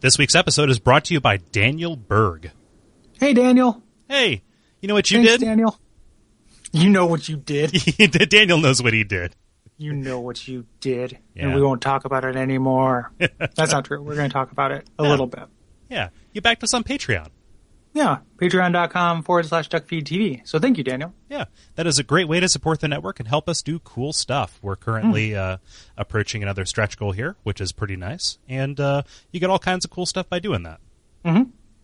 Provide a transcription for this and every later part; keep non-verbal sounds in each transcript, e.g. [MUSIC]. This week's episode is brought to you by Daniel Berg. Hey, Daniel. Hey, you know what you Thanks, did? Daniel. You know what you did. [LAUGHS] Daniel knows what he did. You know what you did. Yeah. And we won't talk about it [LAUGHS] anymore. That's not true. We're going to talk about it a Yeah. little bit. Yeah, you backed us on Patreon. Yeah. Patreon.com forward slash DuckFeedTV. So thank you, Daniel. Yeah, that is a great way to support the network and help us do cool stuff. We're currently uh, approaching another stretch goal here, which is pretty nice. And uh, you get all kinds of cool stuff by doing that.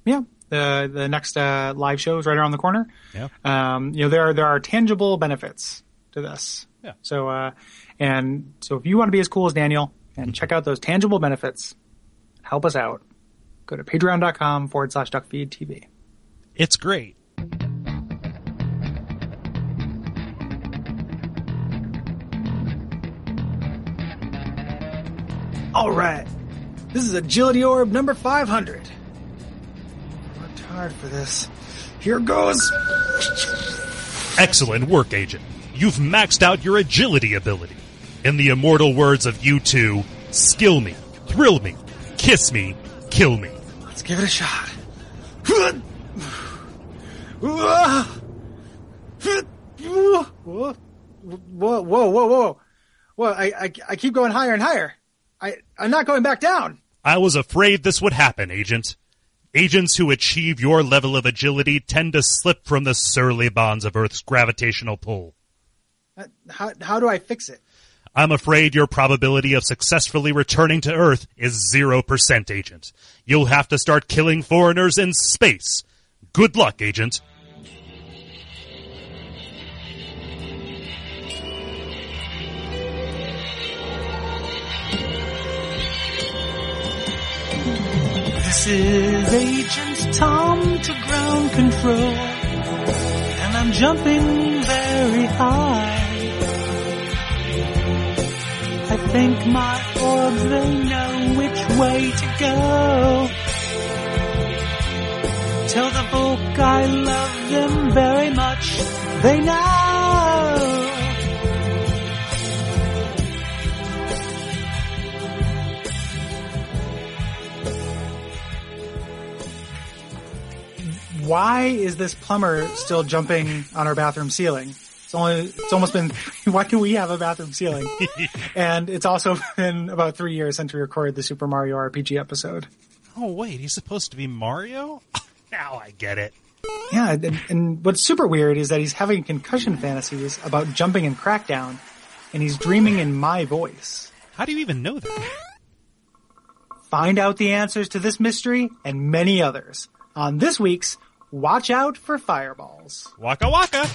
Yeah. The, the next uh, live show is right around the corner. Yeah. um, you know there are there are tangible benefits to this. Yeah. So uh, and so if you want to be as cool as Daniel Mm-hmm. and check out those tangible benefits, help us out. Go to patreon.com forward slash duckfeedtv. It's great. All right, this is agility orb number five hundred. Worked hard for this. Here goes. Excellent work, Agent. You've maxed out your agility ability. In the immortal words of you two, skill me, thrill me, kiss me, kill me. Let's give it a shot. Whoa, whoa, whoa, whoa, whoa. Whoa, I, I, I keep going higher and higher. I, I'm not going back down. I was afraid this would happen, Agent. Agents who achieve your level of agility tend to slip from the surly bonds of Earth's gravitational pull. Uh, How, how do I fix it? I'm afraid your probability of successfully returning to Earth is 0%, Agent. You'll have to start killing foreigners in space. Good luck, Agent. This is Agent Tom to ground control, and I'm jumping very high. I think my orbs they know which way to go. Tell the folk I love them very much. They know. Why is this plumber still jumping on our bathroom ceiling? It's only, it's almost been, [LAUGHS] why do we have a bathroom ceiling? and it's also [LAUGHS] been about three years since we recorded the Super Mario RPG episode. Oh, wait, he's supposed to be Mario? [LAUGHS] now I get it. Yeah, and, and what's super weird is that he's having concussion fantasies about jumping in Crackdown, and he's dreaming in my voice. How do you even know that? Find out the answers to this mystery and many others on this week's Watch Out for Fireballs. Waka waka!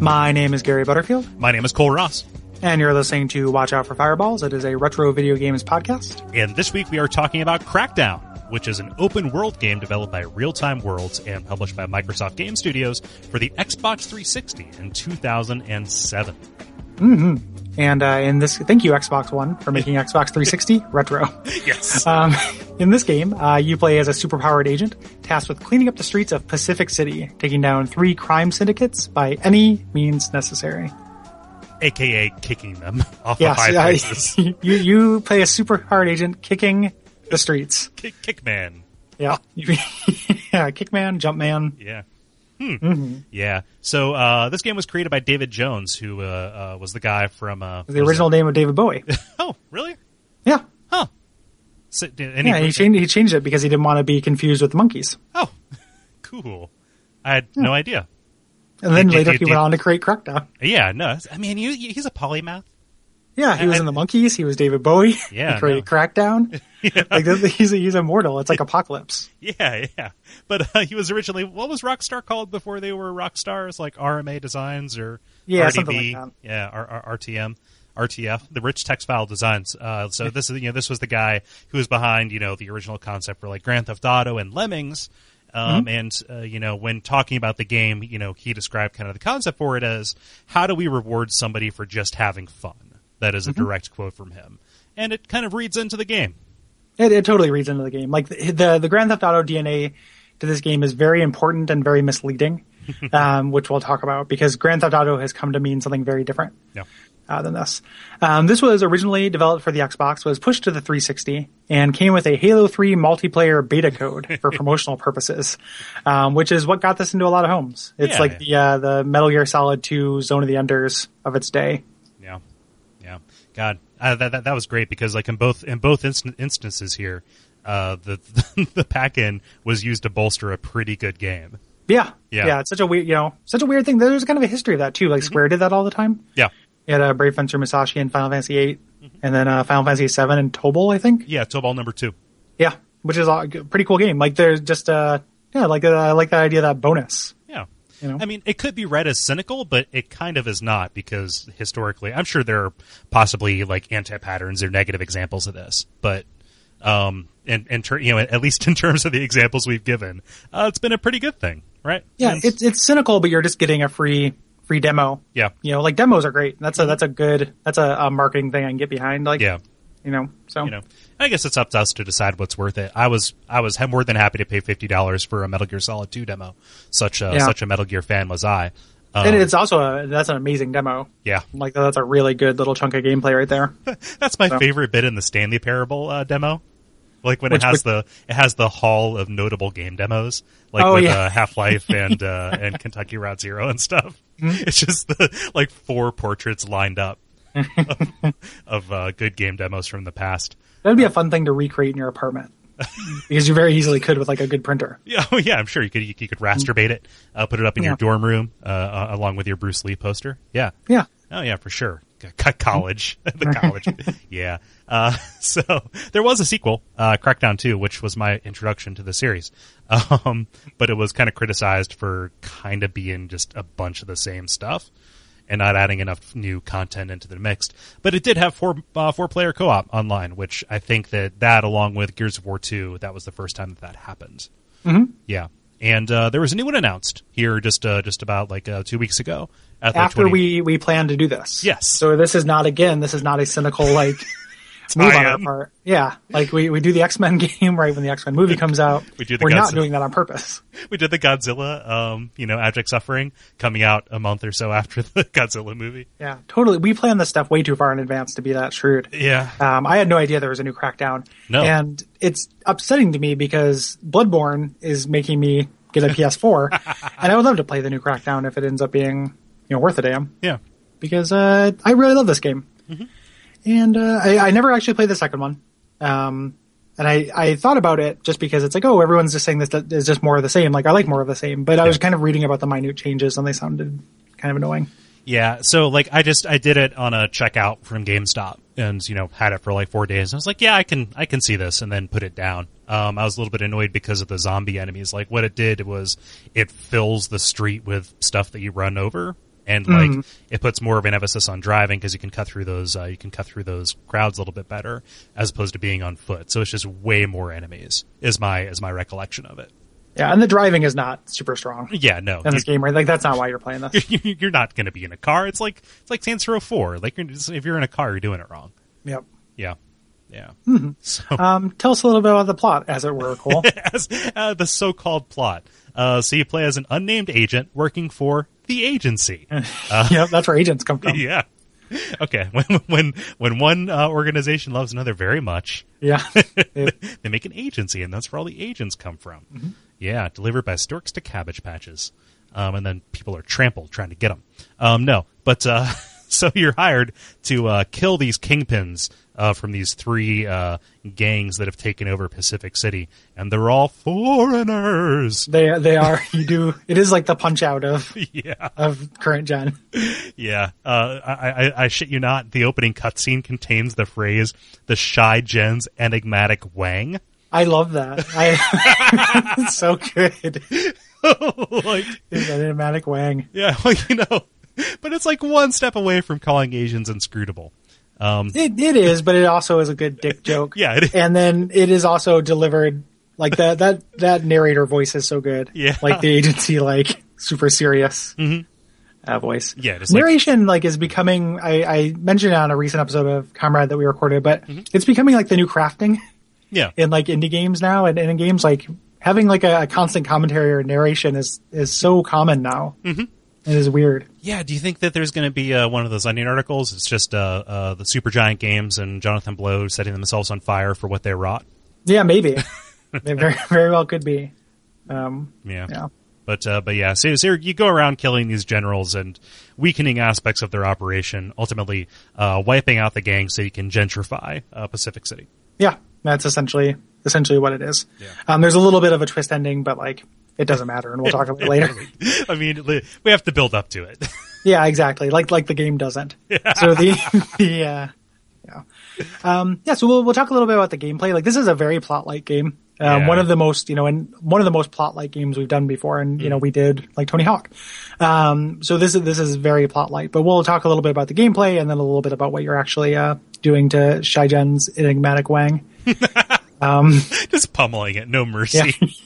My name is Gary Butterfield, My name is Cole Ross, and you're listening to Watch Out for Fireballs. It is a retro video games podcast. and this week we are talking about Crackdown, which is an open world game developed by Real Time Worlds and published by Microsoft Game Studios for the Xbox 360 in 2007. And uh, in this, thank you Xbox One for making Xbox 360 retro. Yes. Um, in this game, uh, you play as a superpowered agent tasked with cleaning up the streets of Pacific City, taking down three crime syndicates by any means necessary. AKA kicking them off of [LAUGHS] high Yes, places. I- you you play a superpowered agent kicking the streets. Kick, kick man. Yeah, [LAUGHS] yeah, Kickman, Jumpman. Yeah. Mm-hmm. Hmm. Yeah. So uh, this game was created by David Jones, who uh, uh, was the guy from uh, The original name of David Bowie. Oh, really? Yeah, Huh. So, did any yeah. He changed he changed it because he didn't want to be confused with the monkeys. Oh, [LAUGHS] cool. I had no idea. And then Did- later did- he did- went on to create Crackdown. Yeah, no. that's- I mean, you, you, he's a polymath. Yeah, he was I- in the Monkeys. He was David Bowie. [LAUGHS] Yeah, he [LAUGHS] created Crackdown. Like this, he's he's immortal. It's like Apocalypse. Yeah, yeah. But uh, he was originally what was Rockstar called before they were Rockstars, like RMA Designs or Yeah, RDB, something like that. yeah, R- R- RTM, RTF, the Rich Text File Designs. Uh, so this is you know this was the guy who was behind you know the original concept for like Grand Theft Auto and Lemmings. Mm-hmm. Um, And uh, you know, when talking about the game, you know, he described kind of the concept for it as how do we reward somebody for just having fun? That is a Mm-hmm. direct quote from him, and it kind of reads into the game. It, it totally reads into the game. Like the, the the Grand Theft Auto DNA to this game is very important and [LAUGHS] very misleading, um, which we'll talk about because Grand Theft Auto has come to mean something very different Yeah, uh, than this. Um, this was originally developed for the Xbox, was pushed to the 360, and came with a Halo 3 multiplayer beta code for [LAUGHS] promotional purposes, um, which is what got this into a lot of homes. It's Yeah. like the uh, the Metal Gear Solid 2 Zone of the Enders of its day. Yeah, yeah. God, uh, that, that that was great because like in both in both instan- instances here, uh, the [LAUGHS] the pack in was used to bolster a pretty good game. Yeah, Yeah. Mm-hmm. It's such a weird, you know, such a weird thing. There's kind of a history of that too. Like Square did that all the time. Yeah, You had uh, Brave Fencer Musashi in Final Fantasy VIII, Mm-hmm. and then uh, Final Fantasy VII and Tobol, I think. yeah. Tobal number two. Yeah, which is a pretty cool game. Like there's just uh, yeah, like uh, I like the idea of that bonus. Yeah. You know? I mean, it could be read as cynical, but it kind of is not because historically, I'm sure there are possibly like anti patterns or negative examples of this, but um, and and ter- you know, at least in terms of the examples we've given, uh, it's been a pretty good thing, right? Yeah, it's it's cynical, but you're just getting a free free demo. yeah, You know, like demos are great. That's a that's a good that's a, a marketing thing I can get behind. Like yeah. you know, so you know i guess it's up to us to decide what's worth it i was i was more than happy to pay $50 for a metal gear solid 2 demo such a Yeah. such a metal gear fan was i um, and it's also a, that's an amazing demo. yeah Like that's a really good little chunk of gameplay [LAUGHS] right there. that's my So- favorite bit in the stanley parable uh, demo like when Which- it has which- the it has the hall of notable game demos like Oh, with yeah. [LAUGHS] uh, half-life and uh, and kentucky route zero and stuff Mm-hmm. it's just the like four portraits lined [LAUGHS] up of, of uh, good game demos from the past That'd be a fun thing to recreate in your apartment [LAUGHS] because you very easily could with like a good printer. Yeah, [LAUGHS] oh yeah, I'm sure you could you, could masturbate it, uh, put it up in your Yeah. dorm room uh, uh, along with your Bruce Lee poster. Yeah, Yeah. oh yeah, for sure. C- c- college, [LAUGHS] the college. yeah. Uh, [LAUGHS] so there was a sequel, uh, Crackdown 2, which was my introduction to the series, um, but it was kind of criticized for kind of being just a bunch of the same stuff. And not adding enough new content into the mix, but it did have four uh, four player co op online, which I think that that along with Gears of War two, that was the first time that that happened. Mm-hmm. Yeah, and uh, there was a new one announced here just uh, just about like uh, two weeks ago. At the After 20 we we plan to do this. Yes. So this is not again, this is not a [LAUGHS] cynical like move on our Tie-in. part. Yeah. Like we, we do the X Men [LAUGHS] game right when the X Men [LAUGHS] movie comes out. We do the We're Godzilla. not doing that on purpose. [LAUGHS] we did the Godzilla, um, you know, abject suffering coming out a month or so after the [LAUGHS] Godzilla movie. Yeah. Totally. We plan this stuff way too far in advance to be that shrewd. Yeah, Um, I had no idea there was a new Crackdown. No. And it's upsetting to me because Bloodborne is making me get [LAUGHS] a PS4, and I would love to play the new Crackdown if it ends up being you know worth a damn yeah, because uh, I really love this game. Mm-hmm. And uh, I, I never actually played the second one. Um, and I, I thought about it just because it's like, oh, everyone's just saying this th- is just more of the same. Like, I like more of the same. But I was Yeah. kind of reading about the minute changes and they sounded kind of annoying. yeah. So like, I just I did it on a checkout from GameStop, and you know, had it for like four days. I was like, yeah, I can I can see this, and then put it down. Um, I was a little bit annoyed because of the zombie enemies. Like, what it did was it fills the street with stuff that you run over. and like it puts more of an emphasis on driving because you can cut through those uh, you can cut through those crowds a little bit better as opposed to being on foot. So it's just way more enemies is my is my recollection of it. Yeah, and the driving is not super strong Yeah, no, in this you- game, right? Like, that's not why you're playing this. [LAUGHS] you're not going to be in a car. It's like it's like Saints Row Four. Like you're just, if you're in a car, you're doing it wrong. yep. Yeah, yeah. [LAUGHS] So Um, tell us a little bit about the plot, as it were, [LAUGHS] Cole. as uh, the so-called plot. Uh, so you play as an unnamed agent working for the agency. [LAUGHS] yep, that's where agents come from. yeah. Okay. [LAUGHS] When when when one uh, organization loves another very much, Yeah. [LAUGHS] Yeah. they make an agency, and that's where all the agents come from. Yeah, delivered by storks to cabbage patches, um, and then people are trampled trying to get them. Um, no, but uh, [LAUGHS] so you're hired to uh, kill these kingpins uh, from these three uh, gangs that have taken over Pacific City, and they're all foreigners. [LAUGHS] They they are you do it is like the punch out of yeah, of current gen. yeah. Uh, I, I, I shit you not. The opening cutscene contains the phrase "the shy Jen's enigmatic Wang." [LAUGHS] I love that. I, [LAUGHS] it's so good. like, It's an enigmatic wang. yeah, [LAUGHS] well, you know, but it's like one step away from calling Asians inscrutable. Um, It it is, but it also is a good dick joke. Yeah, it is. and then it is also delivered like that that that narrator voice is so good. Yeah. like the agency like super serious Mhm. uh, voice. Yeah, just like- narration like, is becoming. I, I mentioned it on a recent episode of Comrade that we recorded, but Mm-hmm. it's becoming like the new crafting yeah, in like indie games now, and, and in games like having like a, a constant commentary or narration is is so common now. Mm-hmm. It is weird. Yeah, do you think that there's going to be uh, one of those onion articles? It's just uh, uh, the Supergiant Games and Jonathan Blow setting themselves on fire for what they wrought. [LAUGHS] Yeah, maybe. it very very well could be. Um, Yeah. yeah. But uh, but yeah, so, so you go around killing these generals and weakening aspects of their operation, ultimately uh, wiping out the gang so you can gentrify uh, Pacific City. [LAUGHS] Yeah, that's essentially essentially what it is. Yeah. Um, there's a little bit of a twist ending, but like it doesn't matter, and we'll talk about [LAUGHS] it later. I mean, li- we have to build up to it. [LAUGHS] yeah, exactly. Like like the game doesn't. So the [LAUGHS] the uh, yeah. Um, yeah, so we'll we'll talk a little bit about the gameplay. Like this is a very plot like game. Um, Yeah. One of the most you know, and one of the most plot like games we've done before, and you know we did like Tony Hawk. Um, so this is this is very plot like, but we'll talk a little bit about the gameplay and then a little bit about what you're actually uh, doing to Shai Jen's enigmatic Wang. [LAUGHS] just pummeling it, no mercy. [LAUGHS]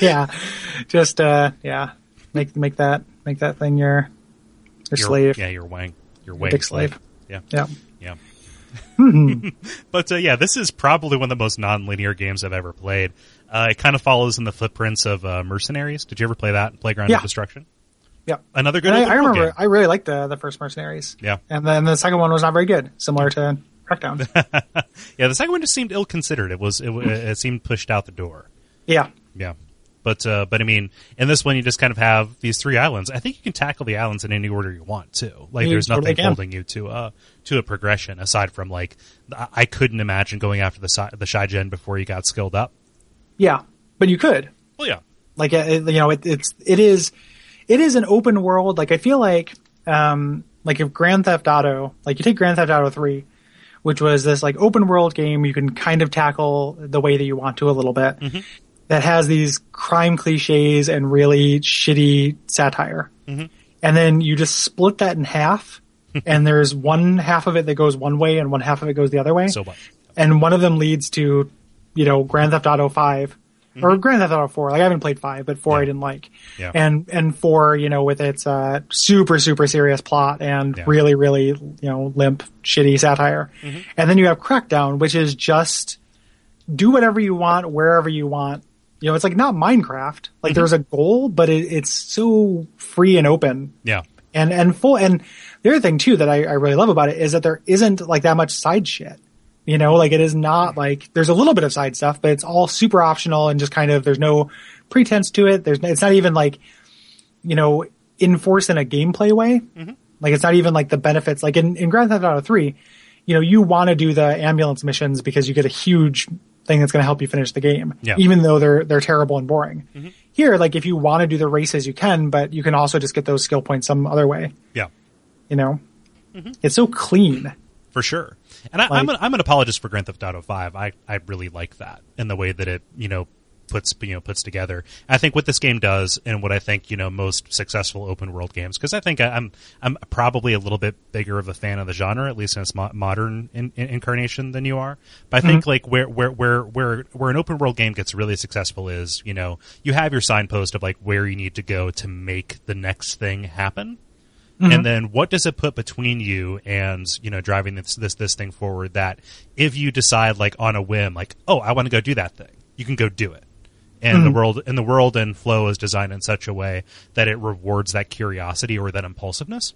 yeah, just uh, yeah, make make that make that thing your your Your- slave. Yeah, your wang, your wang Dick slave. slave. Yeah, Yeah, [LAUGHS] yeah. [LAUGHS] but uh, yeah, this is probably one of the most non-linear games I've ever played. Uh, it kind of follows in the footprints of uh, Mercenaries. Did you ever play that Playground Yeah. of Destruction? yeah. Another good. And I, open I world remember. game. I really liked the the first Mercenaries. Yeah. and then the second one was not very good, similar to Crackdown. yeah, the second one just seemed ill-considered. It was. It, w- it seemed pushed out the door. yeah, Yeah. But uh, but I mean, in this one, you just kind of have these three islands. I think you can tackle the islands in any order you want to. Like, You there's totally nothing can. holding you to uh to a progression aside from like I I couldn't imagine going after the si- the shy gen before you got skilled up. yeah, but you could Well, yeah, like uh, it, you know it, it's it is it is an open world. Like I feel like um like if Grand Theft Auto, like you take Grand Theft Auto three. Which was this like open world game you can kind of tackle the way that you want to a little bit. that has these crime cliches and really shitty satire. And then you just split that in half, and there's one half of it that goes one way and one half of it goes the other way. so what? and one of them leads to, you know, Grand Theft Auto 5 or Grand Theft Auto 4. Like I haven't played 5, but 4 I didn't like. Mm-hmm. Yeah. And and 4, you know, with its uh super super serious plot and Yeah. Mm-hmm. really really, you know, limp shitty satire. And then you have Crackdown, which is just do whatever you want wherever you want. You know, it's like not Minecraft. Like Mm-hmm. there's a goal, but it, it's so free and open Yeah, and and full and the other thing too that I, I really love about it is that there isn't like that much side shit you know like it is not like there's a little bit of side stuff but it's all super optional and just kind of there's no pretense to it there's it's not even like you know enforced in a gameplay way like it's not even like the benefits like in, in grand theft auto 3 you know you want to do the ambulance missions because you get a huge thing that's going to help you finish the game Yeah. even though they're they're terrible and boring here like if you want to do the races you can but you can also just get those skill points some other way yeah. you know it's so clean for sure. And I, I'm, an, I'm an apologist for Grand Theft Auto Five. I, I really like that and the way that it you know puts you know puts together. I think what this game does, and what I think you know most successful open world games, because I think I, I'm I'm probably a little bit bigger of a fan of the genre, at least in its mo- modern in, in- incarnation, than you are. But I think like where where where where where an open world game gets really successful is you know you have your signpost of like where you need to go to make the next thing happen and then what does it put between you and you know driving this this this thing forward that if you decide like on a whim like oh i want to go do that thing you can go do it and the world and the world and flow is designed in such a way that it rewards that curiosity or that impulsiveness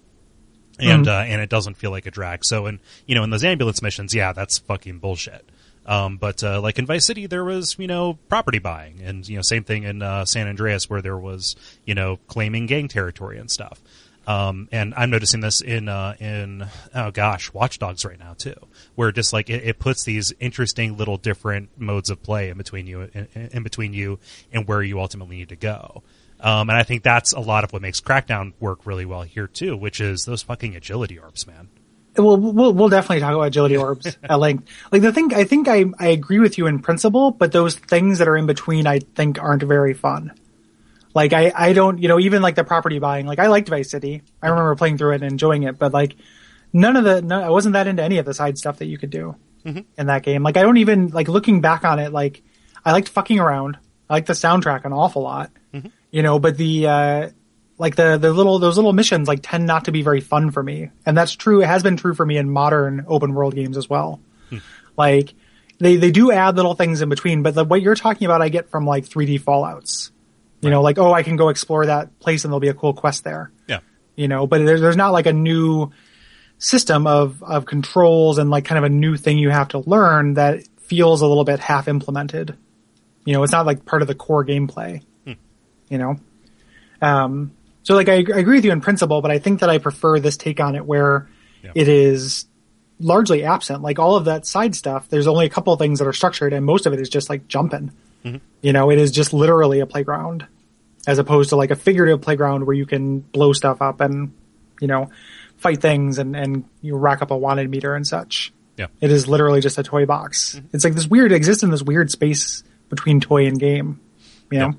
and uh, and it doesn't feel like a drag. So in you know in those ambulance missions, yeah, that's fucking bullshit. Um, but uh, like in Vice City, there was you know property buying, and you know same thing in uh, San Andreas where there was you know claiming gang territory and stuff. Um, and I'm noticing this in uh, in oh gosh, Watch Dogs right now too, where just like it, it puts these interesting little different modes of play in between you in, in between you and where you ultimately need to go. Um, and I think that's a lot of what makes Crackdown work really well here too, which is those fucking agility orbs, man. We'll, we'll we'll definitely talk about agility orbs at length. Like the thing, I think I I agree with you in principle, but those things that are in between, I think aren't very fun. Like I I don't you know even like the property buying. Like I liked Vice City. I remember playing through it and enjoying it, but like none of the no, I wasn't that into any of the side stuff that you could do in that game. Like I don't even like looking back on it. Like I liked fucking around. I liked the soundtrack an awful lot. You know, but the uh like the the little those little missions like tend not to be very fun for me, and that's true. It has been true for me in modern open world games as well. Like they they do add little things in between, but the, what you're talking about, I get from like 3D Fallout's. You know, like oh, I can go explore that place and there'll be a cool quest there. Yeah. You know, but there's there's not like a new system of of controls and like kind of a new thing you have to learn that feels a little bit half implemented. You know, it's not like part of the core gameplay. You know, um, so like I, ag- I agree with you in principle, but I think that I prefer this take on it where Yeah. it is largely absent. Like all of that side stuff, there's only a couple of things that are structured, and most of it is just like jumping. You know, it is just literally a playground as opposed to like a figurative playground where you can blow stuff up and you know fight things and and you rack up a wanted meter and such. Yeah. It is literally just a toy box. It's like this weird it exists in this weird space between toy and game. You know.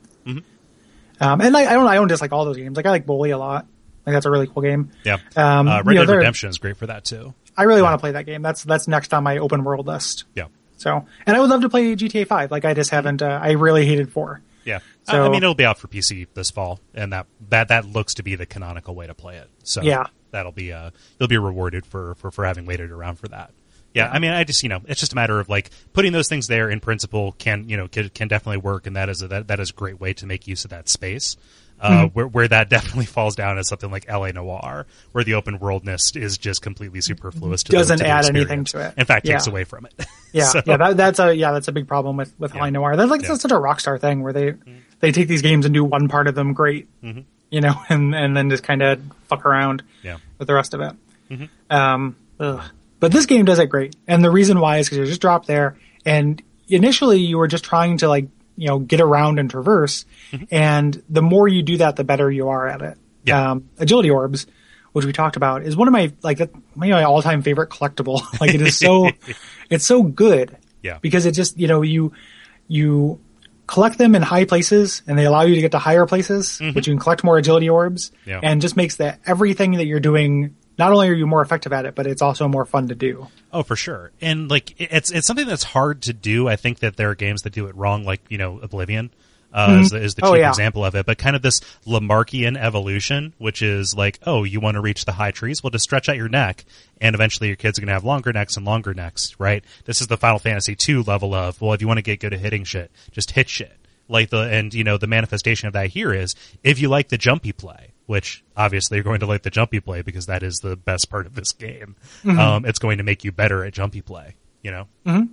Um, and I, I don't I don't dislike all those games. Like I like Bully a lot. Like that's a really cool game. Yeah. Um, uh, you Red know, Dead there- Redemption is great for that too. I really want to play that game. That's that's next on my open world list. Yeah. So, and I would love to play GTA Five. Like I just haven't. Uh, I really hated four. Yeah. I- I So- mean, it'll be out for PC this fall, and that, that that looks to be the canonical way to play it. So Yeah. that'll be uh, you'll be rewarded for, for for having waited around for that. Yeah, I mean, I just you know, it's just a matter of like putting those things there in principle can you know can, can definitely work, and that is a, that that is a great way to make use of that space. Uh, Mm-hmm. where, where that [LAUGHS] definitely falls down is something like LA Noir, where the open worldness is just completely superfluous. To the- Doesn't to the add anything experience. to it. In fact, takes Yeah. away from it. [LAUGHS] Yeah, So- yeah. That, that's a yeah. That's a big problem with with High Noir. That's like Yeah. Mm-hmm. that's such a Rockstar thing where they they take these games and do one part of them great, you know, [LAUGHS] and and then just kind of fuck around. yeah. with the rest of it. Mm-hmm. Um, ugh. But this game does it great, and the reason why is because you're just dropped there, and initially you were just trying to like you know get around and traverse, Mm-hmm. and the more you do that, the better you are at it. Yeah. Um, agility orbs, which we talked about, is one of my like that- maybe my all time favorite collectible. [LAUGHS] like it [LAUGHS] is so, it's so good. Yeah. because it just you know you you collect them in high places and they allow you to get to higher places Mm-hmm. which you can collect more agility orbs Yeah. and just makes that everything that you're doing not only are you more effective at it but it's also more fun to do Oh, for sure. And like it- it's it's something that's hard to do. I think that there are games that do it wrong, like you know Oblivion. Uh, is, the, is the cheap Oh, yeah. example of it, but kind of this Lamarckian evolution, which is like, oh, you want to reach the high trees? Well, just stretch out your neck, and eventually your kids are going to have longer necks and longer necks, right? This is the Final Fantasy II level of, well, if you want to get good at hitting shit, just hit shit. Like the, and you know, the manifestation of that here is, if you like the jumpy play, which obviously you're going to like the jumpy play because that is the best part of this game. Um, it's going to make you better at jumpy play, you know?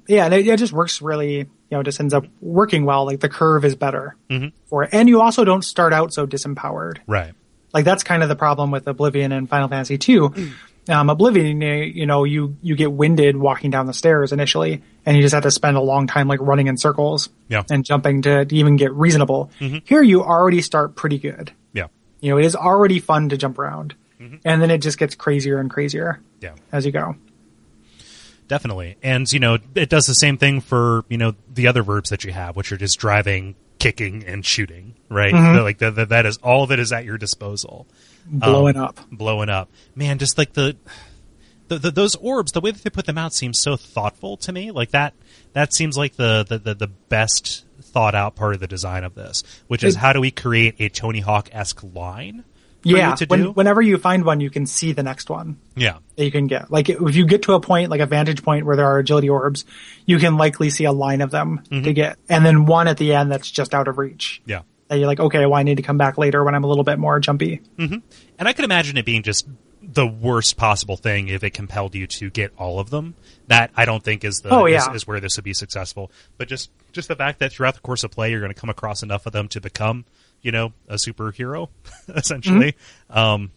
yeah and it, it just works really you know just ends up working well like the curve is better Mm-hmm. for it and you also don't start out so disempowered Right. like that's kind of the problem with Oblivion and Final Fantasy Mm. II. Um, Oblivion, you- you know, you you get winded walking down the stairs initially, and you just have to spend a long time like running in circles Yeah. Mm-hmm. and jumping to, to even get reasonable. Here, you already start pretty good. Yeah. You know, it is already fun to jump around, Mm-hmm. and then it just gets crazier and crazier Yeah. as you go. definitely. And you know, it does the same thing for you know the other verbs that you have, which are just driving, kicking, and shooting. Right? Mm-hmm. They're Like that, that- that is all that is at your disposal. Um, Blowing up. blowing up, man. Just like the, the, the those orbs, the way that they put them out seems so thoughtful to me. Like that, that seems like the the the, the best thought out part of the design of this, which is It- how do we create a Tony Hawk esque line? for you Yeah, to when- do? whenever you find one, you can see the next one. yeah, that you can get. Like if you get to a point, like a vantage point where there are agility orbs, you can likely see a line of them Mm-hmm. to get, and then one at the end that's just out of reach. yeah. That you're like, okay, well, I need to come back later when I'm a little bit more jumpy. Mm-hmm. And I could imagine it being just the worst possible thing if it compelled you to get all of them. That I don't think is the Oh, yeah. is, is where this would be successful. But just just the fact that throughout the course of play you're going to come across [LAUGHS] enough of them to become, you know, a superhero essentially. Um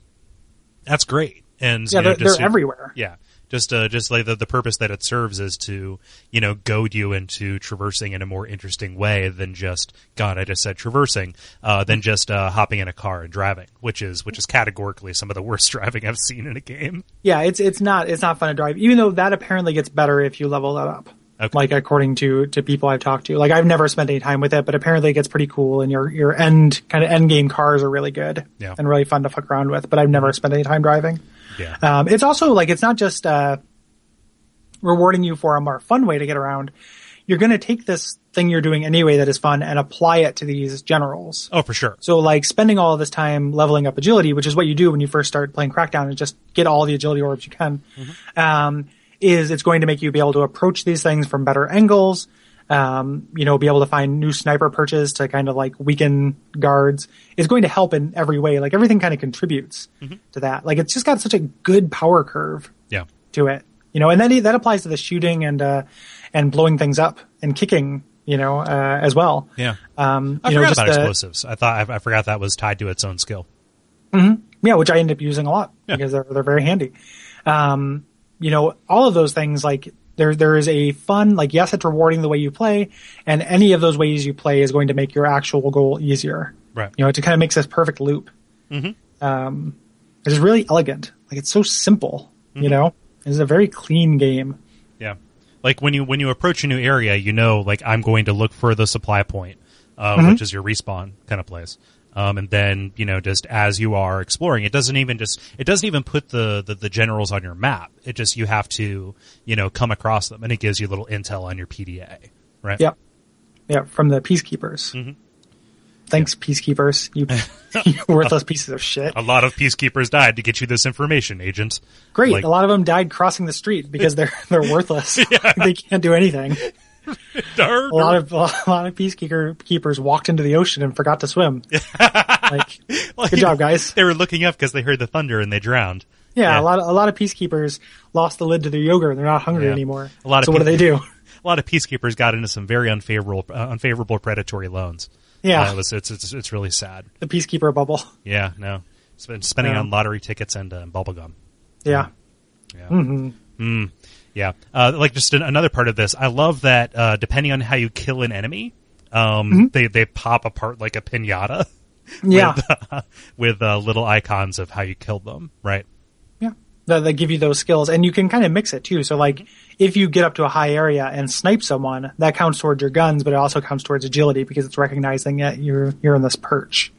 that's great. And Mm-hmm. Yeah, you know, they're, just they're to- everywhere. Yeah, just uh, just like the, the purpose that it serves is to you know goad you into traversing in a more interesting way than just God. I just said traversing, uh, than just uh, hopping in a car and driving, which is which is categorically some of the worst [LAUGHS] driving I've seen in a game. Yeah, it's it's not it's not fun to drive, even though that apparently gets better if you level that up. Okay. Like according to to people I've talked to, like I've never spent any time with it, but apparently it gets pretty cool, and your your end kind of end game cars are really good Yeah. and really fun to fuck around with. But I've never spent any time driving. Yeah, Um, it's also like it's not just uh, rewarding you for a more fun way to get around. You're going to take this thing you're doing anyway that is fun and apply it to these generals. oh for sure. So like spending all this time leveling up agility, which is what you do when you first start playing Crackdown and just get all the agility orbs you can, Mm-hmm. um, is it's going to make you be able to approach these things from better angles. Um, you know, be able to find new sniper perches to kind of like weaken guards It's going to help in every way. Like everything kind of contributes Mm-hmm. to that. Like it's just got such a good power curve Yeah, to it, you know, and that that applies to the shooting and uh, and blowing things up and kicking, you know, uh, as well. yeah. Um, I you know, forgot just about the- explosives. I thought I, I forgot that was tied to its own skill. yeah, which I end up using a lot Yeah. because they're they're very handy. Um, you know, all of those things like there there is a fun like yes, it's rewarding the way you play, and any of those ways you play is going to make your actual goal easier. Right. You know, it kind of makes this perfect loop. Mm-hmm. Um, it's really elegant. Like it's so simple. Mm-hmm. You know, it's a very clean game. Yeah. Like when you when you approach a new area, you know, like I'm going to look for the supply point, uh, Mm-hmm. which is your respawn kind of place. Um, and then you know, just as you are exploring, it doesn't even just it doesn't even put the, the the generals on your map. It just you have to you know come across them, and it gives you little intel on your PDA, right? Yep. Yeah, from the peacekeepers. Mm-hmm. Thanks, peacekeepers. You, [LAUGHS] you worthless pieces of shit. A lot of peacekeepers died to get you this information, agents. Great. Like- a lot of them died crossing the street because they're [LAUGHS] [LAUGHS] they're worthless. they can't do anything. A lot of [LAUGHS] a lot of peacekeeper keepers walked into the ocean and forgot [LAUGHS] to swim. like, Like, good [LAUGHS] job, guys. They were looking up because they heard the thunder and they drowned. yeah, Yeah. a lot of, a lot of peacekeepers lost the lid to their yogurt. and They're not hungry Yeah. anymore. A lot of so what do people- they do? [LAUGHS] a lot of peacekeepers got into some very unfavorable uh, unfavorable predatory loans. Yeah. Uh, it was, it's, it's it's really sad. The peacekeeper bubble. Yeah, no, Sp- spending Yeah. on lottery tickets and uh, bubble gum. Yeah. Yeah. Mm-hmm. Mm. Yeah. Uh, like just an, another part of this, I love that uh, depending on how you kill an enemy, um, they they pop apart like a pinata Mm-hmm. Yeah. [LAUGHS] with uh, little icons of how you killed them. Right. Yeah. That, that give you those skills and you can kind of mix it too. So like if you get up to a high area and snipe someone, that counts towards your guns, but it also counts towards agility because it's recognizing that you're, you're in this perch.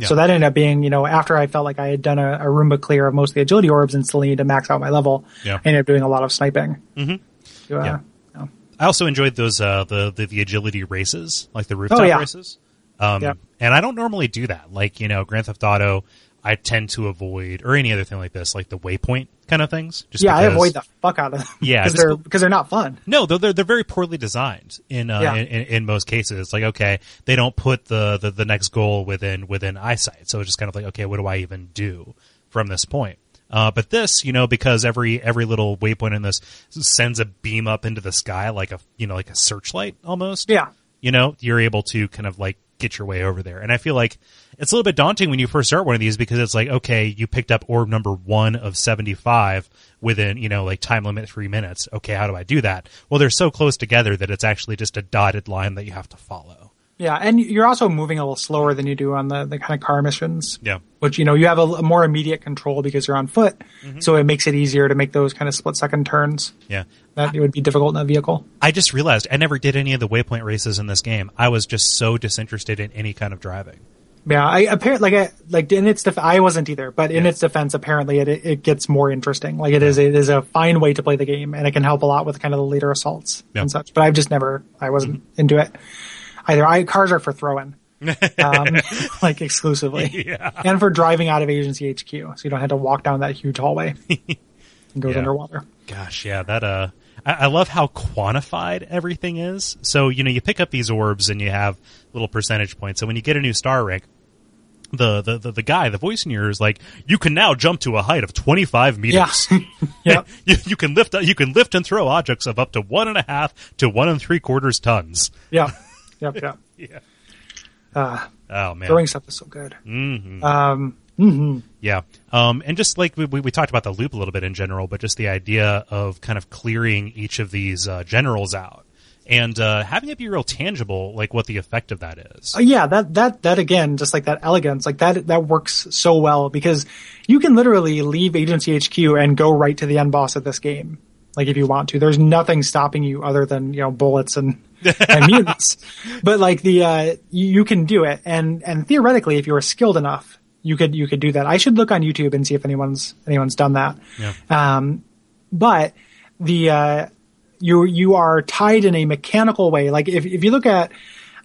So that ended up being, you know, after I felt like I had done a, a Roomba clear of most of the agility orbs and still needed to max out my level, Yeah. I ended up doing a lot of sniping. Mm-hmm. Yeah. yeah. I also enjoyed those uh, the, the the agility races, like the rooftop Oh, yeah. races. Um, Yeah. And I don't normally do that. Like you know, Grand Theft Auto, I tend to avoid or any other thing like this, like the waypoint kind of things. Just yeah, I because- avoid the fuck out of them. Yeah, Because just- they're, because they're not fun. No, though they're they're very poorly designed in, uh, Yeah. in, in in most cases. It's like okay, they don't put the, the the next goal within within eyesight, so it's just kind of like okay, what do I even do from this point? Uh, but this, you know, because every every little waypoint in this sends a beam up into the sky like a you know like a searchlight almost. Yeah. you know, you're able to kind of like get your way over there, and I feel like it's a little bit daunting when you first start one of these because it's like okay, you picked up orb number one of seventy five within you know like time limit three minutes. Okay, how do I do that? Well, they're so close together that it's actually just a dotted line that you have to follow. Yeah. And you're also moving a little slower than you do on the, the kind of car missions. Yeah. Which, you know, you have a, a more immediate control because you're on foot. Mm-hmm. So it makes it easier to make those kind of split second turns Yeah. that it would be difficult in a vehicle. I just realized I never did any of the waypoint races in this game. I was just so disinterested in any kind of driving. Yeah, I apparently like I, like in its def- I wasn't either, but in Yeah. its defense, apparently it it gets more interesting. Like it is it is a fine way to play the game, and it can help a lot with kind of the later assaults Yeah. Mm-hmm. and such. But I've just never I wasn't into it either. I cars are [LAUGHS] for throwing, um, [LAUGHS] like exclusively, and for driving out of agency HQ, so you don't have to walk down that [LAUGHS] huge hallway. It goes Yeah. underwater. Gosh, yeah, that uh, I, I love how quantified everything is. So you know, you pick up these orbs and you have little percentage points. So when you get a new star rank, the the the, the guy, the voice in your ear is like, "You can now jump to a height of twenty five [LAUGHS] meters. Yeah. you, you can lift you can lift and throw objects of up to one and a half to one and three quarters tons." Yeah, yep, yeah. Yeah. Uh, Oh man. Throwing stuff is so good. Um, hmm Yeah. Um, and just like we, we, we talked about the loop a little bit in general, but just the idea of kind of clearing each of these uh, generals out and uh, having it be real tangible, like what the effect of that is. Uh, yeah, that that that again, just like that elegance, like that that works so well because you can literally leave Agency HQ and go right to the end boss of this game. Like if you want to, there's nothing stopping you other than you know bullets and, and mutants. But like the uh, you, you can do it, and and theoretically, if you were skilled enough, you could you could do that. I should look on YouTube and see if anyone's anyone's done that. Yeah. Um, but the uh, you you are tied in a mechanical way. Like if if you look at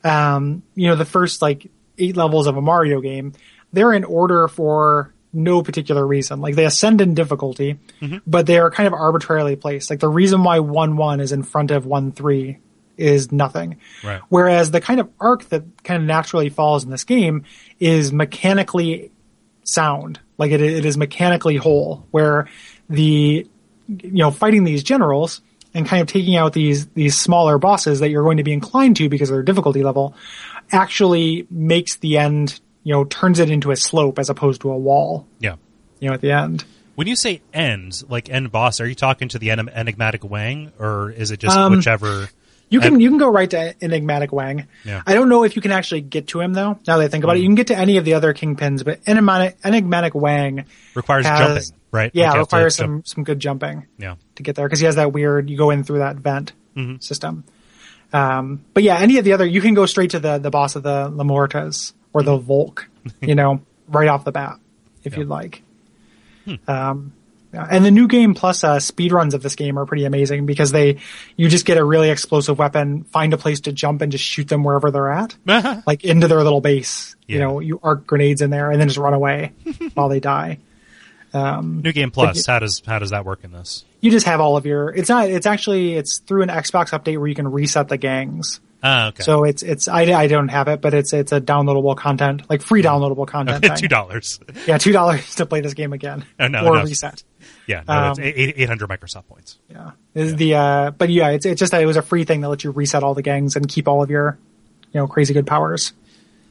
um, you know the first like eight levels of a Mario game, they're in order for no particular reason. Like they ascend in difficulty, but they are kind of arbitrarily placed. Like the reason why one one is in front of one three is nothing. Right. Whereas the kind of arc that kind of naturally falls in this game is mechanically sound. Like it, it is mechanically whole, where the you know fighting these generals and kind of taking out these these smaller bosses that you're going to be inclined to because of their difficulty level actually makes the end you know turns it into a slope as opposed to a wall Yeah. you know at the end When you say end, like end boss, are you talking to the en- enigmatic Wang or is it just Um, whichever? you can you can go right to enigmatic wang Yeah. Mm. i don't know if you can actually get to him though now that i think about it you can get to any of the other kingpins but enigmatic enigmatic wang Requires has- jumping, right? Like, yeah you have to requires some jump. some good jumping Yeah. [LAUGHS] to get there because he has that weird you go in through that vent Mm-hmm. system. Um, but yeah, any of the other you can go straight to the the boss of the Lamortas or the Volk, [LAUGHS] you know, right off the bat if Mm-hmm. Yeah. Hmm. you'd like. Um, yeah, and the new game plus uh, speed runs of this game are pretty amazing because they you just get a really explosive weapon, find a place to jump and just shoot them wherever they're at, like into their little base. You Yeah. know, you arc grenades in there and then just [LAUGHS] run away while they die. New Game Plus, how does, how does that work in this? you just have all of your it's not it's actually it's through an xbox update where you can reset the gangs Ah, okay. [LAUGHS] so it's it's I, I don't have it but it's it's a downloadable content like free downloadable [LAUGHS] content two thing. dollars. yeah two dollars [LAUGHS] to play this game again Oh, no, or no. reset Yeah, no, Um, that's eight- eight hundred Microsoft points. yeah is the uh but yeah it's it's just that it was a free thing that lets you reset all the gangs and keep all of your you know crazy good powers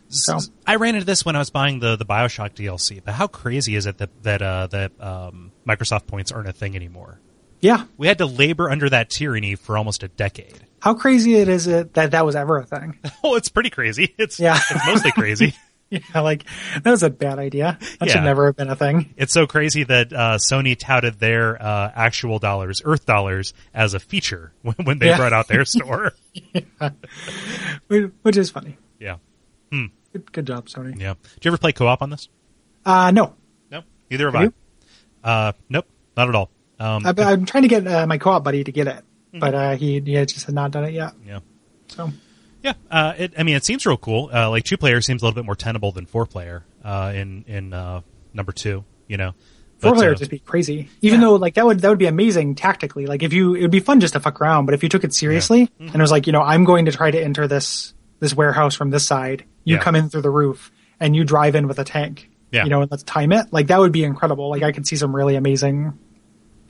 so I ran into this when I was buying the the Bioshock DLC. But how crazy is it that that uh, that um, Microsoft points aren't a thing anymore? yeah We had to labor under that tyranny for almost a decade. [LAUGHS] how crazy it is it that that was ever a thing [LAUGHS] Oh, it's pretty crazy. It's Yeah. it's mostly [LAUGHS] crazy. yeah like that was a bad idea that Yeah. should never have been a thing It's so crazy that uh, Sony touted their uh, actual dollars, Earth dollars, as a feature [LAUGHS] when, when they Yeah. brought out [LAUGHS] their store. which is funny yeah, good, good job sony yeah. Do you ever play co op on this? uh no No, neither have Have you? I. Uh, nope, not at all. Um, I, I'm trying to get uh, my co-op buddy to get it, but uh, he, he had just had not done it yet. yeah. So Yeah, uh, it, I mean, it seems real cool. Uh, like two player seems a little bit more tenable than four player uh, in in uh, number two. You know, But, four player uh, would just be crazy. Even though like that would that would be amazing tactically. Like if you it would be fun just to fuck around, but if you took it seriously and it was like you know I'm going to try to enter this this warehouse from this side, you Yeah. come in through the roof and you drive in with a tank. Yeah. You know, and let's time it. Like that would be incredible. Like I could see some really amazing,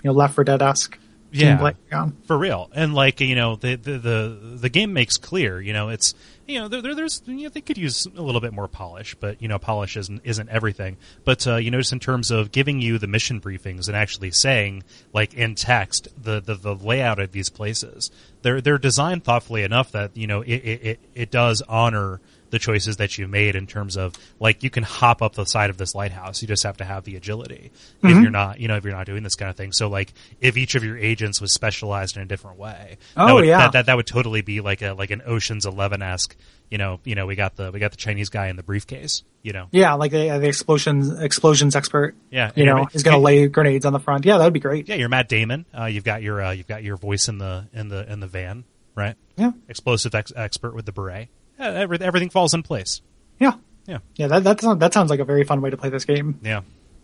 you know, Left for Dead esque. Yeah. Gameplay. going. for real. And like you know, the the the, the game makes clear. You know, it's you know there, there, there's you know they could use a little bit more polish, but you know, polish isn't isn't everything. But uh, you notice in terms of giving you the mission briefings and actually saying like in text the the, the layout of these places, they're they're designed thoughtfully enough that you know it it, it, it does honor. The choices that you made in terms of like you can hop up the side of this lighthouse, you just have to have the agility. If Mm-hmm. you're not, you know, if you're not doing this kind of thing, so like if each of your agents was specialized in a different way, that Oh, would, yeah. that, that that would totally be like a like an Ocean's Eleven esque. You know, you know, we got the we got the Chinese guy in the briefcase. You know, Yeah, like the, the explosions explosions expert. Yeah, you know, anyway. is going to lay grenades on the front. Yeah, that would be great. yeah, you're Matt Damon. Uh, you've got your uh, you've got your voice in the in the in the van, right? Yeah. Explosive ex- expert with the beret. Yeah, every, everything falls in place. Yeah. Yeah, Yeah, that that sounds, that sounds like a very fun way to play this game. yeah,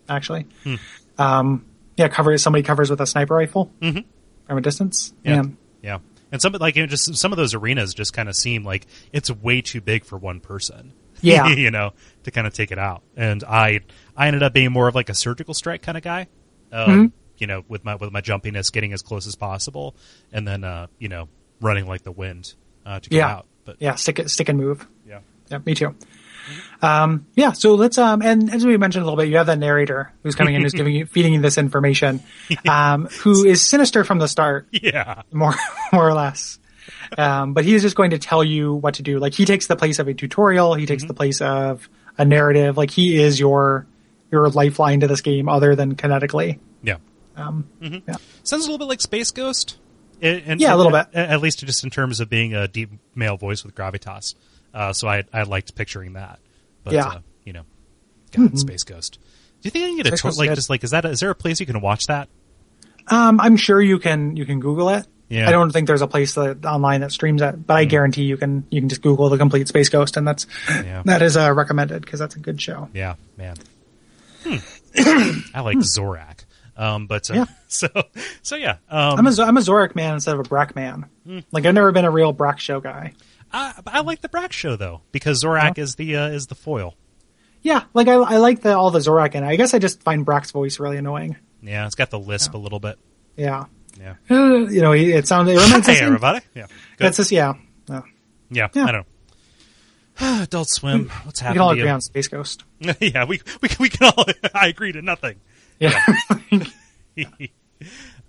Actually, Hmm. um, yeah, cover somebody covers with a sniper rifle from a distance. Mm-hmm. yeah, Man. yeah. And some like you know, just some of those arenas just kind of seem like it's way too big for one person. [LAUGHS] Yeah. you know, to kind of take it out. And I I ended up being more of like a surgical strike kind of guy. Um, Mm-hmm. You know, with my with my jumpiness, getting as close as possible, and then uh, you know running like the wind uh, to get Yeah. out. But yeah, stick it, stick and move. yeah, Yeah, me too. Mm-hmm. Um, yeah, so let's um, and as we mentioned a little bit, you have that narrator who's [LAUGHS] coming in, who's giving you, feeding you this information, um, who is sinister from the start, [LAUGHS] Yeah. more [LAUGHS] more or less. Um, but he is just going to tell you what to do. Like he takes the place of a tutorial, he Mm-hmm. takes the place of a narrative. Like he is your your lifeline to this game, other than kinetically. Yeah. Um, yeah. Sounds a little bit like Space Ghost. And, Mm-hmm. and- Yeah, a little and- bit. At, least just in terms of being a deep male voice with gravitas. Uh, so I, I liked picturing that. But, Yeah. Hmm. uh, you know, God, Space Ghost. Do you think I can get a Space tour? Ghost Like, is just like, is that a, is there a place you can watch that? Um, I'm sure you can you can Google it. Yeah. Mm-hmm. I don't think there's a place that online that streams it, but I guarantee you can you can just Google the complete Space Ghost, and that's Yeah. that is uh, recommended because that's a good show. Yeah, man. Hmm. [COUGHS] I like Zorak. Um, but uh, Yeah. [LAUGHS] so so yeah. Um, I'm a Z- I'm a Zorak man instead of a Brack man. Hmm. Like I've never been a real Brack show guy. I, I like the Brack show though because Zorak is the uh, is the foil. Yeah, like I, I like the, all the Zorak in it. I guess I just find Brack's voice really annoying. Yeah, it's got the lisp a little bit. Yeah, Yeah. Uh, you know, it, it sounds. It reminds Hey us- everybody. Yeah. Good. That's just yeah. yeah. yeah, yeah. I [SIGHS] don't. know. Adult Swim. What's We can all happening? agree on Space Ghost. [LAUGHS] yeah, we we can- we can all. [LAUGHS] I agree to nothing. [LAUGHS] Yeah, [LAUGHS]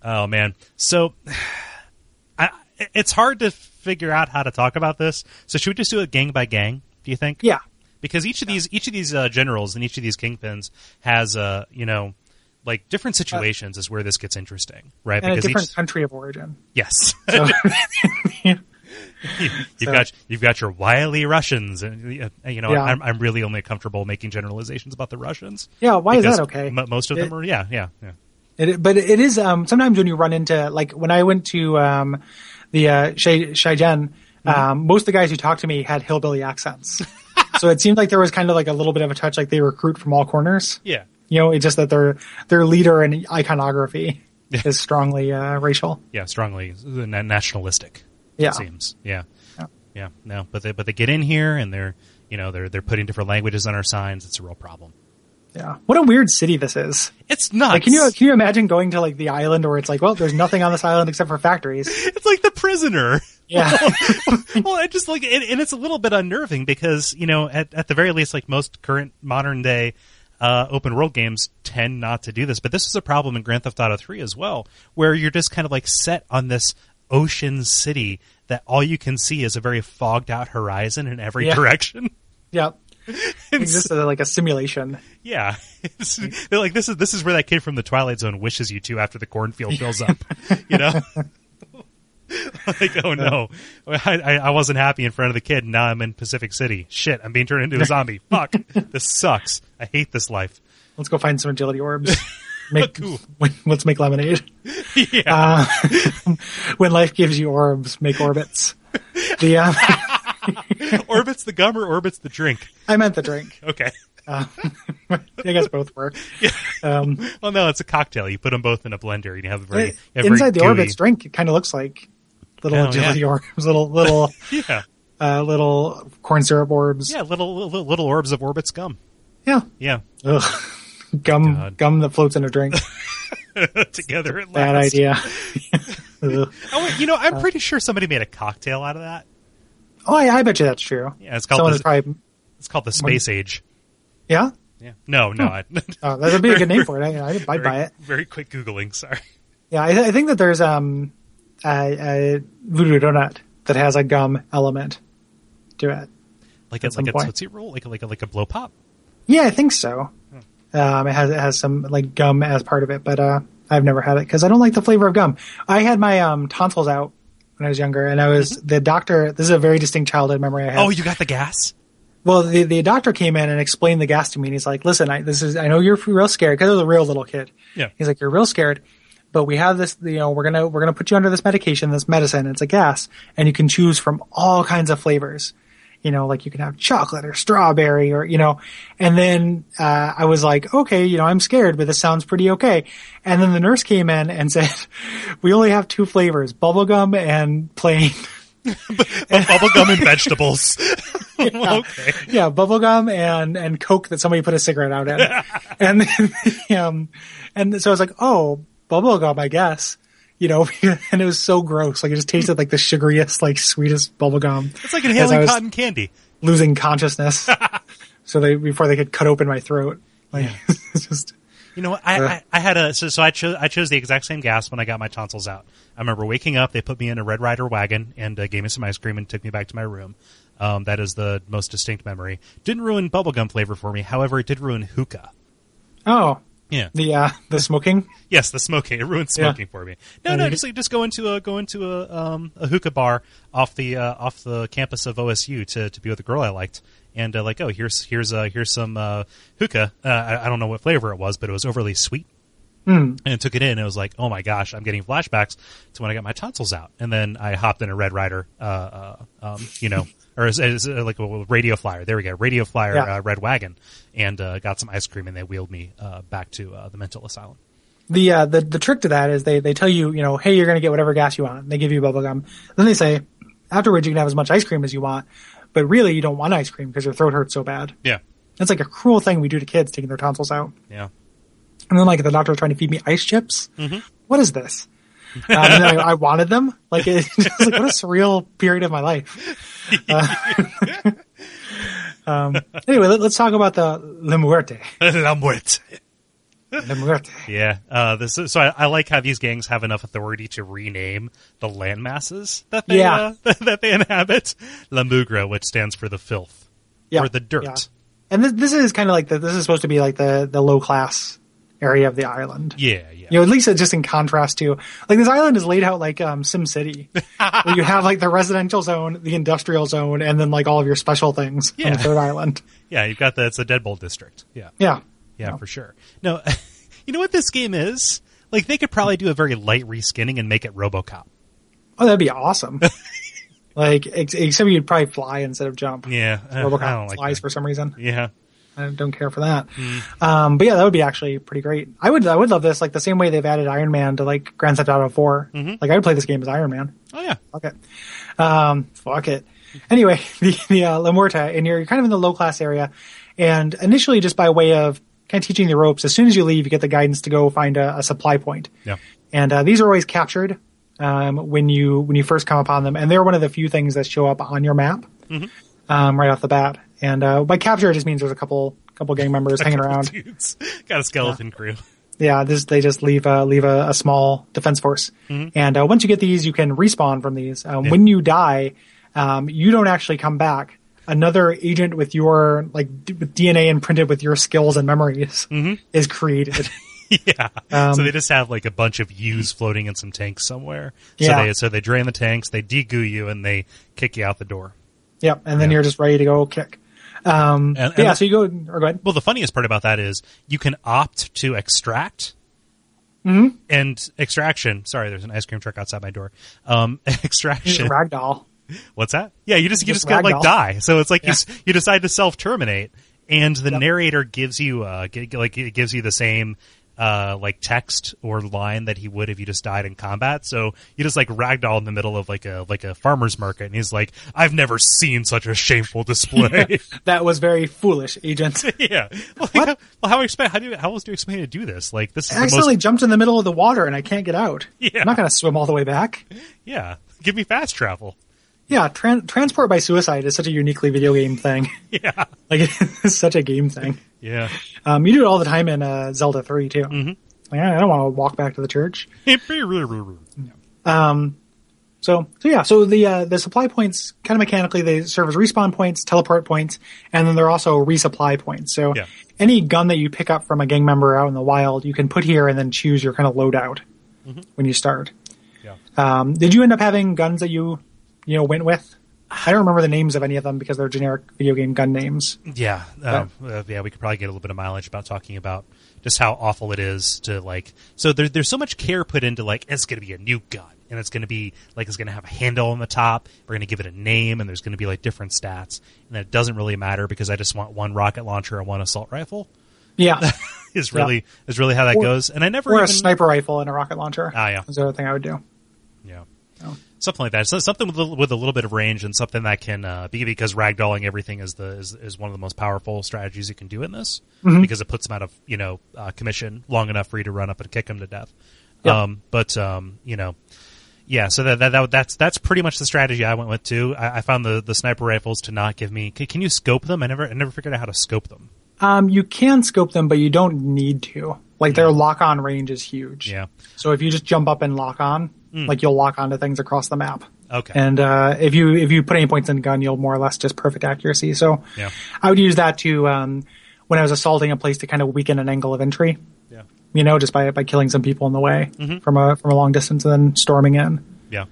Oh man, so [SIGHS] I, it's hard to figure out how to talk about this. So should we just do it gang by gang? Do you think? yeah, because each of these each of these uh, generals and each of these kingpins has uh, you know like different situations is where this gets interesting, right? Uh, and a because different each country of origin. yes, So, [LAUGHS] [LAUGHS] you've so- got you've got your wily Russians, and uh, you know Yeah. I'm, I'm really only comfortable making generalizations about the Russians. yeah, why is because that okay? mo- most of It- them are yeah yeah yeah It, but it is um, sometimes when you run into like when I went to um, the uh, Shai Shaijen, um, most of the guys who talked to me had hillbilly accents, [LAUGHS] so it seemed like there was kind of like a little bit of a touch, like they recruit from all corners. yeah. You know, it's just that their their leader and iconography is strongly uh, racial. yeah, strongly uh, na- nationalistic. Yeah. it seems. Yeah. Yeah. yeah, No, but they but they get in here and they're you know they're they're putting different languages on our signs. It's a real problem. Yeah, what a weird city this is. It's not. Like, [LAUGHS] can you can you imagine going to like the island where it's like, well, there's nothing on this island except for factories. It's like the prisoner. [LAUGHS] Yeah, well, I just like, and, and it's a little bit unnerving because you know, at, at the very least, like most current modern day uh, open world games tend not to do this, but this is a problem in Grand Theft Auto Three as well, where you're just kind of like set on this ocean city that all you can see is a very fogged out horizon in every [LAUGHS] Yeah. direction. yeah. It exists as like a simulation. Yeah, [LAUGHS] It's- they're like this is this is where that kid from the Twilight Zone wishes you to after the cornfield fills [LAUGHS] up. You know, [LAUGHS] like oh no, I, I I wasn't happy in front of the kid. Now I'm in Pacific City. Shit, I'm being turned into a [LAUGHS] zombie. Fuck, this sucks. I hate this life. [LAUGHS] Let's go find some agility orbs. Make, Cool. when, let's make lemonade. Yeah, Uh, when life gives you orbs, make orbits. The uh, [LAUGHS] [LAUGHS] orbits the gum or orbits the drink. I meant the drink. Okay. I guess both work. Um, Well, no, it's a cocktail. You put them both in a blender, and you have a very you have very inside the gooey- orbits drink, it kind of looks like little Oh, agility yeah. orbs, little little Yeah, uh, little corn syrup orbs. yeah, little, little little orbs of orbits gum. Yeah. Yeah, [LAUGHS] Ugh. Gum God. gum that floats in a drink. together. At Bad last. idea. Ugh. Oh, wait, you know, Uh, I'm pretty sure somebody made a cocktail out of that. [LAUGHS] oh, I, I bet you that's true. Yeah, it's called Someone the, is probably it's called the Space Age. yeah. Yeah. No, no, I, [LAUGHS] Oh, that would be a good name for it. I, I'd, I'd very, buy it. Very quick googling. Sorry. Yeah, I, I think that there's um a, a voodoo donut that has a gum element to it. Like a, At some like a point. tootsie roll, like a, like a, like a blow pop. Yeah, I think so. Hmm. Um, it has it has some like gum as part of it, but uh, I've never had it because I don't like the flavor of gum. I had my um tonsils out when I was younger, and I was Mm-hmm. the doctor. This is a very distinct childhood memory I have. Oh, you got the gas. Well, the, the doctor came in and explained the gas to me, and he's like, "Listen, I, this is I know you're real scared because I was a real little kid. Yeah. He's like, you're real scared, but we have this. You know, we're gonna we're gonna put you under this medication, this medicine. It's a gas, and you can choose from all kinds of flavors. You know, like you can have chocolate or strawberry or you know. And then uh, I was like, okay, you know, I'm scared, but this sounds pretty okay. And then the nurse came in and [LAUGHS] said, we only have two flavors: bubblegum and plain. Bubble gum Oh, [LAUGHS] and vegetables. [LAUGHS] okay. yeah, bubblegum and and Coke that somebody put a cigarette out in. and then, [LAUGHS] um and so I was like, "Oh, bubblegum, I guess." You know, [LAUGHS] and it was so gross. Like it just tasted like the sugariest, like sweetest bubblegum. It's like As I inhaling was cotton candy. losing consciousness. so they before they could cut open my throat. Like [LAUGHS] it's just You know what? I, Uh. I, I had a so, so I chose I chose the exact same gas when I got my tonsils out. I remember waking up. They put me in a Red Rider wagon and uh, gave me some ice cream and took me back to my room. Um, that is the most distinct memory. Didn't ruin bubblegum flavor for me. However, it did ruin hookah. oh Yeah. the uh, the smoking. Yes, the smoking. It ruined Yeah. smoking for me. No, Yeah, no, you- just like just go into a go into a um a hookah bar off the uh, off the campus of OSU to to be with a girl I liked, and uh, like oh here's here's uh here's some uh, hookah. Uh, I, I don't know what flavor it was, but it was overly sweet. Hmm. And I took it in, and it was like, oh my gosh, I'm getting flashbacks to when I got my tonsils out. And then I hopped in a Red Rider, uh, uh, um, you know, or is, is it like a Radio Flyer. There we go, Radio Flyer Yeah. uh, Red Wagon, and uh, got some ice cream, and they wheeled me uh, back to uh, the mental asylum. The uh, the the trick to that is they they tell you you know hey you're gonna get whatever gas you want. They give you bubble gum. Then they say afterwards you can have as much ice cream as you want, but really you don't want ice cream because your throat hurts so bad. Yeah, That's like a cruel thing we do to kids taking their tonsils out. [LAUGHS] yeah. And then like the doctor was trying to feed me ice chips. Mhm. What is this? Um, and then I, I wanted them. Like it, [LAUGHS] it's like what a surreal period of my life. Uh, [LAUGHS] um, anyway, let, us talk about the La Muerte. La muerte. La Muerte. Yeah. Uh, this is, so I, I like how these gangs have enough authority to rename the landmasses that they Yeah. uh, [LAUGHS] that they inhabit. La Mugra, which stands for the filth Yeah, or the dirt. yeah. And this, this is kind of like the, this is supposed to be like the the low class area of the island. Yeah, yeah. You know, at least it's just in contrast to like this island is laid out like um, [LAUGHS] Sim City, where you have like the residential zone, the industrial zone, and then like all of your special things on Yeah. the third island. yeah, you've got the it's the Deadbolt district. Yeah. Yeah. Yeah, for sure. No, [LAUGHS] you know what this game is? Like they could probably do a very light reskinning and make it RoboCop. Oh, that'd [LAUGHS] be awesome. like, ex- except you'd probably fly instead of jump. Yeah, uh, I don't Robocop like flies that. for some reason. Yeah, I don't care for that. Um, but yeah, that would be actually pretty great. I would, I would love this. Like the same way they've added Iron Man to like Grand Theft Auto 4 Like I would play this game as Iron Man. oh yeah, Fuck it. Um, fuck it. Anyway, [LAUGHS] the, the uh, La Muerta, and you're kind of in the low class area. And initially, just by way of kind of teaching the ropes, as soon as you leave, you get the guidance to go find a, a supply point. yeah, and uh, these are always captured um, when you when you first come upon them, and they're one of the few things that show up on your map Mm-hmm. um, right off the bat. And uh, by capture, it just means there's a couple couple gang members [LAUGHS] hanging around. [LAUGHS] Dudes. Got a skeleton crew. Yeah, this, they just leave uh, leave a, a small defense force, Mm-hmm. and uh, once you get these, you can respawn from these. Um, When you die, um, you don't actually come back. Another agent with your like d- with DNA imprinted with your skills and memories Mm-hmm. is [LAUGHS] created. yeah. Um, so they just have like a bunch of U's floating in some tanks somewhere. So Yeah. they so they drain the tanks, they degoo you, and they kick you out the door. Yep, and then Yeah. you're just ready to go kick. Um, And- but yeah, and- so you go or go ahead. Well, the funniest part about that is you can opt to extract. Mm-hmm. And extraction. Sorry, there's an ice cream truck outside my door. Um, [LAUGHS] He's a extraction. ragdoll. What's that? Yeah, you just you Just just gotta like ragdoll. die. So it's like you you you decide to self terminate, and the narrator gives you uh g- like it gives you the same uh like text or line that he would if you just died in combat. So you just like ragdoll in the middle of like a like a farmer's market, and he's like, "I've never seen such a shameful [LAUGHS] display." That was very foolish, agent. I [LAUGHS] yeah. Well, like, how, well, how expect how do you, how else do you expect me to do this? Like this is the accidentally most jumped in the middle of the water and I can't get out. Yeah. I'm not going to swim all the way back. yeah. Give me fast travel. [LAUGHS] Yeah, tran- transport by suicide is such a uniquely video game thing. [LAUGHS] Yeah. Like, it's such a game thing. [LAUGHS] Yeah. Um, you do it all the time in uh, Zelda 3, too. Mm-hmm. Like, I don't want to walk back to the church. So, so yeah, so the uh, the supply points kind of mechanically they serve as respawn points, teleport points, and then they're also resupply points. So Yeah. any gun that you pick up from a gang member out in the wild, you can put here and then choose your kind of loadout Mm-hmm. when you start. Yeah. Um, did you end up having guns that you you know went with? I don't remember the names of any of them because they're generic video game gun names. Yeah, um, uh, yeah, we could probably get a little bit of mileage about talking about just how awful it is to like. So there, there's so much care put into like it's going to be a new gun, and it's going to be like it's going to have a handle on the top. We're going to give it a name, and there's going to be like different stats, and that doesn't really matter because I just want one rocket launcher and one assault rifle. [LAUGHS] Yeah, Is really is really how that Or- goes, and I never or a even, sniper rifle and a rocket launcher. Ah, yeah. That's the other thing I would do. yeah. Oh. Something like that. So something with a, little- with a little bit of range and something that can uh, be because ragdolling everything is the is, is one of the most powerful strategies you can do in this Mm-hmm. because it puts them out of you know uh, commission long enough for you to run up and kick them to death. Yeah. Um, but um, you know, yeah, so that, that, that that's that's pretty much the strategy I went with too. I, I found the, the sniper rifles to not give me. Can, can you scope them? I never I never figured out how to scope them. Um, you can scope them, but you don't need to. Like their lock on range is huge. Yeah. Hmm. So if you just jump up and lock on, like you'll lock onto things across the map. Okay. And uh, if you if you put any points in the gun, you'll more or less just perfect accuracy. So Yeah. I would use that to um, when I was assaulting a place to kind of weaken an angle of entry. yeah. You know, just by by killing some people in the way Mm-hmm. from a from a long distance and then storming in. Yeah.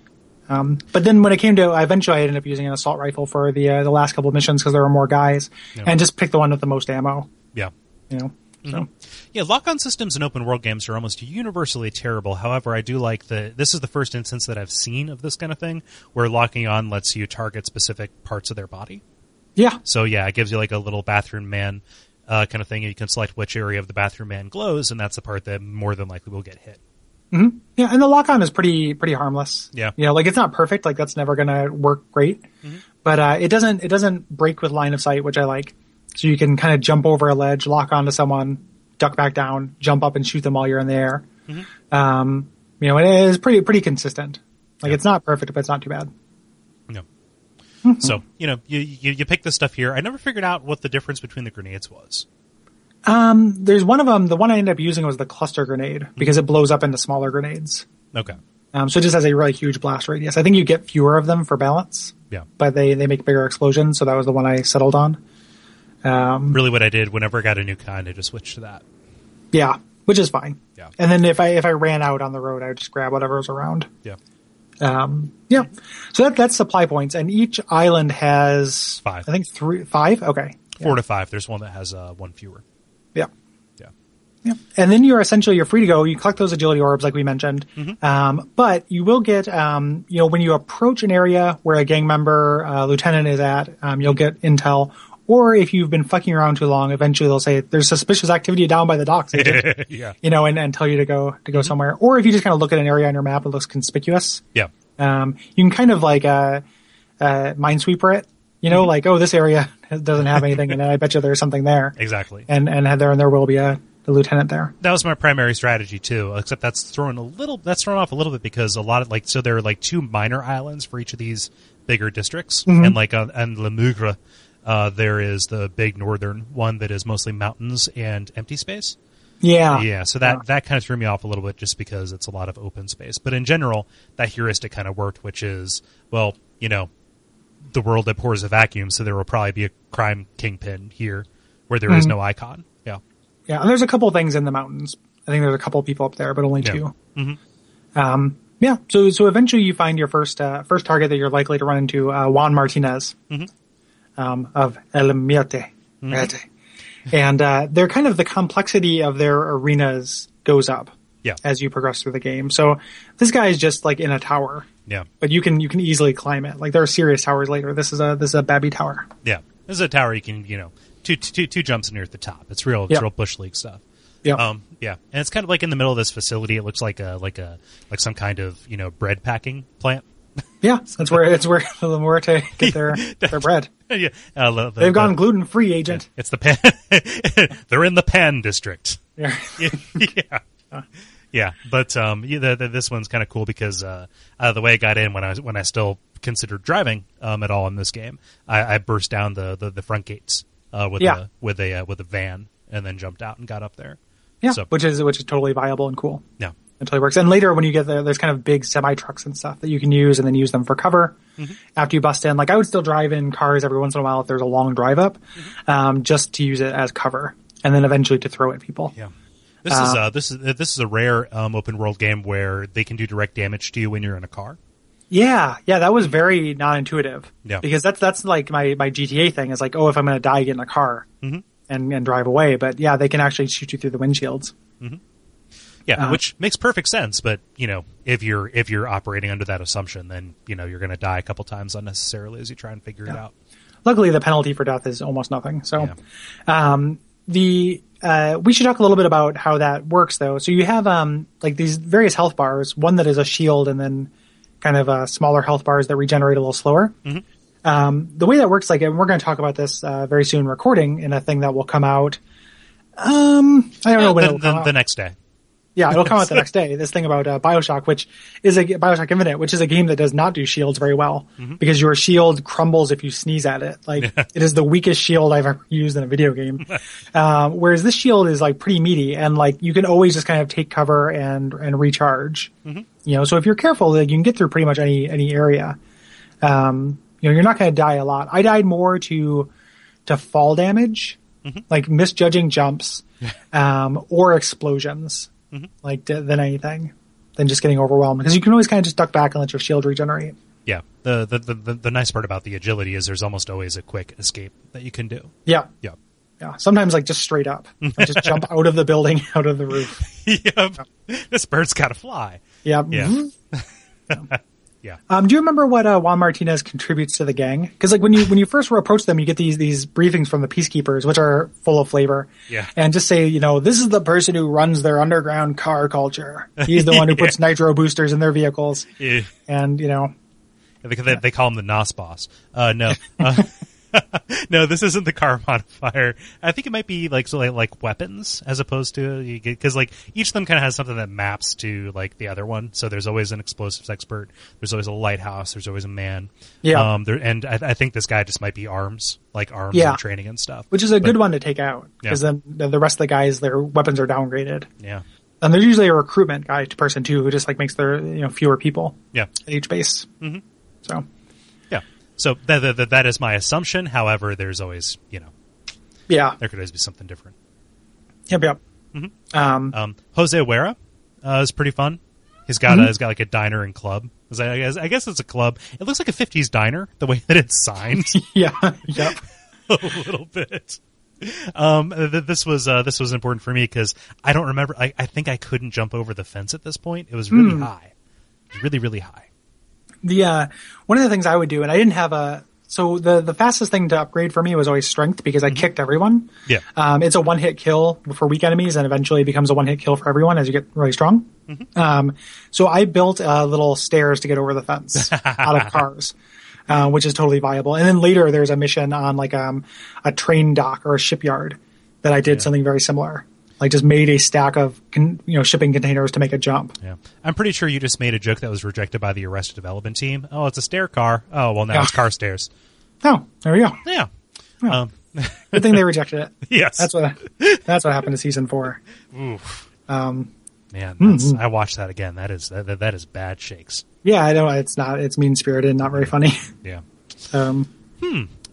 Um, but then when it came to, eventually I ended up using an assault rifle for the uh, the last couple of missions because there were more guys, Yeah. Mm-hmm. and just picked the one with the most ammo. Yeah. You know, so Yeah, lock-on systems in open world games are almost universally terrible. However, I do like the this is the first instance that I've seen of this kind of thing where locking on lets you target specific parts of their body. yeah, So yeah, it gives you like a little bathroom man uh, kind of thing. You can select which area of the bathroom man glows, and that's the part that more than likely will get hit. yeah, and the lock on is pretty pretty harmless. Yeah. Mm-hmm. you know, like it's not perfect, like that's never gonna work great, but uh, it doesn't it doesn't break with line of sight, which I like. So you can kind of jump over a ledge, lock onto someone, duck back down, jump up and shoot them while you're in the air. Um, you know, it is pretty pretty consistent. Mm-hmm. Like Yeah. it's not perfect, but it's not too bad. No. So you know you, you you pick this stuff here. I never figured out what the difference between the grenades was. There's one of them. The one I ended up using was the cluster grenade Mm-hmm. because it blows up into smaller grenades. Okay. Um, so it just has a really huge blast radius. I think you get fewer of them for balance, Yeah. but they, they make bigger explosions. So that was the one I settled on. Really, what I did whenever I got a new kind, I just switched to that. Yeah, which is fine. Yeah. And then if I if I ran out on the road, I would just grab whatever was around. Yeah. Um, yeah. So that that's supply points, and each island has Five. I think three five. Okay. Four to five. There's one that has uh, one fewer. Yeah. Yeah. Yeah. And then you're essentially you're free to go. You collect those agility orbs, like we mentioned. Mm-hmm. Um, but you will get, um, you know, when you approach an area where a gang member uh, lieutenant is at, um, you'll get intel. Or if you've been fucking around too long, eventually they'll say there's suspicious activity down by [LAUGHS] the docks, agent," yeah. you know, and, and tell you to go to go somewhere. Or if you just kind of look at an area on your map, it looks conspicuous. Yeah. Um, you can kind of like uh, uh, minesweeper it, you know, like oh this area [LAUGHS] doesn't have anything, and I bet you there's something there Exactly. and and had there and there will be a, a lieutenant there. that was my primary strategy too. Except that's thrown a little that's thrown off a little bit because a lot of like so there are like two minor islands for each of these bigger districts, and like on and Le Mougre, uh, there is the big northern one that is mostly mountains and empty space. Yeah, Yeah, so that that kind of threw me off a little bit just because it's a lot of open space. But in general, that heuristic kind of worked, which is well, you know, the world that pours a vacuum, so there will probably be a crime kingpin here where there is no icon. Yeah. yeah. And there's a couple things in the mountains. I think there's a couple people up there, but only Yeah. 2 Um, yeah. So so eventually you find your first uh, first target that you're likely to run into uh, Juan Martinez um, of El Miete, Miete. and uh, they're kind of the complexity of their arenas goes up Yeah. as you progress through the game. So this guy is just like in a tower, Yeah. but you can you can easily climb it. Like there are serious towers later. This is a this is a Babby Tower. Yeah, this is a tower you can you know two two two jumps near at the top. It's real, Yeah. it's real bush league stuff. Yeah. Um, yeah, and it's kind of like in the middle of this facility. It looks like a like a like some kind of you know bread packing plant. [LAUGHS] Yeah, that's where it's where [LAUGHS] the Muerte get their their bread. yeah, uh, the- the- They've gone the- gluten free, agent. It's the pan. [LAUGHS] They're in the pan district. Yeah. [LAUGHS] yeah. Yeah, but um, yeah, the, the, this one's kind of cool because uh, uh, the way I got in when I was, when I still considered driving um, at all in this game, I, I burst down the, the, the front gates uh, with Yeah. a, with a uh, with a van and then jumped out and got up there. yeah, So- which is which is totally viable and cool. No, It totally works. And later, when you get there, there's kind of big semi trucks and stuff that you can use, and then use them for cover Mm-hmm. after you bust in. Like I would still drive in cars every once in a while if there's a long drive up, Mm-hmm. um, just to use it as cover, and then eventually to throw at people. yeah. This is uh, this is this is a rare um, open world game where they can do direct damage to you when you're in a car. Yeah, yeah, that was very non-intuitive. Yeah. because that's that's like my my GTA thing is like, oh, if I'm going to die, get in a car Mm-hmm. and and drive away. But yeah, they can actually shoot you through the windshields. Yeah, Uh-huh. which makes perfect sense. But you know, if you're if you're operating under that assumption, then you know you're going to die a couple times unnecessarily as you try and figure it out. Luckily, the penalty for death is almost nothing. So, Yeah. um, the uh, we should talk a little bit about how that works, though. So you have um like these various health bars, one that is a shield, and then kind of uh, smaller health bars that regenerate a little slower. Mm-hmm. Um, the way that works, like, and we're going to talk about this uh, very soon, recording in a thing that will come out. Um, I don't know when the, it'll come the, out. the next day. Yeah, it'll come out the next day. This thing about uh, Bioshock, which is a Bioshock Infinite, which is a game that does not do shields very well because your shield crumbles if you sneeze at it. Like it is the weakest shield I've ever used in a video game. um, whereas this shield is like pretty meaty and like you can always just kind of take cover and and recharge. You know, so if you're careful, like, you can get through pretty much any any area. Um, you know, you're not going to die a lot. I died more to to fall damage, Mm-hmm. like [LAUGHS] misjudging jumps, um, or explosions, Mm-hmm. like d- than anything, than just getting overwhelmed. Because you can always kind of just duck back and let your shield regenerate. Yeah. The, the the the the nice part about the agility is there's almost always a quick escape that you can do. Yeah, Yeah. [LAUGHS] yeah. Sometimes like just straight up, like, just jump out of the building, [LAUGHS] out of the roof. yep. This bird's got to fly. Yeah. Yeah. Mhm. [LAUGHS] Yeah. Um, do you remember what uh, Juan Martinez contributes to the gang? Because like when you when you first approach them, you get these these briefings from the peacekeepers, which are full of flavor. Yeah. and just say you know this is the person who runs their underground car culture. He's [LAUGHS] the one who puts nitro boosters in their vehicles, Yeah. and you know They, they, they call him the Nos boss. Uh, no, uh, [LAUGHS] no, this isn't the car [LAUGHS] modifier. I think it might be like so like, like weapons as opposed to you get because like each of them kind of has something that maps to like the other one. So there's always an explosives expert. There's always a lighthouse. There's always a man. Yeah. Um. There and I, I think this guy just might be arms, like arms Yeah. and training and stuff. which is a good one to take out Yeah. because then then the rest of the guys their weapons are downgraded, Yeah. and there's usually a recruitment guy person too who just like makes their you know fewer people Yeah. at each base. Mm-hmm. So Yeah. So that, that- that that is my assumption. However, there's always you know yeah, there could always be something different. yep, yep. Um, Um, Jose Huera uh, is pretty fun. He's got a, he's got like a diner and club. Is that- I guess, I guess it's a club. It looks like a '50s diner the way that it's signed [LAUGHS] yeah, yep. a little bit. Um, th- this was uh, this was important for me because I don't remember. I, I think I couldn't jump over the fence at this point. It was really high, It was really really high. [LAUGHS] the uh, one of the things I would do, and I didn't have a so the the fastest thing to upgrade for me was always strength because I kicked everyone. Yeah. um, it's a one hit kill for weak enemies, and eventually it becomes a one hit kill for everyone as you get really strong. Um, so I built uh, little stairs to get over the fence out of cars. Uh, which is totally viable. And then later there's a mission on like um, a train dock or a shipyard that I did something very similar. Like just made a stack of con- you know shipping containers to make a jump. Yeah, I'm pretty sure you just made a joke that was rejected by the Arrested Development team. Oh, it's a stair car. Oh, well now Yeah. it's car stairs. Oh, there we go. Yeah, um, Good thing they rejected it. yes, That's what that's what happened to season four. man. That's, I watched that again. That is that, that- that is bad shakes. Yeah, I know it's not it's mean spirited, not very funny. [LAUGHS] Yeah. Um,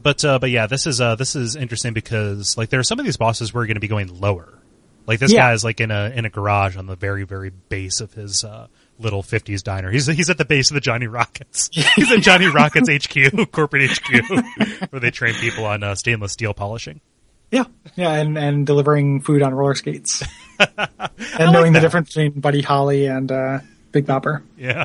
But uh, but yeah, this is uh, this is interesting because like there are some of these bosses where you're going to be going lower. Like this Yeah. guy is like in a in a garage on the very very base of his uh, little fifties diner. He's he's at the base of the Johnny [LAUGHS] Rockets. he's at Johnny Rockets HQ, [LAUGHS] corporate HQ, where they train people on uh, stainless steel polishing. yeah, yeah, and and delivering food on [LAUGHS] roller skates, and knowing that. the difference between Buddy Holly and uh, Big Bopper. Yeah.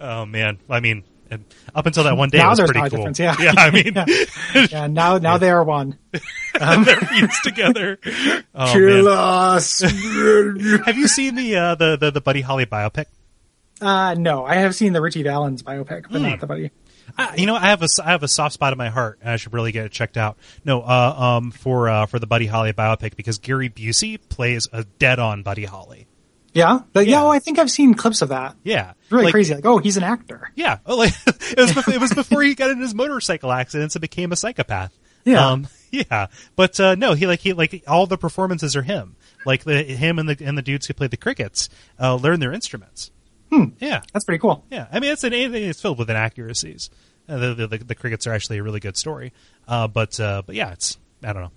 Oh man, I mean, and up until that one day, it Now was there's pretty not a cool. difference, yeah. I mean, [LAUGHS] Yeah, now now they are one. [LAUGHS] they're fused [LAUGHS] together. Oh, Kill man. [LAUGHS] us. Have you seen the, uh, the the the Buddy Holly biopic? uh, no, I have seen the Richie Valens biopic, Hmm. but not the Buddy. Uh, I, you know, I have a s- I have a soft spot in my heart, and I should really get it checked out. No, uh, um, for uh, for the Buddy Holly biopic because Gary Busey plays a dead on Buddy Holly. Yeah, but, yeah. Yeah. oh, I think I've seen clips of that. Yeah, It's really Like, crazy. Like, oh, he's an actor. Yeah, [LAUGHS] Oh, like it was before, it was before he got in his motorcycle accidents and became a psychopath. Um, Yeah. [LAUGHS] yeah, but uh, no, he like he like all the performances are him, like the him and the and the dudes who played the crickets uh, learn their instruments. Hmm. Yeah, That's pretty cool. yeah. I mean, it's an it's filled with inaccuracies. Uh, the, the, the, the crickets are actually a really good story, uh, but uh, but yeah, it's I don't know.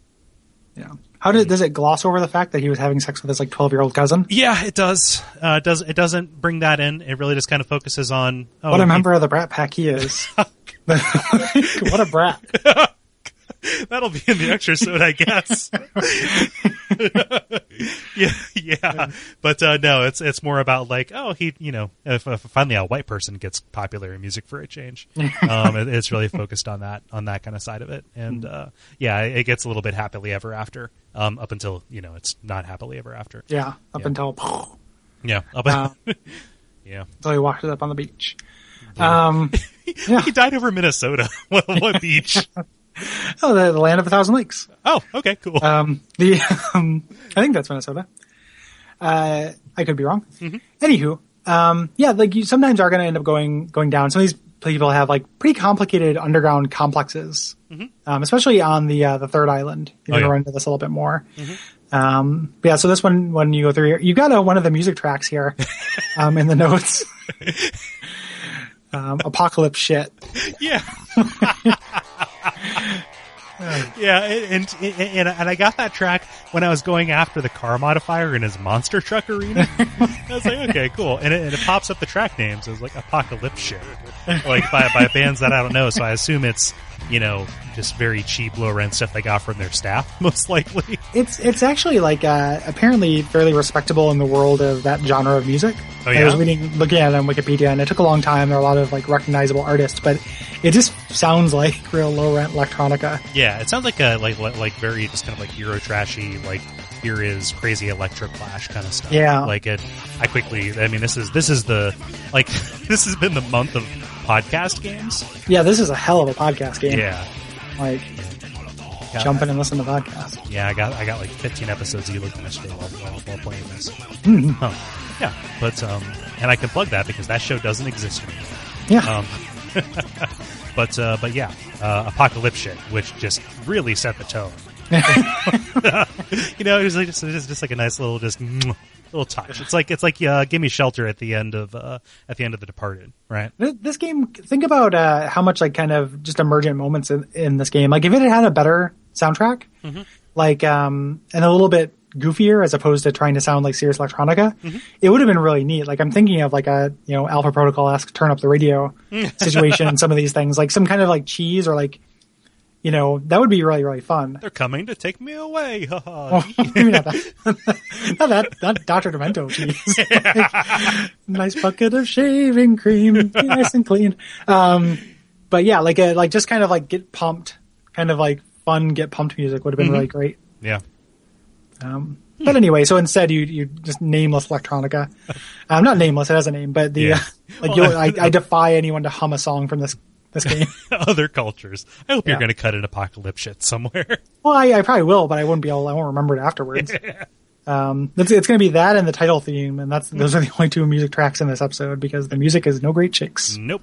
Yeah. How Hmm. did, does it gloss over the fact that he was having sex with his like twelve year old cousin? Yeah, it does. Uh, it does it doesn't bring that in. It really just kind of focuses on oh, What a he- member of the Brat Pack he [LAUGHS] is. [LAUGHS] what a brat. That'll be in the extra episode, I guess. yeah, yeah. But uh, no, it's it's more about like, oh, he, you know, if, if finally a white person gets popular in music for a change, um, it, it's really focused on that on that kind of side of it, and uh, yeah, it, it gets a little bit happily ever after, um, up until you know it's not happily ever after. Yeah, up Yeah. until Yeah, up [LAUGHS] yeah. until he washes up on the beach. [LAUGHS] Um, He died over Minnesota. [LAUGHS] what, what beach? oh, the, the [LAUGHS] land of a thousand lakes. Oh, okay, cool. Um, the um, I think that's Minnesota. Uh, I could be wrong. Mm-hmm. Anywho, um, yeah, like you sometimes are going to end up going going down. Some of these people have like pretty complicated underground complexes, um, especially on the uh, the third island. You're Mm-hmm. Oh, yeah. going to Mm-hmm. run into this a little bit more. Um, but yeah, so this one when you go through, here- you got uh, one of the music [LAUGHS] tracks here um, in the notes. [LAUGHS] um, apocalypse shit. Yeah. [LAUGHS] yeah, and, and and and I got that track when I was going after the car modifier in his monster truck arena. I was like, okay, cool, and it, and it pops up the track names. It was like Apocalypse Shit, like by by bands that I don't know. So I assume it's you know just very cheap, low rent stuff they got from their staff, [LAUGHS] most likely. It's it's actually like uh, apparently fairly respectable in the world of that genre of music. Oh, I was yeah? reading looking at it on Wikipedia, and it took a long time. There are a lot of like recognizable artists, but it just sounds like [LAUGHS] real low rent electronica. Yeah, it sounds like a like like, like very just kind of like Euro trashy like here is crazy electric clash kind of stuff. Yeah. like it. I quickly. I mean, this is this is the like [LAUGHS] this has been the month of podcast games. Yeah, this is a hell of a podcast game. Yeah, Like Got- jump in and listen to podcast. Yeah, I got I got like 15 episodes of you looking yesterday while, while, while playing this. [LAUGHS] Hmm. Huh. Yeah, but um, and I can plug that because that show doesn't exist anymore. Yeah, Um, [LAUGHS] but uh, but yeah, uh, apocalypse shit, which just really set the tone. [LAUGHS] you know, it was like just, it was just like a nice little just mm, little touch. It's like it's like uh, give me shelter at the end of uh, at the end of the Departed, right? Th- this game. Think about uh, how much like kind of just emergent moments in, in this game. Like if it had had a better soundtrack, like um, and a little bit goofier as opposed to trying to sound like serious electronica, it would have been really neat. Like I'm thinking of like a you know Alpha Protocol esque turn up the radio situation. and some of these things like some kind of like cheese or like you know that would be really really fun. They're coming to take me away. Ha ha. Maybe not that. not that. Not Dr. Demento cheese. Like, nice bucket of shaving cream, nice and clean. Um, but yeah, like a, like just kind of like get pumped, kind of like fun get pumped music would have been really great. yeah. [LAUGHS] Um, But anyway, so instead you you just nameless electronica. Um, not nameless, it has a name, but the Yeah. uh, like Well, you'll, I, I defy anyone to hum a song from this this game. Other cultures. I hope you're Yeah. going to cut an apocalypse shit somewhere. [LAUGHS] Well, I, I probably will, but I wouldn't be able. I won't remember it afterwards. um, it's, it's going to be that and the title theme, and that's those are the only two music tracks in this episode because the music is no great chicks. Nope.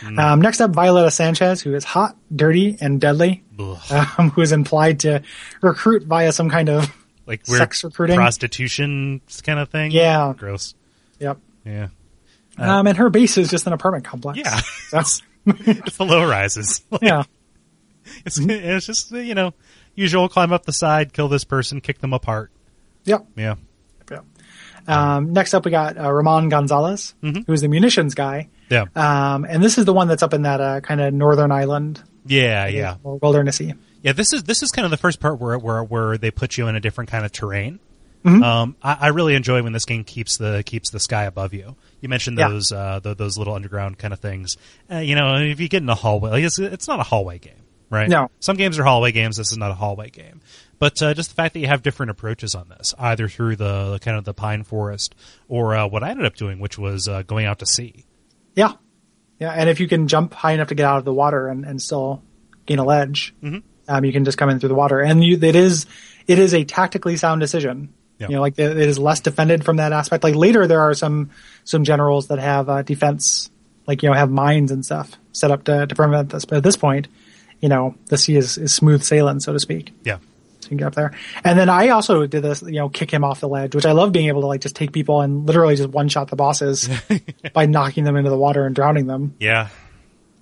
Mm. Um, next up, Violeta Sanchez, who is hot, dirty, and deadly, Ugh. um, who is implied to recruit via some kind of like weird sex recruiting. prostitution kind of thing. Yeah. gross. Yep. Yeah, [LAUGHS] Um, and her base is just an apartment complex. Uh. [LAUGHS] yeah. So, it's the low rises. [LAUGHS] Like, yeah. it's, [LAUGHS] it's just you know usual climb up the side, kill this person, kick them apart. Yep. Yeah, Yep. Um, next up, we got uh, Ramon Gonzalez, Mm-hmm. who is the munitions guy. yeah, Um, and this is the one that's up in that uh, kind of northern island yeah, yeah, Or wildernessy. yeah. This is this is kind of the first part where where where they put you in a different kind of terrain. Mm-hmm. Um, I, I really enjoy when this game keeps the keeps the sky above you. You mentioned Yeah. those uh, th- those little underground kind of things. Uh, you know, if you get in a hallway, like it's, it's not a hallway game, right? No. Some games are hallway games. This is not a hallway game. But uh, just the fact that you have different approaches on this, either through the kind of the pine forest or uh, what I ended up doing, which was uh, going out to sea. Yeah. Yeah. And if you can jump high enough to get out of the water and, and still gain a ledge, um, you can just come in through the water. And you, it is, it is a tactically sound decision. Yeah. You know, like it is less defended from that aspect. Like later, there are some, some generals that have uh, defense, like, you know, have mines and stuff set up to, to prevent this. But at this point, you know, the sea is, is smooth sailing, so to speak. Yeah. So you can get up there. And then I also did this, you know, kick him off the ledge, which I love being able to like just take people and literally just one shot [LAUGHS] the bosses by knocking them into the water and drowning them. Yeah.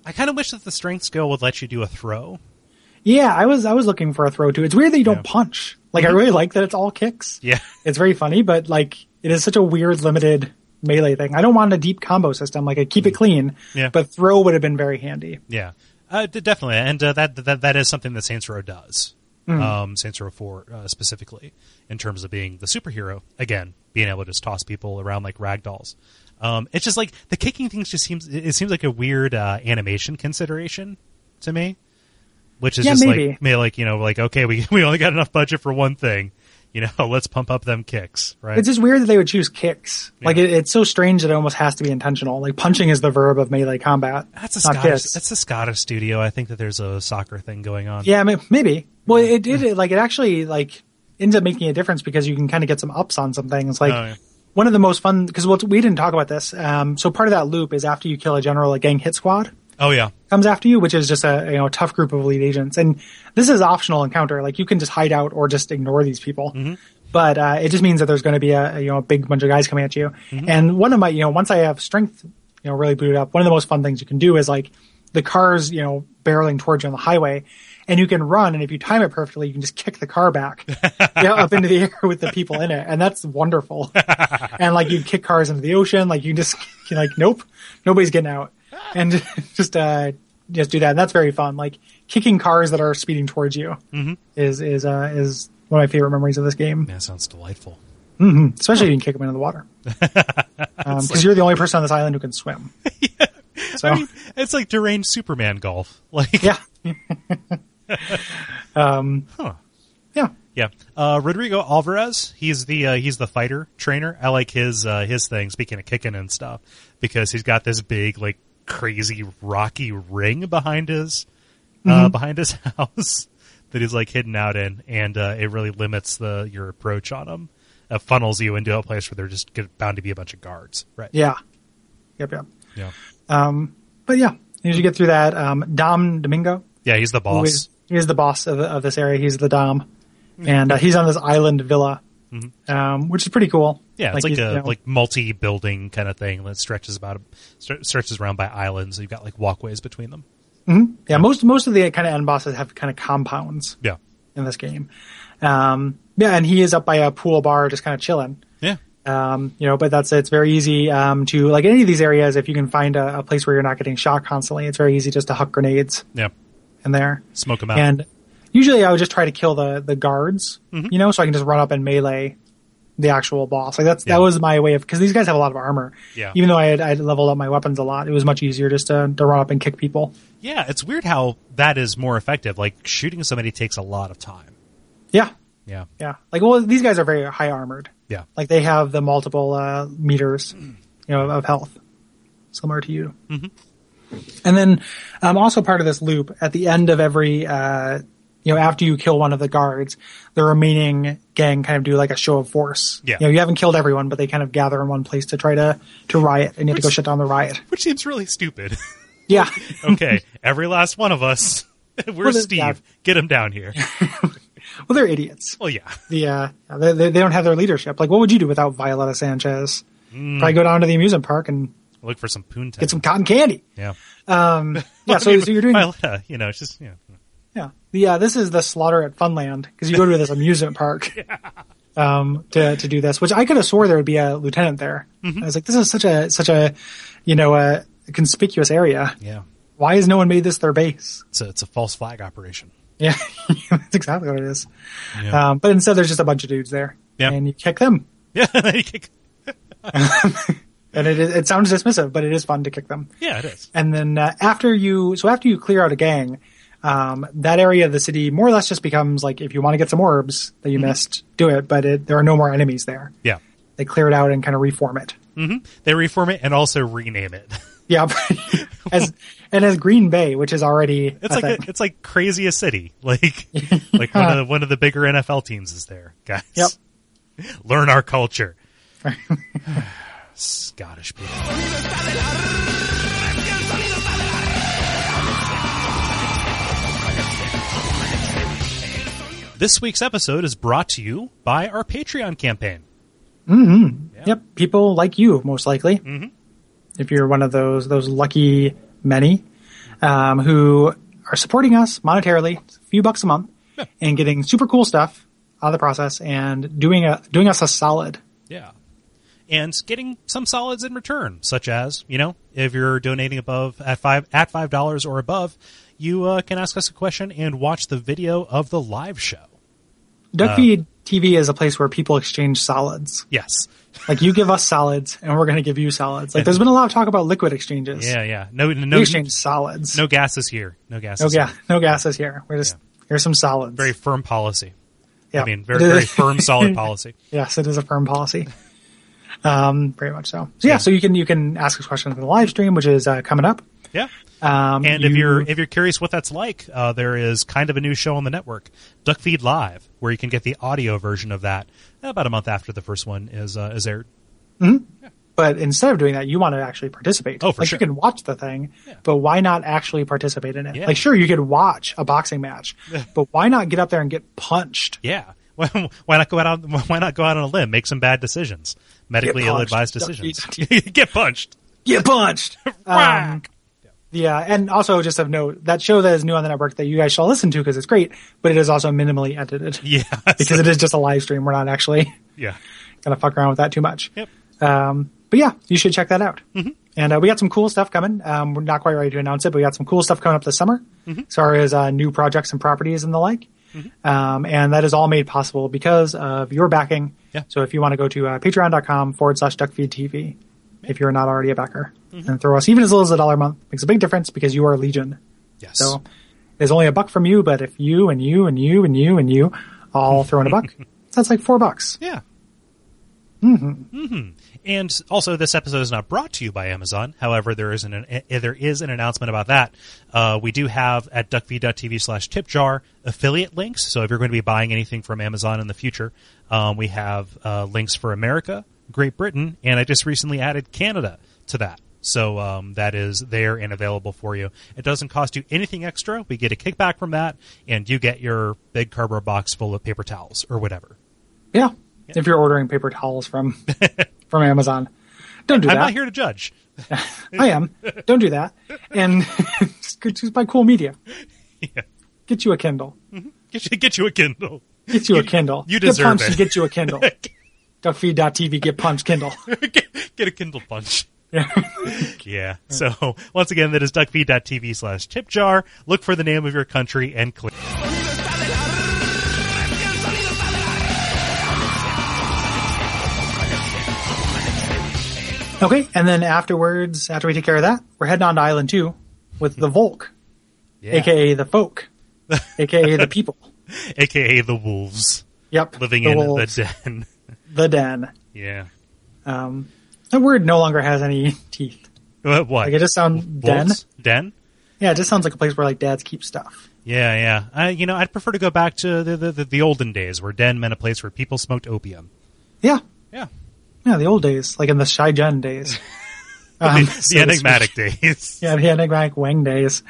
I kind of wish that the strength skill would let you do a throw. Yeah, I was I was looking for a throw too. It's weird that you don't Yeah. punch. Like I really like that it's all kicks. Yeah. It's very funny, but like it is such a weird limited melee thing. I don't want a deep combo system. Like I keep it clean, Mm. Yeah. but throw would have been very handy. Yeah, uh, d- definitely, and uh, that that that is something that Saints Row does. Mm-hmm. Um, Saints Row Four uh, specifically, in terms of being the superhero again, being able to just toss people around like ragdolls. Um, it's just like the kicking things just seems it it seems like a weird uh, animation consideration to me, which is Yeah, just maybe. like may like you know like okay we [LAUGHS] we only got enough budget for one thing, you know [LAUGHS] let's pump up them kicks right. It's just weird that they would choose kicks. Like it, it's so strange that it almost has to be intentional. Like punching is the verb of melee combat. that's a not Scottish. kicks. That's a Scottish studio. I think that there's a soccer thing going on. Yeah, I mean, maybe. Well, it did it like it actually like ends up making a difference because you can kind of get some ups on some things. Like Oh, yeah. one of the most fun because we'll, we didn't talk about this. Um, so part of that loop is after you kill a general, a gang hit squad Oh yeah. comes after you, which is just a you know a tough group of elite agents. And this is optional encounter; like you can just hide out or just ignore these people. But uh, it just means that there's going to be a, a, you know a big bunch of guys coming at you. And one of my you know once I have strength you know really booted up, one of the most fun things you can do is like the cars you know barreling towards you on the highway, and you can run. And if you time it perfectly, you can just kick the car back [LAUGHS] you know, up into the air with the people in it, and that's wonderful. and like you kick cars into the ocean, like you just [LAUGHS] you're like nope, nobody's getting out and [LAUGHS] just uh just do that. And that's very fun. Like kicking cars that are speeding towards you Mm-hmm. is is uh is one of my favorite memories of this game. That sounds delightful. Especially if you can kick them into [LAUGHS] the water, because you're the only person on this island who [LAUGHS] can swim. So I mean, it's like deranged Superman golf. [LAUGHS] Like, yeah, huh. yeah. Yeah, uh, Rodrigo Alvarez. He's the uh, he's the fighter trainer. I like his uh, his thing. Speaking of kicking and stuff, because he's got this big like crazy rocky ring behind his uh, behind his [LAUGHS] house that he's like hidden out in, and uh, it really limits the your approach on him. It funnels you into a place where there's just g- bound to be a bunch of guards. Right. Yeah. Yep. Yep. Yeah. But yeah, as you get through that, um, Dom Domingo, Yeah. He's the boss. Mm-hmm. Who is, he is the boss of, of this area. He's the Dom. And uh, he's on this island villa, um, which is pretty cool. Yeah, it's like, he's, a you know, like multi-building kind of thing that stretches about stre- stretches around by islands. You've got like walkways between them. yeah. Most most of the kind of end bosses have kind of compounds Yeah, in this game. Um, yeah, and he is up by a pool bar, just kind of chilling. yeah, Um, you know, but that's it's very easy um, to like any of these areas. If you can find a, a place where you're not getting shot constantly, it's very easy just to huck grenades yeah. in there. Smoke them out. And usually, I would just try to kill the the guards, Mm-hmm. you know, so I can just run up and melee the actual boss. Like that's Yeah. that was my way of because these guys have a lot of armor. Yeah. Even though I had I had leveled up my weapons a lot, it was much easier just to to run up and kick people. yeah, it's weird how that is more effective. Like shooting somebody takes a lot of time. Yeah, Yeah, yeah. Like well, these guys are very high armored. yeah, Like they have the multiple uh, meters, you know, of health, similar to you. Mm-hmm. And then, um, also part of this loop at the end of every, uh, you know, after you kill one of the guards, the remaining gang kind of do like a show of force. Yeah. You know, you haven't killed everyone, but they kind of gather in one place to try to to riot, and you have to go shut down the riot. [LAUGHS] which seems really stupid. Yeah. [LAUGHS] [LAUGHS] okay, every last one of us. [LAUGHS] We're Well, there's Steve. that. Get him down [LAUGHS] here. Well, they're idiots. Well, yeah, [LAUGHS] The uh, they, they they don't have their leadership. Like, what would you do without Violetta Sanchez? Probably go down to the amusement park and look for some poonta. get some cotton candy. yeah, Yeah. So, so you're doing Violetta, you know, it's just yeah. Yeah. Yeah, this is the slaughter at Funland because you go [LAUGHS] to this amusement park um, to to do this, which I could have swore there would be a lieutenant there. Mm-hmm. I was like, this is such a such a you know a conspicuous area. yeah. Why has no one made this their base? [LAUGHS] It's a, it's a false flag operation. Yeah, that's exactly what it is. Yeah. Um, but instead, there's just a bunch of dudes there, Yeah. and you kick them. [LAUGHS] Yeah, yeah, And it it sounds dismissive, but it is fun to kick them. it is. And then uh, after you, so after you clear out a gang, um, that area of the city more or less just becomes like if you want to get some orbs that you Mm-hmm. missed, do it. But it, there are no more enemies there. Yeah. They clear it out and kind of reform it. [LAUGHS] They reform it and also rename it. [LAUGHS] Yeah, [LAUGHS] as and as Green Bay, which is already It's a like thing. a, it's like craziest city. [LAUGHS] Like like one of the, one of the bigger NFL teams is there, guys. Yep. [LAUGHS] Learn our culture. Scottish people. This week's episode is brought to you by our Patreon campaign. yep people like you most likely Mm-hmm. if you're one of those those lucky many um, who are supporting us monetarily a few bucks a month and getting super cool stuff out of the process and doing a doing us a solid. Yeah. And getting some solids in return, such as, you know, if you're donating above at five at five dollars or above, you uh, can ask us a question and watch the video of the live show. Uh, Duckfeed TV is a place where people exchange solids. Yes. Like you give us solids, and we're going to give you solids. Like there's been a lot of talk about liquid exchanges. Yeah, yeah. No we no exchange solids. no gases here. No no, gases. ga- no gases here. We're just here's some solids. Very firm policy. yeah. I mean very [LAUGHS] very firm solid policy. yes, it is a firm policy. Um, very much so. So yeah, so you can you can ask us questions in the live stream, which is uh, coming up. Yeah. Um, And if you- you're if you're curious what that's like, uh, there is kind of a new show on the network, Duckfeed Live, where you can get the audio version of that about a month after the first one is uh, is aired. but instead of doing that, you want to actually participate. Oh, for like sure. you can watch the thing, but why not actually participate in it? Yeah. Like, sure, you could watch a boxing match, but why not get up there and get punched? Yeah. [LAUGHS] Why why not go out on [LAUGHS] Why not go out on a limb? Make some bad decisions, medically Get punched. ill-advised decisions. get punched. Get punched. Um, yeah, and also just of note, that show that is new on the network that you guys shall listen to because it's great, but it is also [LAUGHS] minimally edited [LAUGHS] Yeah. because it is just a live stream. We're not actually [LAUGHS] yeah. gonna fuck around with that too much. Yep. Um, but yeah, you should check that out. Mm-hmm. And uh, we got some cool stuff coming. Um, we're not quite ready to announce it, but we got some cool stuff coming up this summer, Mm-hmm. as far as uh, new projects and properties and the like. Um, and that is all made possible because of your backing. Yeah. So if you want to go to uh, patreon.com forward slash duckfeedtv, if you're not already a backer, Mm-hmm. and throw us even as little as a dollar a month makes a big difference because you are legion. Yes. So there's only a buck from you, but if you and you and you and you and you all throw in [LAUGHS] a buck, that's like four bucks. Yeah. Mm-hmm. And also, this episode is not brought to you by Amazon. However, there is an, an eh, there is an announcement about that. Uh, we do have at duckv.tv slash tipjar affiliate links. So if you're going to be buying anything from Amazon in the future, um, we have uh, links for America, Great Britain, and I just recently added Canada to that. So um, that is there and available for you. It doesn't cost you anything extra. We get a kickback from that, and you get your big cardboard box full of paper towels or whatever. Yeah. If you're ordering paper towels [LAUGHS] from from Amazon, don't do I'm that. not here to judge. [LAUGHS] I am. Don't do that. And [LAUGHS] just go- just buy cool media. Get you a Kindle. Get you, get you a Kindle. [LAUGHS] Get you, a Kindle. you get deserve punched it. and get you [LAUGHS] a Kindle. Duckfeed.tv, get punched Kindle. get, get a Kindle punch. [LAUGHS] Yeah. [LAUGHS] Yeah. So once again, that is duckfeed.tv slash tip jar. Look for the name of your country and click. Okay, and then afterwards, after we take care of that, we're heading on to Island 2 with the Volk, aka [LAUGHS] the folk, aka the people. AKA the wolves Yep. living the in wolves, the den. [LAUGHS] the den. yeah. Um, that word no longer has any teeth. What? what? Like it just sounds den. Wolves? Den? Yeah, it just sounds like a place where like dads keep stuff. Yeah, yeah. I, you know, I'd prefer to go back to the, the, the, the olden days where den meant a place where people smoked opium. Yeah, Yeah. yeah, the old days, like in the Shai Jun [LAUGHS] days. The, Um, [LAUGHS] the so to enigmatic days. speak. Yeah, the enigmatic Wang days,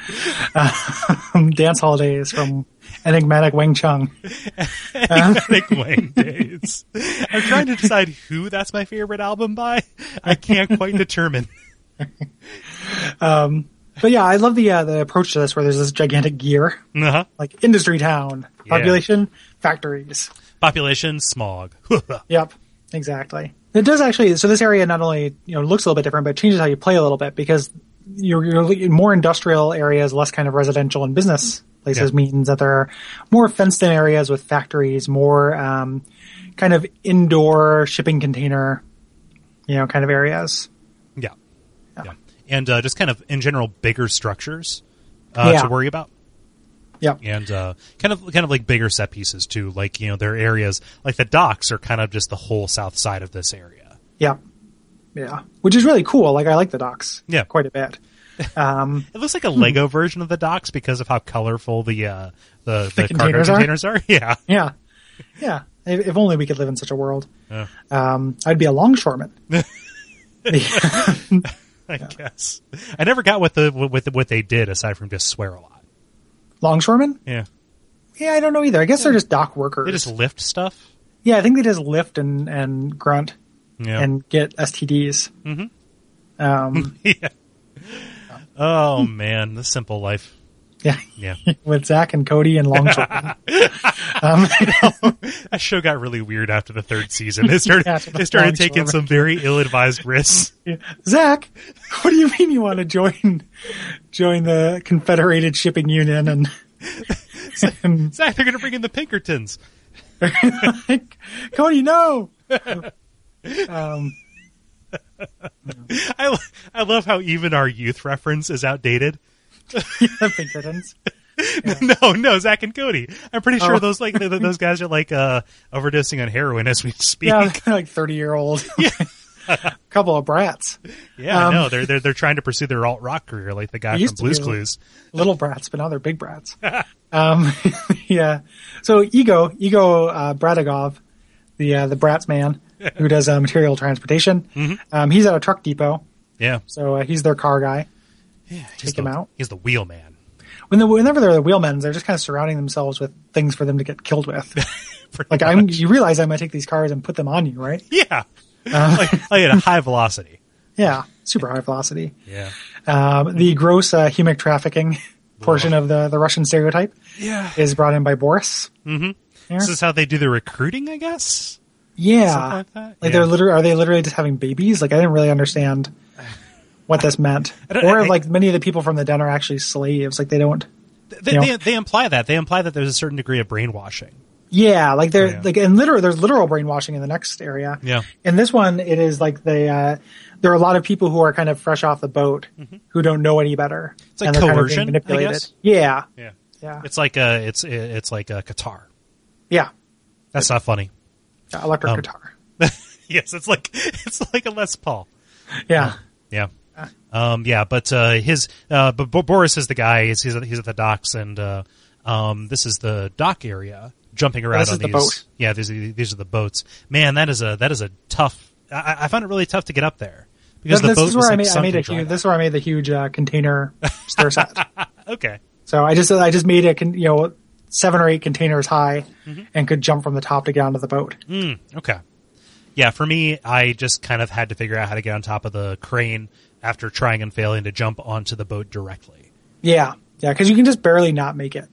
um, [LAUGHS] dance hall days from enigmatic Wang Chung. [LAUGHS] Enigmatic Wang days. I'm trying to decide who that's my favorite album by. I can't quite determine. But yeah, I love the uh, the approach to this where there's this gigantic gear, [LAUGHS] Uh-huh. like industry town, Yeah. population, factories. Population smog. [LAUGHS] Yep, exactly. It does actually. So this area not only you know looks a little bit different, but it changes how you play a little bit because you're, you're in more industrial areas, less kind of residential and business places Yeah. means that there are more fenced in areas with factories, more um, kind of indoor shipping container, you know, kind of areas. yeah. Yeah. And uh, just kind of in general bigger structures uh, Yeah. to worry about. Yep. And uh, kind of kind of like bigger set pieces too. Like, you know, there are areas like the docks are kind of just the whole south side of this area. Yeah. Yeah. Which is really cool. Like I like the docks. Yeah. Quite a bit. Um, It looks like a Lego version of the docks because of how colorful the uh, the, the, cargo containers are? containers are. [LAUGHS] Yeah. yeah. Yeah. If, if only we could live in such a world. Yeah. Um, I'd be a [LAUGHS] longshoreman. [LAUGHS] I guess. I never got what the what, what they did aside from just swear a lot. longshoremen? Yeah. Yeah, I don't know either. I guess they're just dock workers. They just lift stuff. yeah, I think they just lift and, and grunt Yeah. Hmm. and get STDs. Mm-hmm. Um, yeah. Oh man, the simple life. yeah, [LAUGHS] [LAUGHS] Yeah. with Zach and Cody [LAUGHS] and longshoremen. um, that show got really weird after the third season. It started [LAUGHS] Yeah, it started longshoremen. taking some very ill advised [LAUGHS] risks. Zach, what do you mean you want to join join the Confederated Shipping Union and, [LAUGHS] and Zach, they're gonna bring in the Pinkertons. like, Cody? No. Um, I, lo- I love how even our youth reference is outdated. I think [LAUGHS] that ends. no, no, Zach and Cody. I'm pretty sure Oh. those like th- th- those guys are like uh, [LAUGHS] overdosing on heroin as we speak. Yeah, like thirty year old. Couple of brats. Yeah, Um, no, they're they're they're trying to pursue their alt rock career, like the guy They from used to Blue's be. Clues. little brats, but now they're big brats. [LAUGHS] um, yeah. So Ego, Ego uh, Bratagov, the uh, the brats man who does uh, material transportation. Um, he's at a truck depot, Yeah, so uh, he's their car guy. he's Take him the- out. He's the wheel man, [LAUGHS] When the, whenever they're the wheelmen, they're just kind of surrounding themselves with things for them to get killed with. like I'm, you realize I'm gonna take these cars and put them on you, right? [LAUGHS] yeah, Uh. [LAUGHS] like, like at a high velocity. Yeah, super high velocity. Yeah, Um, the gross uh, human trafficking portion of the the Russian stereotype yeah. is brought in by Boris. Mm-hmm. This is how they do their recruiting, I guess. Yeah, Something like that? Like Yeah. they're literally are they literally just having babies? Like I didn't really understand what this meant. [LAUGHS] I don't- or I- like many of the people from the den are actually slaves. Like they don't. They, You know? they, they imply that they imply that there's a certain degree of brainwashing. Yeah, like they're Yeah. like and literal. There's literal brainwashing in the next area. Yeah. In this one, it is like they uh, there are a lot of people who are kind of fresh off the boat who don't know any better. Mm-hmm. It's like and they're kind of being coercion, I manipulated. guess. Yeah, Yeah, yeah, it's like a it's it's like a guitar. yeah. That's not funny. Yeah, Electric Um, guitar. [LAUGHS] yes, it's like [LAUGHS] it's like a Les Paul. Yeah, Yeah. Ah. Um, yeah, but uh, his uh, but Bo- Boris is the guy. He's he's at, he's at the docks, and uh, um, this is the dock area. Jumping around Oh, this on is the these, boat. yeah, these are, these are the boats. Man, that is a that is a tough. I, I found it really tough to get up there because the This- this boat is was where I like, made, I sunk made in a dry huge, dock. this is where I made the huge uh, container [LAUGHS] stir set. Okay, So I just I just made it con- you know seven or eight containers high and could jump from the top to get onto the boat. Mm, okay, yeah. For me, I just kind of had to figure out how to get on top of the crane after trying and failing to jump onto the boat directly. Yeah, yeah, because you can just barely not make it.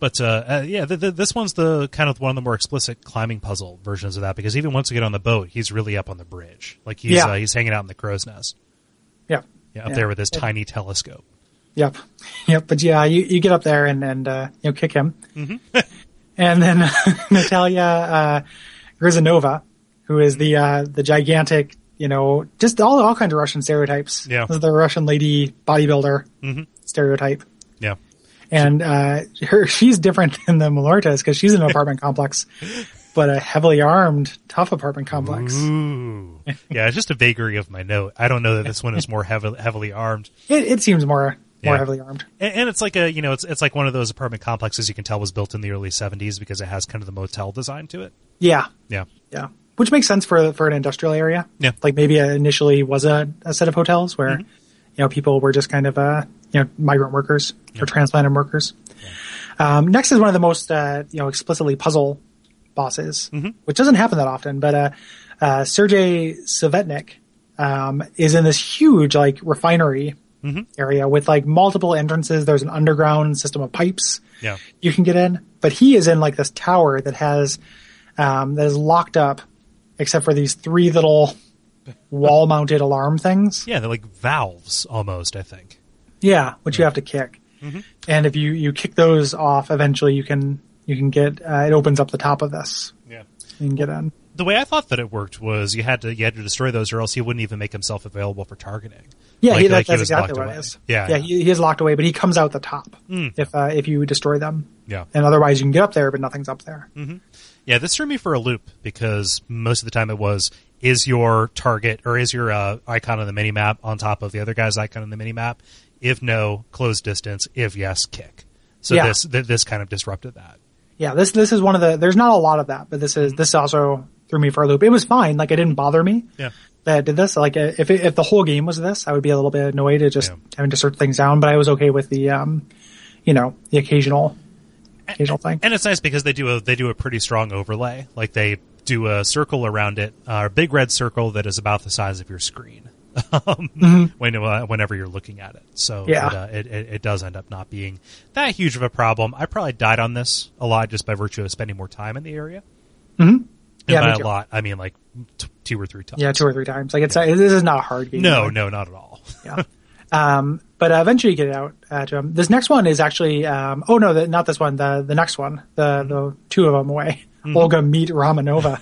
But uh, uh, yeah, th th this one's the kind of one of the more explicit climbing puzzle versions of that because even once you get on the boat, he's really up on the bridge, like he's Yeah. uh, he's hanging out in the crow's nest, Yep, yeah, up Yeah. there with his tiny telescope. yep, yep. But yeah, you, you get up there and and uh, you know kick him, [LAUGHS] and then [LAUGHS] Natalia uh, Grizanova, who is the uh, the gigantic you know just all all kinds of Russian stereotypes. Yeah. This is the Russian lady bodybuilder stereotype. Yeah, and uh, her she's different than the Malortas because she's in an apartment complex, but a heavily armed, tough apartment complex. Mm-hmm. ooh, [LAUGHS] yeah. It's just a vagary of my note. I don't know that this one is more heavily heavily armed, It, it seems more more Yeah. heavily armed. and, and it's like a you know it's it's like one of those apartment complexes you can tell was built in the early seventies because it has kind of the motel design to it. Yeah, Yeah, yeah, which makes sense for for an industrial area. Yeah. like maybe it initially was a, a set of hotels where you know people were just kind of uh, you know migrant workers or transplanted workers. Um, next is one of the most uh, you know explicitly puzzle bosses, which doesn't happen that often. But uh, uh, Sergei Savetnik um, is in this huge like refinery area with like multiple entrances. There's an underground system of pipes yeah, you can get in, but he is in like this tower that has um, that is locked up, except for these [LAUGHS] three little wall-mounted alarm things. yeah. They're like valves almost. I think. Yeah, which you have to kick, Mm-hmm. and if you you kick those off, eventually you can you can get uh, it opens up the top of this. Yeah. You can get in. the way I thought that it worked was you had to you had to destroy those, or else he wouldn't even make himself available for targeting. Yeah, Like- he, that, like he that's was exactly locked what away. it is. Yeah, yeah, yeah. He, he is locked away, but he comes out the top Mm. if uh, if you destroy them. Yeah, And otherwise, you can get up there, but nothing's up there. yeah. This threw me for a loop because most of the time it was is your target or is your uh, icon on the mini map on top of the other guy's icon on the mini map? If no, close distance. If yes, kick. So Yeah. this th- this kind of disrupted that. Yeah, this this is one of the. There's not a lot of that, but this is this also threw me for a loop. It was fine, like it didn't bother me. Yeah, that I did this. Like uh, if it, if the whole game was this, I would be a little bit annoyed at just Yeah. having to search things down. But I was okay with the, um, you know, the occasional, occasional thing. and it's nice because they do a they do a pretty strong overlay. Like they do a circle around it, uh, a big red circle that is about the size of your screen. [LAUGHS] um, when, uh, whenever you're looking at it, so Mm-hmm. Yeah. it, uh, it, it it does end up not being that huge of a problem. I probably died on this a lot just by virtue of spending more time in the area. Mm-hmm. Yeah, And me by too. a lot, I mean like t- two or three times. Yeah, two or three times. Like it's uh, this is not a hard game. No, no, not at all. Yeah. Um, but uh, eventually you get it out uh, to him. This next one is actually. Um, oh no, the, not this one. The the next one. The the two of them away. Mm-hmm. Olga [LAUGHS] meet Romanova.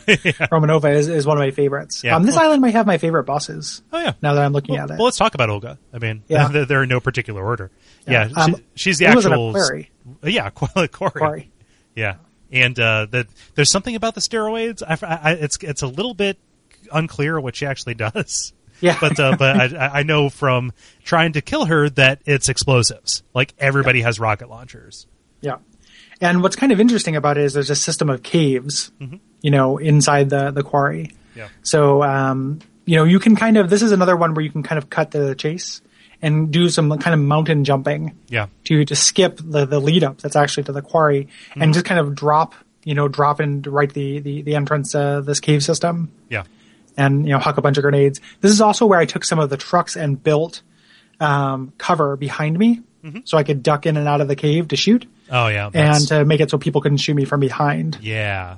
Romanova is, is one of my favorites. Yeah. Um, this Well- island might have my favorite bosses. Oh [LAUGHS] yeah. Now that I'm looking Well, at it. well, let's talk about Olga. I mean, [LAUGHS] Yeah. they're, they're in no particular order. Yeah, Um, she- she's the it was an actual. aquarium. Yeah, [LAUGHS] Quarry. Quarry. Yeah, and uh, the, there's something about the steroids. I, I, it's it's a little bit unclear what she actually [LAUGHS] does. Yeah. But uh, but I- I, I know from trying to kill her that it's explosives. Like everybody has rocket launchers. Yeah. And what's kind of interesting about it is there's a system of caves, you know, inside the, the quarry. Mm-hmm. Yeah. So, um, you know, you can kind of, this is another one where you can kind of cut the chase and do some kind of mountain jumping Yeah. to, to skip the, the lead up that's actually to the quarry and just kind of drop, you know, drop in right the, the, the entrance to this cave system Yeah. and, you know, huck a bunch of grenades. This is also where I took some of the trucks and built, um, cover behind me so I could duck in and out of the cave to shoot Oh yeah. and that's- to make it so people couldn't shoot me from behind. yeah.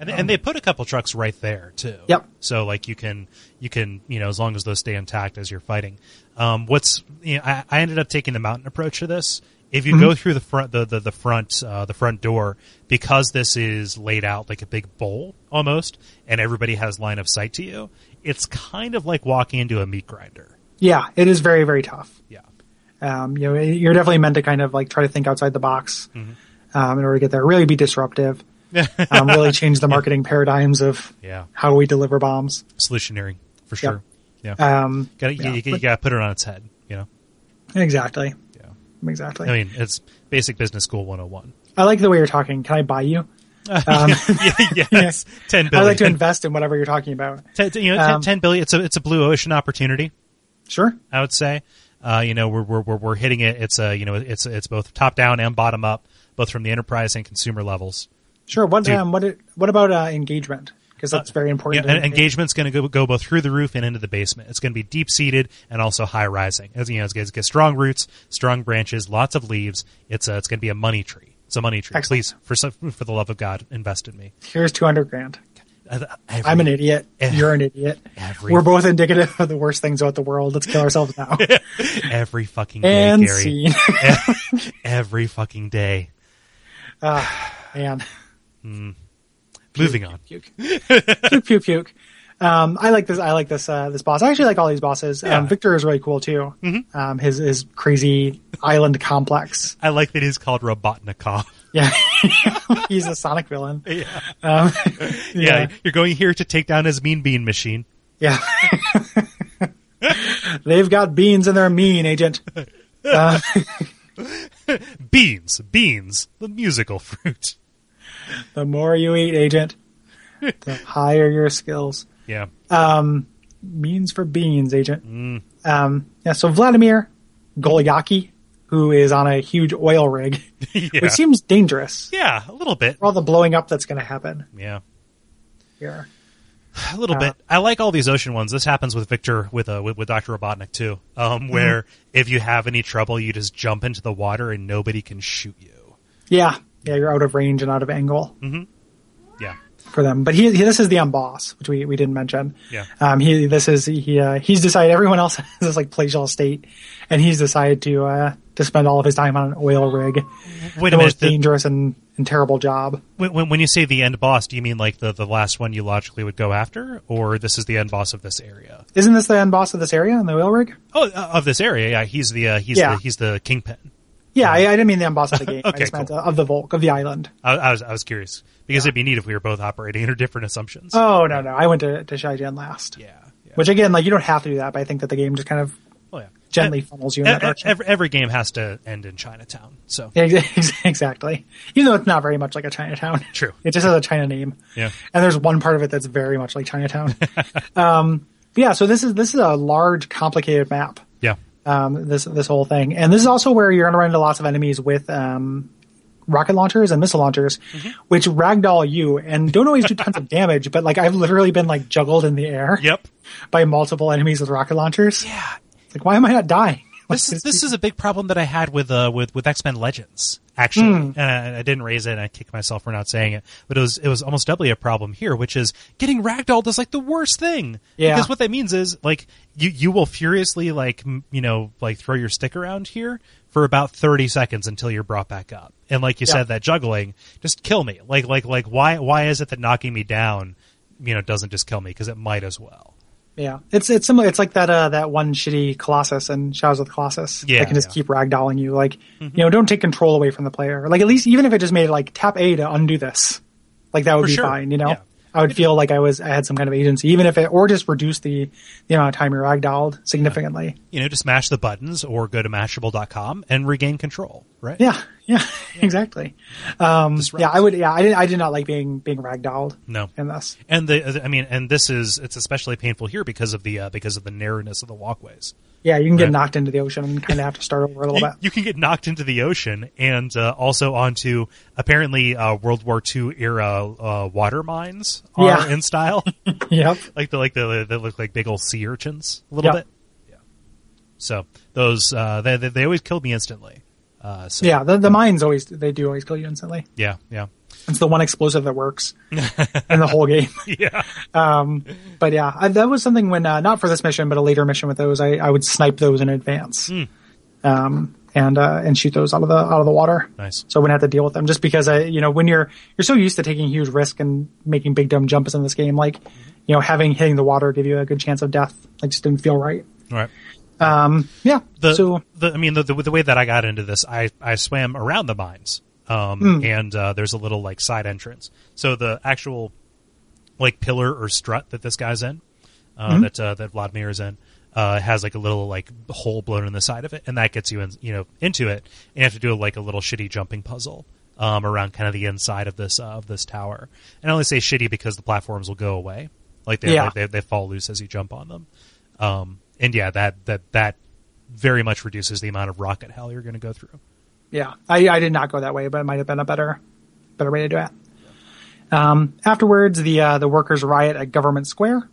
And, and they put a couple trucks right there too. Um, Yep. So like you can you can you know as long as those stay intact as you're fighting. Um, what's you know, I, I ended up taking the mountain approach to this. If you Mm-hmm. go through the front the the, the front uh, the front door because this is laid out like a big bowl almost, and everybody has line of sight to you. It's kind of like walking into a meat grinder. Yeah, it is very very tough. Yeah. Um, you know, you're definitely meant to kind of like try to think outside the box um, in order to get there. Really be disruptive. um, really change the marketing paradigms of Yeah. how we deliver bombs. Solutioneering for sure. Yeah. Um, Got yeah, you, you, but- got to put it on its head. You know. exactly. Yeah. Exactly. I I, mean, it's basic business school 101. like the way you're talking. Can I buy you? yeah, [LAUGHS] yes, ten I'd billion. like to invest in whatever you're talking about. Ten- ten- you know, ten- um, 10 billion. It's a it's a blue ocean opportunity. Sure. I would say. Uh, you know, we're, we're we're we're hitting it. It's a you know, it's it's both top down and bottom up, both from the enterprise and consumer levels. Sure. What Dude. Uh, um, what it- what about uh, engagement? Because that's very Yeah, important. and engagement's going to go, go both through the roof and into the basement. It's going to be deep seated and also high rising. As you know, it's going to get strong roots, strong branches, lots of leaves. It's a, it's going to be a money tree. It's a money tree. Excellent. Please, for some- for the love of God, invest in me. Here's two hundred grand. Every- I'm an idiot. Ev- You're an idiot. every- We're both indicative of the worst things about the world. Let's kill ourselves [LAUGHS] now. every fucking day, and Gary. scene. [LAUGHS] [LAUGHS] every fucking day. Man, Moving on. puke, puke, puke, puke. Um, I like this. I like this. Uh, this boss. I actually like all these bosses. Yeah. Mm-hmm. Um, Victor is really cool too. Um, his his crazy island complex. I like that he's called Robotnikov. [LAUGHS] Yeah, [LAUGHS] he's a Sonic villain. Yeah, Yeah. you're going here to take down his mean bean machine. yeah. [LAUGHS] They've got beans and they're mean, agent. Beans, beans, the musical [LAUGHS] fruit. The more you eat, agent, the higher your skills. Yeah, means for beans, agent. Um, yeah, so Vladimir Goliaki, who is on a huge oil rig, yeah, which seems dangerous yeah, a little bit. for all the blowing up that's going to happen Yeah, here. a little bit. I like all these ocean ones. This happens with Victor with uh, with, with Doctor Robotnik too. Um, where if you have any trouble, you just jump into the water and nobody can shoot you. Yeah, yeah, you're out of range and out of angle Yeah, for them. But he, he this is the um, boss, which we, we didn't mention. Yeah. um, he this is he uh, he's decided everyone else [LAUGHS] has this like palatial state, and he's decided to uh, to spend all of his time on an oil rig, wait the a minute. most The, dangerous and, and terrible job. when, when- when you say the end boss, do you mean like the the last one you logically would go after, or this is the end boss of this area? Isn't this the end boss of this area on the oil rig? Oh, uh, of this area, yeah. He's the uh, he's Yeah. the, he's the kingpin. Yeah, I, I didn't mean the [LAUGHS] boss of the game. Okay, I just meant cool. uh, of the Volk, of the island. I, I was I was curious because it'd be neat if we were both operating [LAUGHS] under different assumptions. Oh, no, no. I went to, to Shaijan last. yeah, yeah. Which, again, like, you don't have to do that, but I think that the game just kind of Oh, yeah. gently funnels you in E- e- that direction. every, every game has to end in Chinatown. So Yeah, ex- [LAUGHS] exactly. Even though it's not very much like a Chinatown. True. [LAUGHS] It just has a China name. yeah, And there's one part of it that's very much like Chinatown. [LAUGHS] um, yeah, so this is, this is a large, complicated map. yeah, Um, this, this whole thing. And this is also where you're going to run into lots of enemies with, um, rocket launchers and missile launchers, Mm-hmm. which ragdoll you and don't always do tons of damage, but like I've literally been like juggled in the air. yep. by multiple enemies with rocket launchers. Yeah, Like, why am I not dying? [LAUGHS] Like, this is this is a big problem that I had with uh with with X Men Legends actually, Hmm. and I, I didn't raise it, and I kicked myself for not saying it. But it was it was almost doubly a problem here, which is getting ragdolled is like the worst thing. Yeah. because what that means is like you you will furiously like m- you know like throw your stick around here for about thirty seconds until you're brought back up, and like you Yeah. said, that juggling just kill me. Like like like why why is it that knocking me down you know doesn't just kill me because it might as well. yeah, it's it's similar. It's like that uh, that one shitty Colossus and Shadows of the Colossus. Yeah, that can just yeah. Mm-hmm. keep ragdolling you. Like, you know, don't take control away from the player. Like, at least even if it just made like tap A to undo this, like that would For be sure. fine. You know, Yeah. I would feel like I was I had some kind of agency, even if it or just reduce the the amount of time you're ragdolled significantly. You know, just mash the buttons or go to mashable.com and regain control, right? Yeah, yeah, [LAUGHS] exactly. Um, Disrupt. yeah, I would. Yeah, I did. I did not like being being ragdolled No. in this. And the I mean, and this is it's especially painful here because of the uh, because of the narrowness of the walkways. Yeah, you can get Right. knocked into the ocean and kind of have to start over a [LAUGHS] little You, bit. you can get knocked into the ocean and uh, also onto apparently uh, World War II era uh, water mines are Yeah. in [LAUGHS] style, Yep. like the like the they look like big old sea urchins a little Yeah. bit. Yeah. So those uh, they, they they always killed me instantly. Uh, so Yeah, the the mines always they do always kill you instantly. yeah, yeah, [LAUGHS] It's the one explosive that works in the whole game. [LAUGHS] yeah. Um, but yeah, I, that was something when uh, not for this mission, but a later mission with those, I, I would snipe those in advance, Hmm. um, and uh, and shoot those out of the out of the water. Nice. So I wouldn't have to deal with them just because I, you know, when you're you're so used to taking huge risk and making big dumb jumps in this game, like you know, having hitting the water give you a good chance of death, like just didn't feel right. All right. Um, yeah. the, so the I mean the, the the way that I got into this, I I swam around the mines, um, and uh, there's a little like side entrance. So the actual like pillar or strut that this guy's in, uh, Mm-hmm. that uh, that Vladimir is in, uh, has like a little like hole blown in the side of it, and that gets you in you know into it. And you have to do like a little shitty jumping puzzle. Um, around kind of the inside of this uh, of this tower, and I only say shitty because the platforms will go away, like they Yeah. they, they fall loose as you jump on them. Um, and yeah, that that that very much reduces the amount of rocket hell you're going to go through. [LAUGHS] yeah, I, I did not go that way, but it might have been a better, better way to do it. Um, afterwards, the uh, the workers riot at Government Square,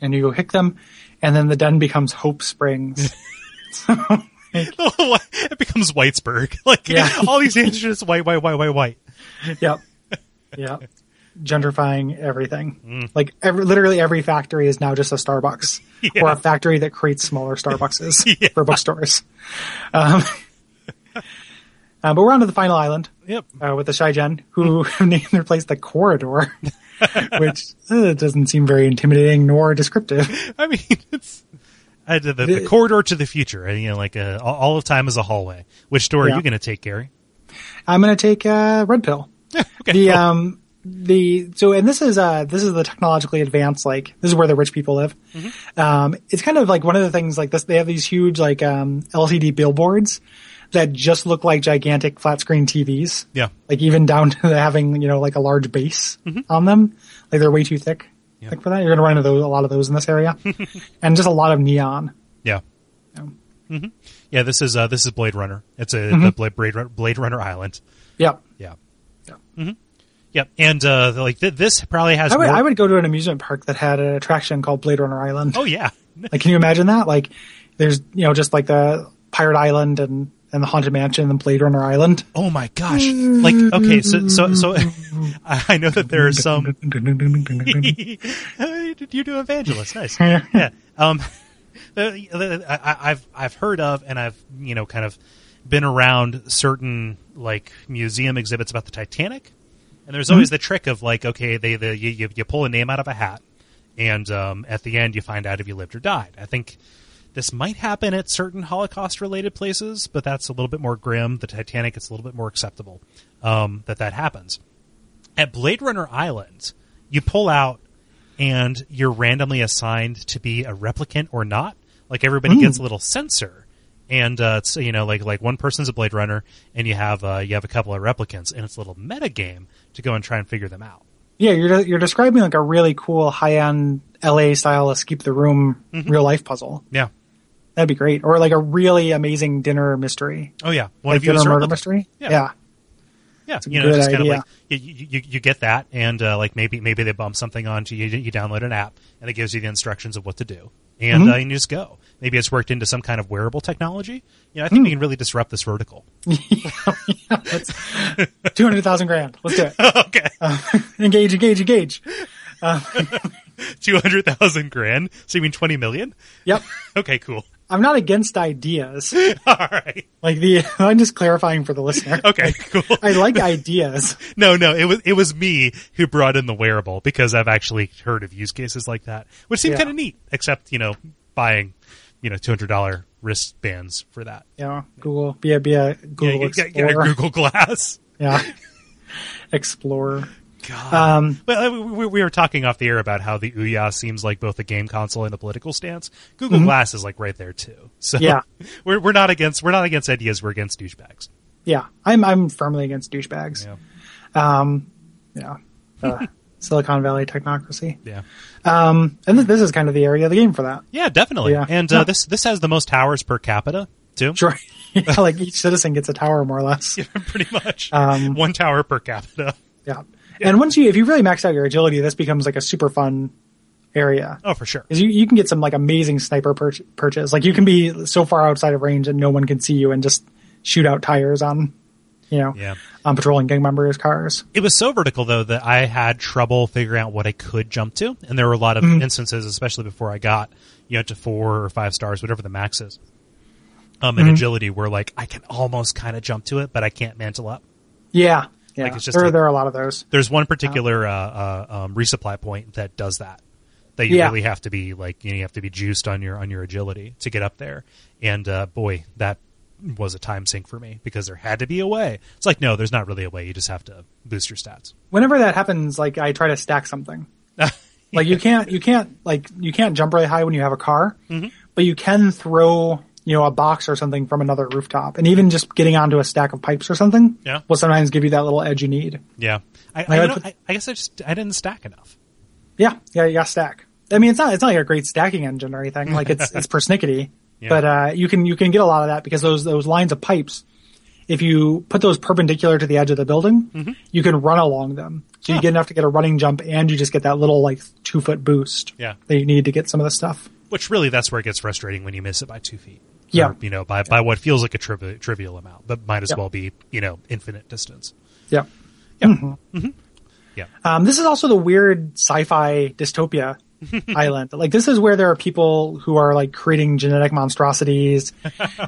and you go hick them, and then the den becomes Hope Springs. it becomes Whitesburg. [LAUGHS] Like Yeah. all these answers, just white, white, white, white, white. yep, yep, gentrifying everything. Like every, literally every factory is now just a Starbucks or a factory that creates smaller Starbuckses Yeah. for bookstores. Um, [LAUGHS] uh, but we're on to the final island. Yep. uh, with the Shigen, who [LAUGHS] named their place [LAUGHS] the Corridor, which uh, doesn't seem very intimidating nor descriptive. [LAUGHS] I mean, it's I did the, the corridor to the future. and, You know, like uh, all- all of time is a hallway. Which door Yeah. are you going to take, Gary? [LAUGHS] I'm going to take uh, red pill. Okay. The cool. um the so and this is uh this is the technologically advanced like this is where the rich people live. Mm-hmm. Um, it's kind of like one of the things like this. They have these huge like um LCD billboards that just look like gigantic flat screen TVs. yeah. like even down to [LAUGHS] having you know like a large base on them like they're way too thick Mm-hmm. Yeah. thick for that you're gonna run into those, a lot of those in [LAUGHS] this area and just a lot of neon Yeah. Yeah. hmm Yeah. This is uh, this is Blade Runner. It's a Mm-hmm. the Blade Blade Run- Blade Runner Island. yep Yeah. Yeah. hmm Yep. And uh, like th- this probably has. I would, more- I would go to an amusement park that had an attraction called blade runner island Oh [LAUGHS] yeah. like can you imagine that like there's you know just like the pirate island and and the haunted mansion and blade [LAUGHS] runner island Oh my gosh! Like okay, so so so, [LAUGHS] I I know that there are some. Did [LAUGHS] you do evangelist? Nice. Yeah. Um, [LAUGHS] the- the- I, I've I've heard of and I've you know kind of been around certain like museum exhibits about the Titanic, and there's always the trick of like okay they the you, you- you pull a name out of a hat, and um, at the end you find out if you lived or died. I think. This might happen at certain Holocaust-related places, but that's a little bit more grim. The Titanic, it's a little bit more acceptable um, that that happens at Blade Runner Island, you pull out and you're randomly assigned to be a replicant or not. Like everybody gets a little sensor, and uh, it's you know like like one person's a Blade Runner, and you have uh, you have a couple of replicants, and it's a little meta game to go and try and figure them out. yeah you're you're describing like a really cool high-end la style escape the room Mm-hmm. real life puzzle Yeah. That'd be great. Or like a really amazing dinner mystery. Oh yeah. One Like of you dinner is a murder replicant. mystery? Yeah. yeah. Yeah, a you know, good just kind of idea. like you, you, you- you get that, and uh, like maybe maybe they bump something onto you. You download an app, and it gives you the instructions of what to do, and Mm-hmm. uh, and you just go. Maybe it's worked into some kind of wearable technology. You know, Hmm. I think we can really disrupt this vertical. [LAUGHS] 200,000 grand. Let's do [LAUGHS] it. okay, Uh. engage, engage, engage. two hundred thousand grand. So you mean twenty million? Yep. Okay, cool. [LAUGHS] I'm not against ideas. All right. Like the, [LAUGHS] I'm just clarifying for the listener. Okay, cool. [LAUGHS] I [LAUGHS] like ideas. No, no, it was it was me who brought in the wearable because I've actually heard of use cases like that, which seem Yeah. kind of neat. Except you know, buying you know two hundred dollar wristbands for that. You know, Google, be a, be a Yeah, Google yeah, yeah, [LAUGHS] Explorer. Google Glass. Yeah. Explorer. God. Um, Well, uh, we- we, we were talking off the air about how the Ouya seems like both a game console and a political stance. Google Glass is like right there too. [LAUGHS] So Mm-hmm. Yeah. we're we're not against we're not against ideas. We're against douchebags. yeah, I'm I'm firmly against douchebags. Yeah, Um, yeah, [LAUGHS] uh, Silicon Valley technocracy. yeah, Um, and th- this is kind of the area of the game for that. [LAUGHS] yeah, definitely. Yeah. And uh, this this has the most towers per capita too. Sure, Yeah, like each citizen gets a tower more or less. [LAUGHS] Pretty much Um, one tower per capita. Yeah. And once you, if you really max out your agility, this becomes like a super fun area. Oh, for sure. 'Cause you, you can get some like amazing sniper pur- purchase. Like you can be so far outside of range and no one can see you and just shoot out tires on, you know, Yeah. on patrolling gang members' cars. It was so vertical though that I had trouble figuring out what I could jump to, and there were a lot of instances, especially before I got you know to four or five stars, whatever the max is, um, in agility, where like I can almost kind of jump to it, but I can't mantle up. Yeah. Yeah. Like, it's just there, a- there are a lot of those. There's one particular uh, uh, um, resupply point that does that. That you Yeah. really have to be like you, know, you have to be juiced on your on your agility to get up there, and uh, boy, that was a time sink for me because there had to be a way. It's like no, there's not really a way. You just have to boost your stats. Whenever that happens, like I try to stack something. Like you can't, you can't, like you can't jump really high when you have a car, but you can throw, you know, a box or something from another rooftop. And even just getting onto a stack of pipes or something Yeah. will sometimes give you that little edge you need. Yeah, I, I I, would don't- put- I, I guess I just I didn't stack enough. Yeah, yeah, you got to stack. I mean, it's not it's not like a great stacking engine or anything. Like it's it's persnickety, [LAUGHS] Yeah. but uh, you can you can get a lot of that because those those lines of pipes, if you put those perpendicular to the edge of the building, Mm-hmm. you can run along them. So you get enough to get a running jump, and you just get that little like two foot boost Yeah. that you need to get some of the stuff. Which really, that's where it gets frustrating when you miss it by two feet. Yeah. Or, you know, by by what feels like a trivi- trivial amount, but might as Yeah. well be you know infinite distance. Yeah. Yeah, Um, this is also the weird sci-fi [LAUGHS] dystopia island. Like this is where there are people who are like creating [LAUGHS] genetic monstrosities,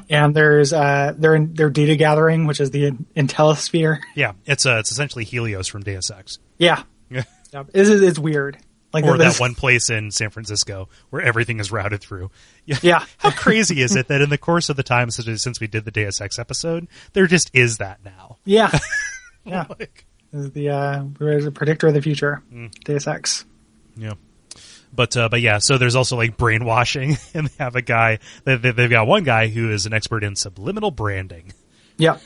and there's uh, they're in, they're data gathering, which is the IntelliSphere. [LAUGHS] yeah. It's uh, it's essentially Helios from Deus Ex, Yeah, Yeah. Yep. It's, it's it's weird. Like or this- that one place in San Francisco where everything is routed through. Yeah. [LAUGHS] Yeah. [LAUGHS] How crazy is it that in the course of the time since since we did the Deus Ex episode, there just is that now? [LAUGHS] Yeah, yeah. Like, It's the uh, there's a predictor of the future. Hmm. Deus Ex. Yeah. But uh, but yeah, so there's also like brainwashing, [LAUGHS] and they have a guy. They, they, they've got one guy who is an expert in subliminal branding. Yeah,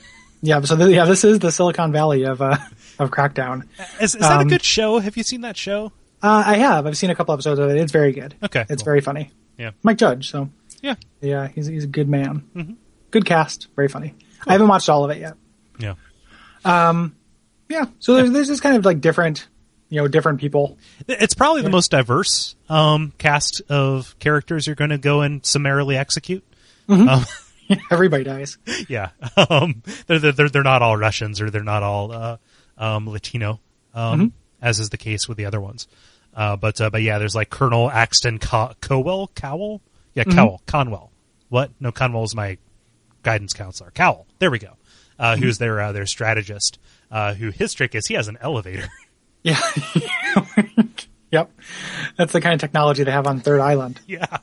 yeah. So th- yeah, this is the Silicon Valley of uh, of Crackdown. Is, is that Um, a good show? Have you seen that show? Uh, I have. I've seen a couple episodes of it. It's very good. Okay, it's cool. very funny. Yeah, Mike Judge. So yeah, Yeah, he's he's a good man. Good cast, very funny. I haven't watched all of it yet. yeah. Yeah, so there's there's just kind of like different, you know, different people. [LAUGHS] It's probably the most diverse um, cast of characters you're going to go and summarily execute. Um, Everybody dies. Yeah, [LAUGHS] um, they're, they're they're they're not all Russians or they're not all uh, um, Latino, um, as is the case with the other ones. Uh, but uh, but yeah, there's like Colonel Axton Co- Cowell, Cowell, yeah, Cowell, Conwell. What? No, Conwell is my guidance counselor. Cowell. There we go. Uh, Who's their uh, their strategist? Uh, who his trick is? He has an elevator. [LAUGHS] [LAUGHS] Yeah. [LAUGHS] yep. That's the kind of technology they have on Third Island. yeah.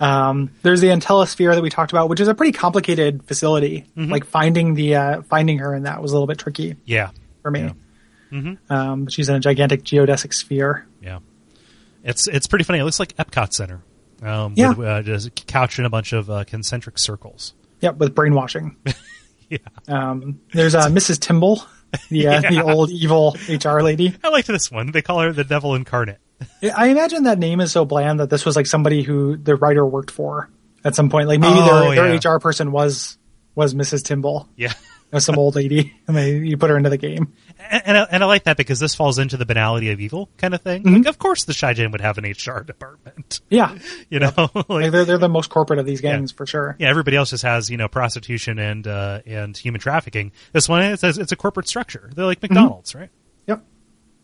Um, there's the Intellisphere that we talked about, which is a pretty complicated facility. Like finding the uh, finding her in that was a little bit tricky Yeah. for me. Um, but she's in a gigantic geodesic sphere. Yeah, it's it's pretty funny. It looks like Epcot Center. Um, Yeah. with, uh, just couched in a bunch of uh, concentric circles. Yep, with brainwashing. [LAUGHS] Yeah. Um, there's uh, Mrs. Timble, the uh, [LAUGHS] the Yeah. old evil HR lady. I liked this one. They call her the Devil Incarnate. I imagine that name is so bland that this was like somebody who the writer worked for at some point. Like maybe Oh, their, yeah. their HR person was was Mrs. Timble, Yeah, or some old lady, [LAUGHS] and they you put her into the game. [LAUGHS] and and I, and I like that because this falls into the banality of evil kind of thing. Like, of course, the Shijin would have an HR department. [LAUGHS] Yeah, You know, [LAUGHS] like like, they're they're the most corporate of these gangs for sure. yeah, everybody else just has you know prostitution and uh, and human trafficking. This one, it's, it's a corporate structure. They're like McDonald's, right? Yep,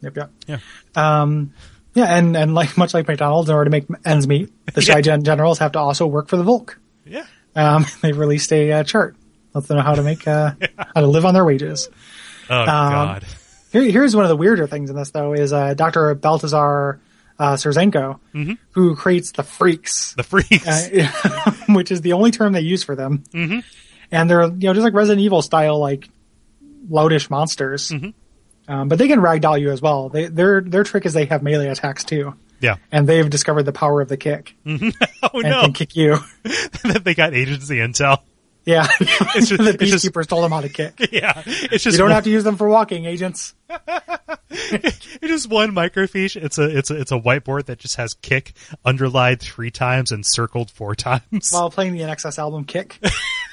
yep, yep. Yeah, Um, yeah, and and like [LAUGHS] much like McDonald's, in order to make ends meet, the [LAUGHS] Yeah. Shy Gen generals have to also work for the Volk. yeah. Um, [LAUGHS] they've released a uh, chart. Lets them know how to [LAUGHS] make uh, how to live on their wages. Oh God. Here, here's one of the weirder things in this, though, is uh, Dr. Baltazar uh, Serzenko, who creates the freaks, [LAUGHS] Mm-hmm. The freaks. uh, [LAUGHS] which is the only term they use for them. Mm-hmm. Mm-hmm. And they're, you know, just like Resident Evil style, like, loutish monsters. Um, but they can ragdoll you as well. They, their their trick is they have melee attacks too, Yeah. [LAUGHS] and they've discovered the power of the kick Oh and no, can kick [LAUGHS] you. that they got agency intel. Yeah, just- [LAUGHS] the it's just- beekeepers told them how to kick. Yeah, it's just You don't one, have to use them for walking, agents. it's just one microfiche. It's a it's a it's a whiteboard that just has kick underlined three times and circled four [LAUGHS] times. While playing the NXS album, kick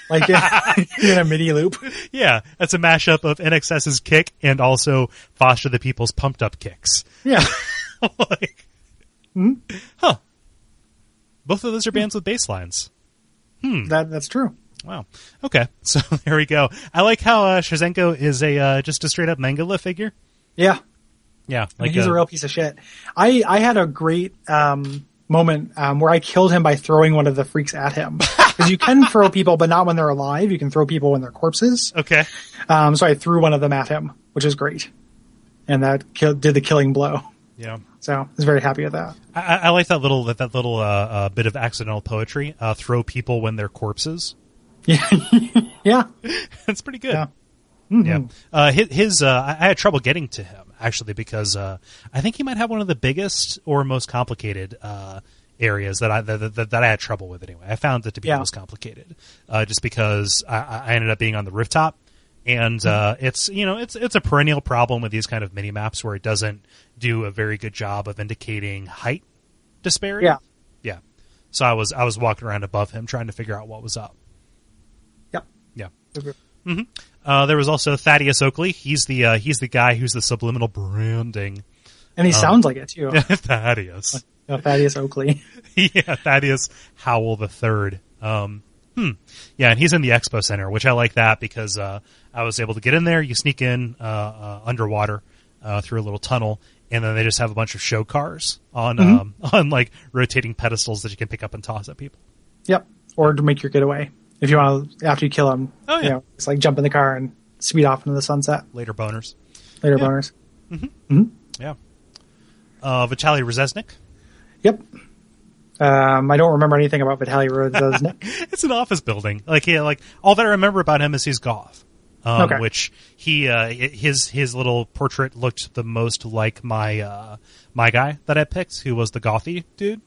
like in [LAUGHS] a MIDI loop. yeah, that's a mashup of NXS's kick and also Foster the People's pumped up kicks. [LAUGHS] Yeah, like, Hmm? huh? Both of those are bands with bass lines. that that's true. Wow. Okay, [LAUGHS] so there we go. I like how uh, Shazenko is a uh, just a straight up Mangala figure. Yeah, Yeah, I mean, he's a, real piece of shit. I I had a great um, moment um, where I killed him by throwing one of the freaks at him because you can throw people, but not when they're alive. You can throw people when they're corpses. okay. Um, so I threw one of them at him, which is great, and that kill, did the killing blow. Yeah. So I was very happy with that. I, I I like that little that, that little uh, uh, bit of accidental poetry. Uh, throw people when they're corpses. Yeah, [LAUGHS] That's pretty good. Yeah. Mm-hmm. Yeah. Uh, his, his uh, I I had trouble getting to him actually because uh, I think he might have one of the biggest or most complicated uh, areas that I that, that, that I had trouble with anyway. I found it to be Yeah. the most complicated, uh, just because I, I I ended up being on the rooftop, and uh, Mm-hmm. it's you know it's it's a perennial problem with these kind of mini maps where it doesn't do a very good job of indicating height disparity. Yeah. yeah. So I was I was walking around above him trying to figure out what was up. yep. Yeah. Uh, there was also Thaddeus Oakley. He's the uh, he's the guy who's the subliminal branding. [LAUGHS] And he sounds like it too. Thaddeus, [LAUGHS] Uh, Thaddeus Oakley. yeah, Thaddeus Howell the Third. Um, hmm. Yeah, and he's in the expo center, which I like that because uh, I was able to get in there. You sneak in uh, uh, underwater uh, through a little tunnel, and then they just have a bunch of show cars on um, [LAUGHS] on like rotating pedestals that you can pick up and toss at people. Yep. Or to make your getaway if you want to after you kill him. Oh, yeah. You know, it's like jump in the car and speed off into the sunset. Later boners. Later, boners. Yeah. Uh, Vitaly Rezesnik. Yep. Um, I don't remember anything about Vitaly [LAUGHS] Rhodes. doesn't it? it's an office building. Like yeah, like all that I remember about him is he's Goth. Um, Okay. Which he uh, i- his his little portrait looked the most like my uh, my guy that I picked, who was the gothy dude.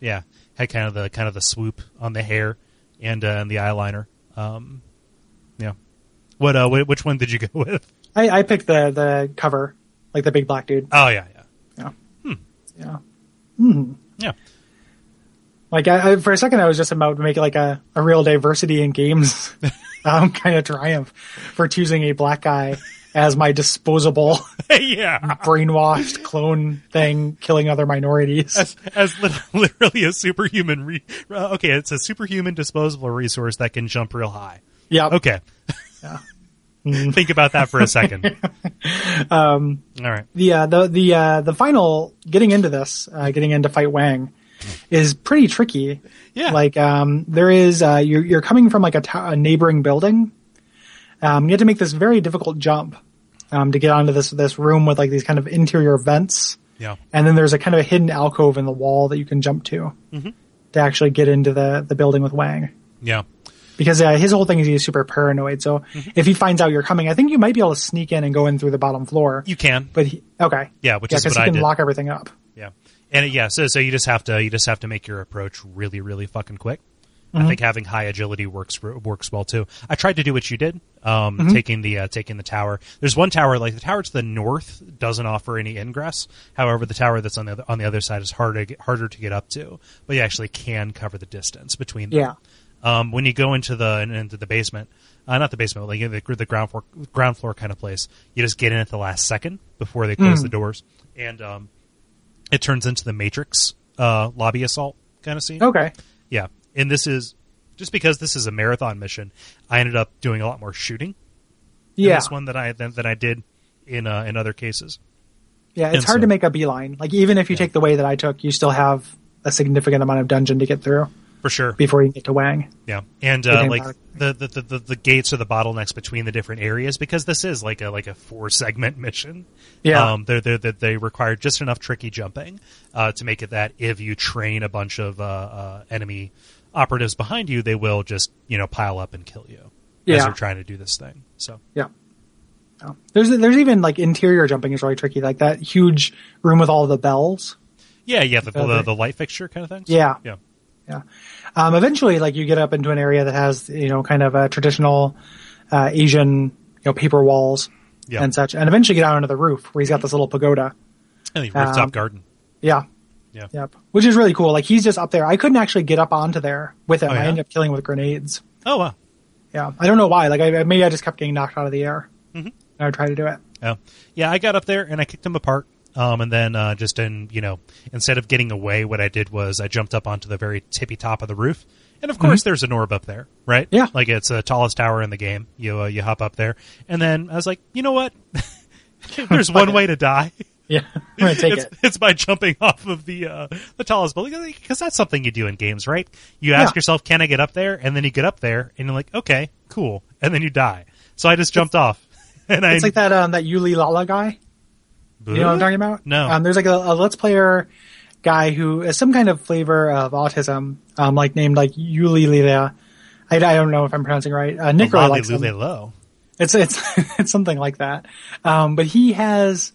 Yeah, had kind of the kind of the swoop on the hair and uh, and the eyeliner. Um, yeah, what uh, wh- which one did you go [LAUGHS] with? I, I picked the the cover, like the big black dude. Oh yeah, yeah, Yeah. hmm. Yeah. yeah. Like I, I, for a second, I was just about to make like a, a real diversity in [LAUGHS] games um, kind of triumph for choosing a black guy as my disposable, [LAUGHS] yeah, [LAUGHS] brainwashed clone thing, killing other minorities. as, as [LAUGHS] lit- literally a superhuman. Re- uh, okay, it's a superhuman disposable resource that can jump real high. Yeah. Okay. Think about that for a second. [LAUGHS] All right. the uh, the the uh, the final getting into this, uh, getting into fight Wang, is pretty tricky. Yeah. like um, there is uh, you're you're coming from like a, to- a neighboring building. Um, you have to make this very difficult jump um, to get onto this this room with like these kind of interior vents, Yeah. and then there's a kind of a hidden alcove in the wall that you can jump to Mm-hmm. to actually get into the the building with Wang. Yeah. Because uh, his whole thing is he's super paranoid. So Mm-hmm. if he finds out you're coming, I think you might be able to sneak in and go in through the bottom floor. You can. But he, okay, Yeah, which yeah, is what because he I can did. lock everything up. yeah. And uh, yeah, so so you just have to you just have to make your approach really really fucking quick. Mm-hmm. I think having high agility works works well too. I tried to do what you did, um, Mm-hmm. taking the uh, taking the tower. There's one tower like the tower to the north doesn't offer any ingress. However, the tower that's on the other, on the other side is harder to get, harder to get up to, but you actually can cover the distance between them. Yeah. um, when you go into the into the basement, uh, not the basement, but like the, the ground floor ground floor kind of place. You just get in at the last second before they close the doors, and um, it turns into the Matrix uh, lobby assault kind of scene. Okay. Yeah, and this is just because this is a marathon mission. I ended up doing a lot more shooting. in Yeah. this one than I than, than I did in uh, in other cases. Yeah. It's And hard so- to make a beeline. Like even if you take the way that I took, you still have a significant amount of dungeon to get through For sure, before you get to Wang. Yeah, and uh, Within like about- the the, the the the gates are the bottlenecks between the different areas because this is like a like a four segment [LAUGHS] mission. Yeah. um, they they they require just enough tricky jumping uh, to make it that if you train a bunch of uh, uh, enemy operatives behind you, they will just you know pile up and kill you as Yeah. you're trying to do this thing. So Yeah. So there's there's even like interior jumping is really tricky, like that huge room with all the bells. Yeah, yeah, the, the, Okay. the light fixture kind of thing. Yeah. yeah, Yeah. Um, eventually, like you get up into an area that has you know kind of a traditional uh, Asian you know paper walls Yeah. and such, and eventually get out onto the roof where he's got this little pagoda. and the rooftop Um, garden. Yeah. Yeah. Yep. Which is really cool. Like he's just up there. I couldn't actually get up onto there with him. Oh, yeah? I ended up killing him with grenades. Oh wow. Yeah. I don't know why. Like I I- maybe I just kept getting knocked out of the air. Mm-hmm. And I would try to do it. Yeah, yeah. I got up there and I kicked him apart. Um, and then uh, just in you know, instead of getting away, what I did was I jumped up onto the very tippy top of the roof. And of course, there's an orb up there, right? Mm-hmm. Yeah. like it's the tallest tower in the game. You uh, you hop up there, and then I was like, you know what? [LAUGHS] there's [LAUGHS] one way to die. Yeah. [LAUGHS] I'm gonna take it's, it. it's by jumping [LAUGHS] off of the uh, the tallest building because that's something you do in games, right? You ask Yeah. yourself, "Can I get up there?" And then you get up there, and you're like, "Okay, cool," and then you die. So I just jumped off, [LAUGHS] and I It's like that um that Yuli Lala guy. You know what I'm talking about? No. Um, there's like a, a Let's Player guy who is some kind of flavor of autism, um, like named like Yuli Lila. I, I don't know if I'm pronouncing it right. Uh, Nick really likes him. low. It's it's [LAUGHS] it's something like that. Um, but he has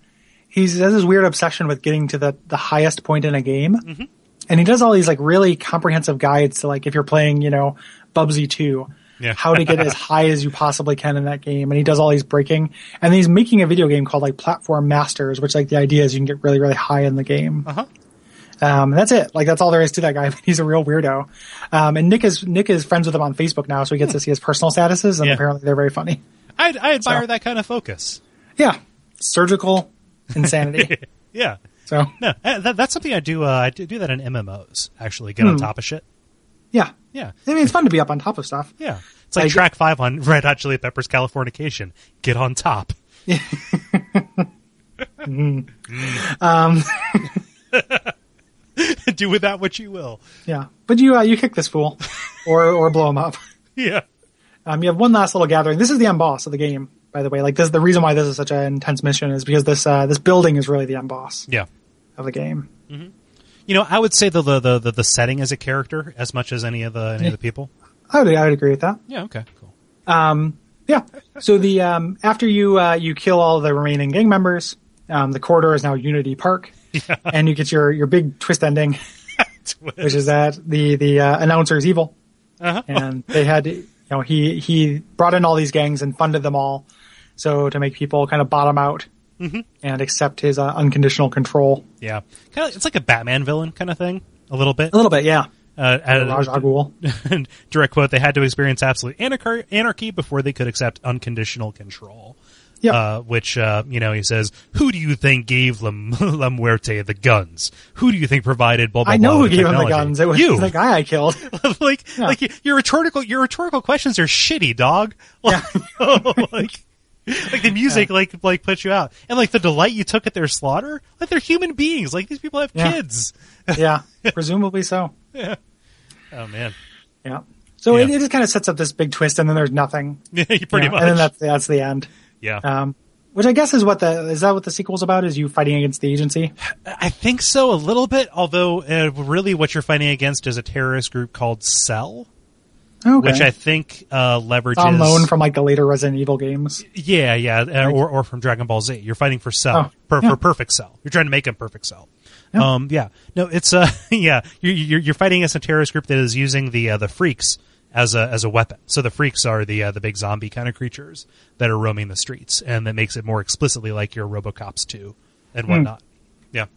he's he has this weird obsession with getting to the the highest point in a game, Mm-hmm. and he does all these like really comprehensive guides to like if you're playing you know Bubsy two. Yeah. how [LAUGHS] to get as high as you possibly can in that game, and he does all these breaking, and he's making a video game called like Platform Masters, which like the idea is you can get really really high in the game. Uh huh. Um, that's it. Like that's all there is to that guy. [LAUGHS] He's a real weirdo. Um, and Nick is Nick is friends with him on Facebook now, so he gets to see his personal statuses, Hmm. and Yeah. apparently they're very funny. I, I admire So- that kind of focus. [LAUGHS] Yeah, surgical insanity. Yeah. so No, eh, that, that's something I do. Uh, I do do that in MMOs. Actually, get on top of shit. yeah, Yeah. I mean it's fun to be up on top of stuff. Yeah. It's like Like- track five on [LAUGHS] Red Hot Chili Peppers Californication. Get on top. Um. [LAUGHS] Do with that what you will. Yeah, but you uh, you kick this fool, or or blow him up. [LAUGHS] Yeah. Um, you have one last little gathering. This is the end boss of the game, by the way. Like this, the reason why this is such an intense mission is because this uh, this building is really the end boss Yeah. of the game. You know, I would say the the, the, the, the setting as a character as much as any of the any of the people. I would I would agree with that. Yeah, okay. [LAUGHS] Cool. Yeah. So the um, after you uh, you kill all the remaining gang members, um, the corridor is now Unity Park, and you get your your big twist ending, which is that the the uh, announcer is evil, Uh-huh. and they had you know he he brought in all these gangs and funded them all, so to make people kind of bottom out Mm-hmm. and accept his uh, unconditional control. Yeah. Kind of it's like a Batman villain kind of thing a little bit. A little bit, yeah. Uh, and- Raj Al Ghul. [LAUGHS] and direct quote, they had to experience absolute anarchy, anarchy before they could accept unconditional control. Yep. Uh, which, uh, you know, he says, who do you think gave La, [LAUGHS] La Muerte the guns? Who do you think provided blah, blah, I know blah who with gave him the technology?" guns. It was [LAUGHS] you. the guy I killed. [LAUGHS] like, like y- your rhetorical, your rhetorical questions are shitty, dog. [LAUGHS] Like, like, [LAUGHS] like the music, like, like puts you out. And like the delight you took at their slaughter, like they're human beings. Like these people have Yeah. kids. yeah, presumably so. [LAUGHS] Oh man. Yeah. So It, Yeah. it just kind of sets up this big twist, and then there's nothing. Yeah, pretty Yeah, much. And then that's that's the end. yeah. Um, which I guess is what the is that what the sequel's about? Is you fighting against the agency? I think so, a little bit. Although, uh, really, what you're fighting against is a terrorist group called Cell, Okay. which I think uh, leverages on loan from like the later Resident Evil games. yeah, yeah, uh, or or from Dragon Ball Z. You're fighting for Cell, Oh, per, yeah. for perfect Cell. You're trying to make him perfect Cell. Um, yeah, no, it's uh, [LAUGHS] yeah, you're, you're you're fighting against a terrorist group that is using the uh, the freaks as a as a weapon. So the freaks are the uh, the big zombie kind of creatures that are roaming the streets, and that makes it more explicitly like your RoboCops two Hmm. and whatnot. Yeah. [LAUGHS]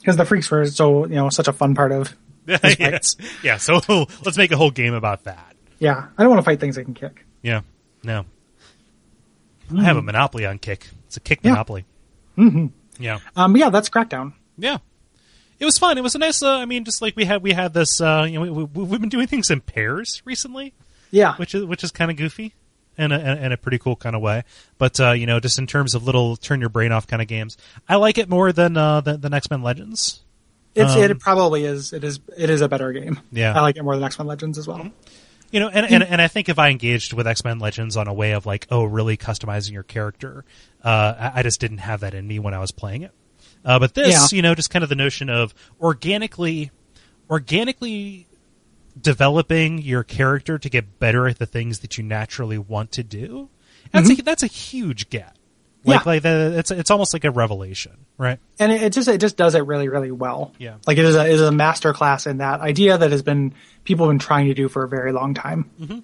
Because the freaks were so you know such a fun part of. yes. Yeah. So [LAUGHS] let's make a whole game about that. Yeah, I don't want to fight things I can kick. Yeah. No. I have a monopoly on kick. It's a kick Hmm. Yeah. monopoly. Mm-hmm. Yeah. Um, but yeah, that's Crackdown. Yeah. It was fun. It was a nice. Uh, I mean, just like we had, we had this. Uh, you know, we, we, we've been doing things in pairs recently, Yeah, which is which is kind of goofy, in a, in a pretty cool kind of way. But uh, you know, just in terms of little turn your brain off kind of games, I like it more than uh, than, than X Men Legends. it's um, it probably is it is it is a better game. Yeah. I like it more than X Men Legends as well. You know, and, and, and I think if I engaged with X Men Legends on a way of like, oh, really customizing your character, uh, I, I just didn't have that in me when I was playing it. Uh, but this, Yeah. you know, just kind of the notion of organically, organically developing your character to get better at the things that you naturally want to do, That's a that's a huge gap. Like Mm-hmm. Yeah. like the, it's it's almost like a revelation, right? and it, it just it just does it really really well. Yeah. like it is a it is a master class in that idea that has been people have been trying to do for a very long time. Mm-hmm.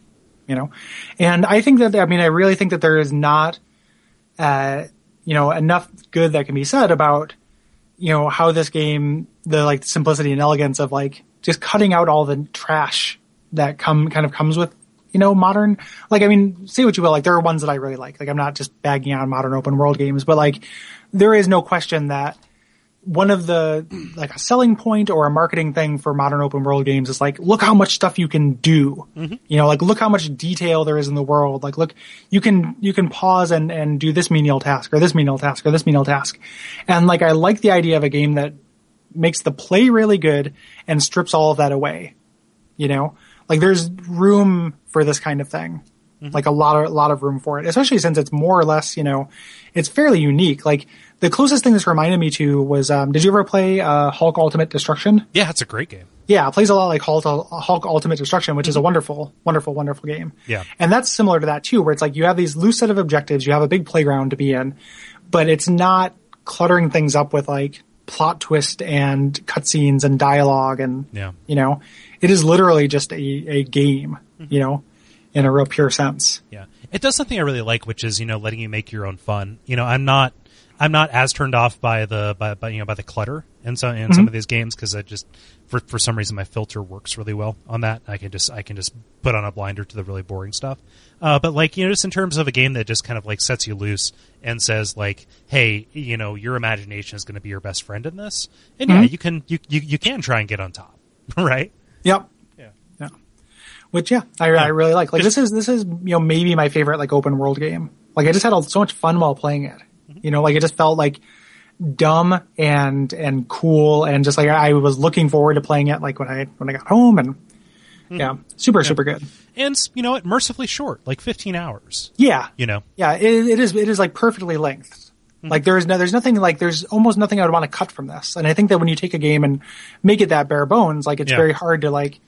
You know, and I think that I mean I really think that there is not, uh, you know, enough good that can be said about you know how this game the like simplicity and elegance of like just cutting out all the trash that come kind of comes with you know modern like i mean say what you will like there are ones that i really like like i'm not just bagging on modern open world games but like there is no question that one of the like a selling point or a marketing thing for modern open world games is like look how much stuff you can do you know like look how much detail there is in the world like look you can you can pause and and do this menial task or this menial task or this menial task and like i like the idea of a game that makes the play really good and strips all of that away you know like there's room for this kind of thing like a lot of a lot of room for it especially since it's more or less you know it's fairly unique like the closest thing this reminded me to was um, did you ever play uh, hulk ultimate destruction Yeah, it's a great game. yeah, it plays a lot like Hulk, Hulk Ultimate Destruction, which is a wonderful, wonderful, wonderful game. Mm-hmm. Yeah. And that's similar to that too, where it's like you have these loose set of objectives, you have a big playground to be in, but it's not cluttering things up with like plot twist and cutscenes and dialogue and, Yeah. you know, it is literally just a, a game, Mm-hmm. you know, in a real pure sense. Yeah, it does something I really like, which is you know letting you make your own fun. You know, I'm not I'm not as turned off by the by, by you know by the clutter in some in some of these games because I just for for some reason my filter works really well on that. I can just I can just put on a blinder to the really boring stuff. Uh, but like you know, just in terms of a game that just kind of like sets you loose and says like, hey, you know, your imagination is going to be your best friend in this, and yeah, you can you, you you can try and get on top, [LAUGHS] right? Yep. Yeah. Yeah. Which yeah, I, I really like. Like this is this is you know maybe my favorite like open world game. Like I just had a, so much fun while playing it. You know, like it just felt like dumb and and cool and just like I was looking forward to playing it. Like when I when I got home and Hmm. yeah, super super good. And you know, it mercifully short, like 15 hours. Yeah, You know, yeah. It, it is it is like perfectly length. Mm-hmm. Like there is no there's nothing like there's almost nothing I would want to cut from this. And I think that when you take a game and make it that bare bones, like it's Yeah. very hard to like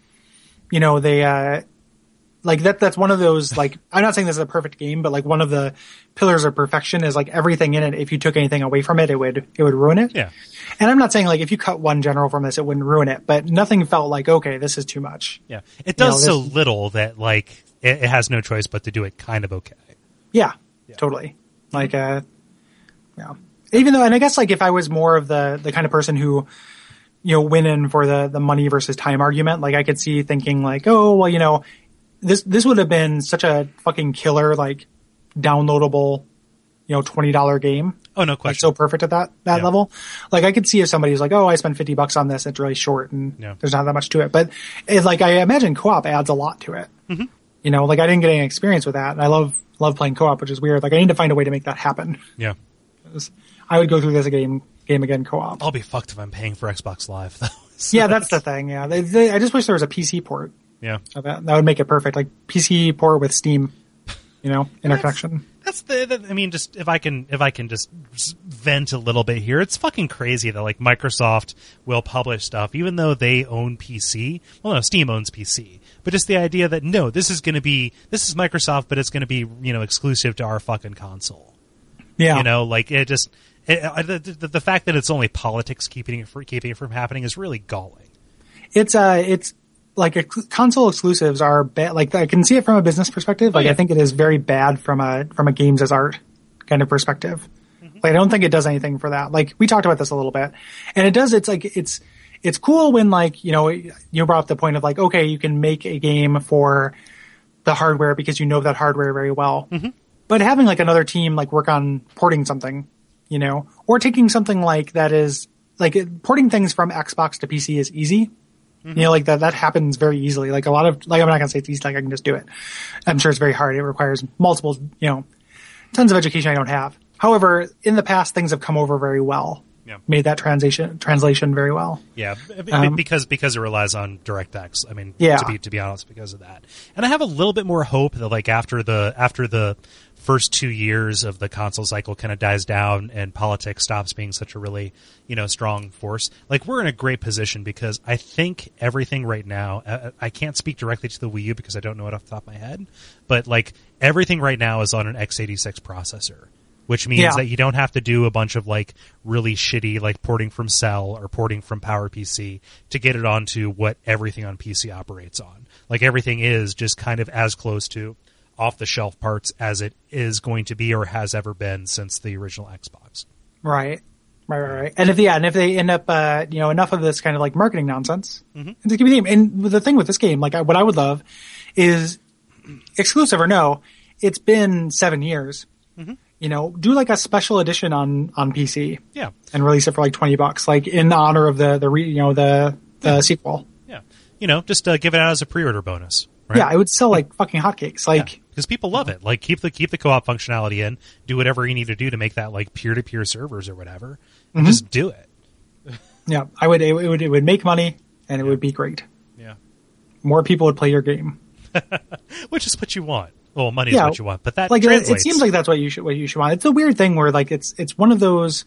you know they uh like that that's one of those like [LAUGHS] i'm not saying this is a perfect game but like one of the pillars of perfection is like everything in it if you took anything away from it it would it would ruin it Yeah. and i'm not saying like if you cut one general from this it wouldn't ruin it but nothing felt like okay this is too much Yeah, it does know, so little that like it, it has no choice but to do it kind of okay. Yeah, totally. Like, uh, yeah. Even though, and I guess like if I was more of the the kind of person who, you know, win in for the the money versus time argument, like I could see thinking like, oh well, you know, this this would have been such a fucking killer like downloadable, you know, twenty dollar game. Oh no Like question. so perfect at that that Yeah. level. Like I could see if somebody's like, oh, I spent fifty bucks on this, it's really short and Yeah. there's not that much to it. But it, like I imagine co-op adds a lot to it Mm-hmm. you know like i didn't get any experience with that and i love love playing co-op which is weird like i need to find a way to make that happen yeah, i would go through this game game again co-op I'll be fucked if I'm paying for Xbox Live though. [LAUGHS] So, yeah that's the thing yeah they, they, i just wish there was a pc port yeah. of it that would make it perfect like pc port with steam you know interconnection That's the, the. I mean, just if I can, if I can just vent a little bit here, it's fucking crazy that like Microsoft will publish stuff even though they own PC. Well, no, Steam owns PC, but just the idea that no, this is going to be this is Microsoft, but it's going to be you know exclusive to our fucking console. yeah You know, like it just it, uh, the, the the fact that it's only politics keeping it for, keeping it from happening is really galling. it's uh it's like ex- console exclusives are bad like i can see it from a business perspective like yeah. i think it is very bad from a from a games as art kind of perspective like i don't think it does anything for that like we talked about this a little bit and it does it's like it's it's cool when like you know you brought up the point of like okay you can make a game for the hardware because you know that hardware very well but having like another team like work on porting something you know or taking something like that is like it- porting things from xbox to pc is easy you know like that that happens very easily like a lot of like i'm not gonna say it's easy like i can just do it i'm sure it's very hard it requires multiple you know tons of education i don't have however in the past things have come over very well Yeah. made that translation translation very well Yeah, b- b- Um, because because it relies on DirectX. I mean, Yeah. to be to be honest, because of that. And I have a little bit more hope that like after the after the first two years of the console cycle kind of dies down and politics stops being such a really you know strong force like we're in a great position because i think everything right now i, I can't speak directly to the wii u because i don't know it off the top of my head but like everything right now is on an x86 processor which means Yeah. that you don't have to do a bunch of like really shitty like porting from cell or porting from PowerPC to get it onto what everything on PC operates on. Like everything is just kind of as close to off the shelf parts as it is going to be or has ever been since the original Xbox. Right. Right, right, right. And if yeah, and if they end up, uh, you know, enough of this kind of like marketing nonsense, Mm-hmm. it's a good game. And the thing with this game, like I, what I would love is exclusive or no, it's been seven years. Mm-hmm. You know, do like a special edition on on PC Yeah. and release it for like twenty bucks, like in honor of the the re, you know the the sequel. Yeah. You know, just uh, give it out as a pre-order bonus, right? Yeah, I would sell like fucking hotcakes. Like, because people love it. Like keep the keep the co-op functionality in. Do whatever you need to do to make that like peer-to-peer servers or whatever. Mm-hmm. And Just do it. yeah, I would it, would it would make money and it would be great. Yeah. More people would play your game. which is what you want. Well, money is Yeah. what you want, but that like it, it translates. seems like that's what you should what you should want. It's a weird thing where like it's it's one of those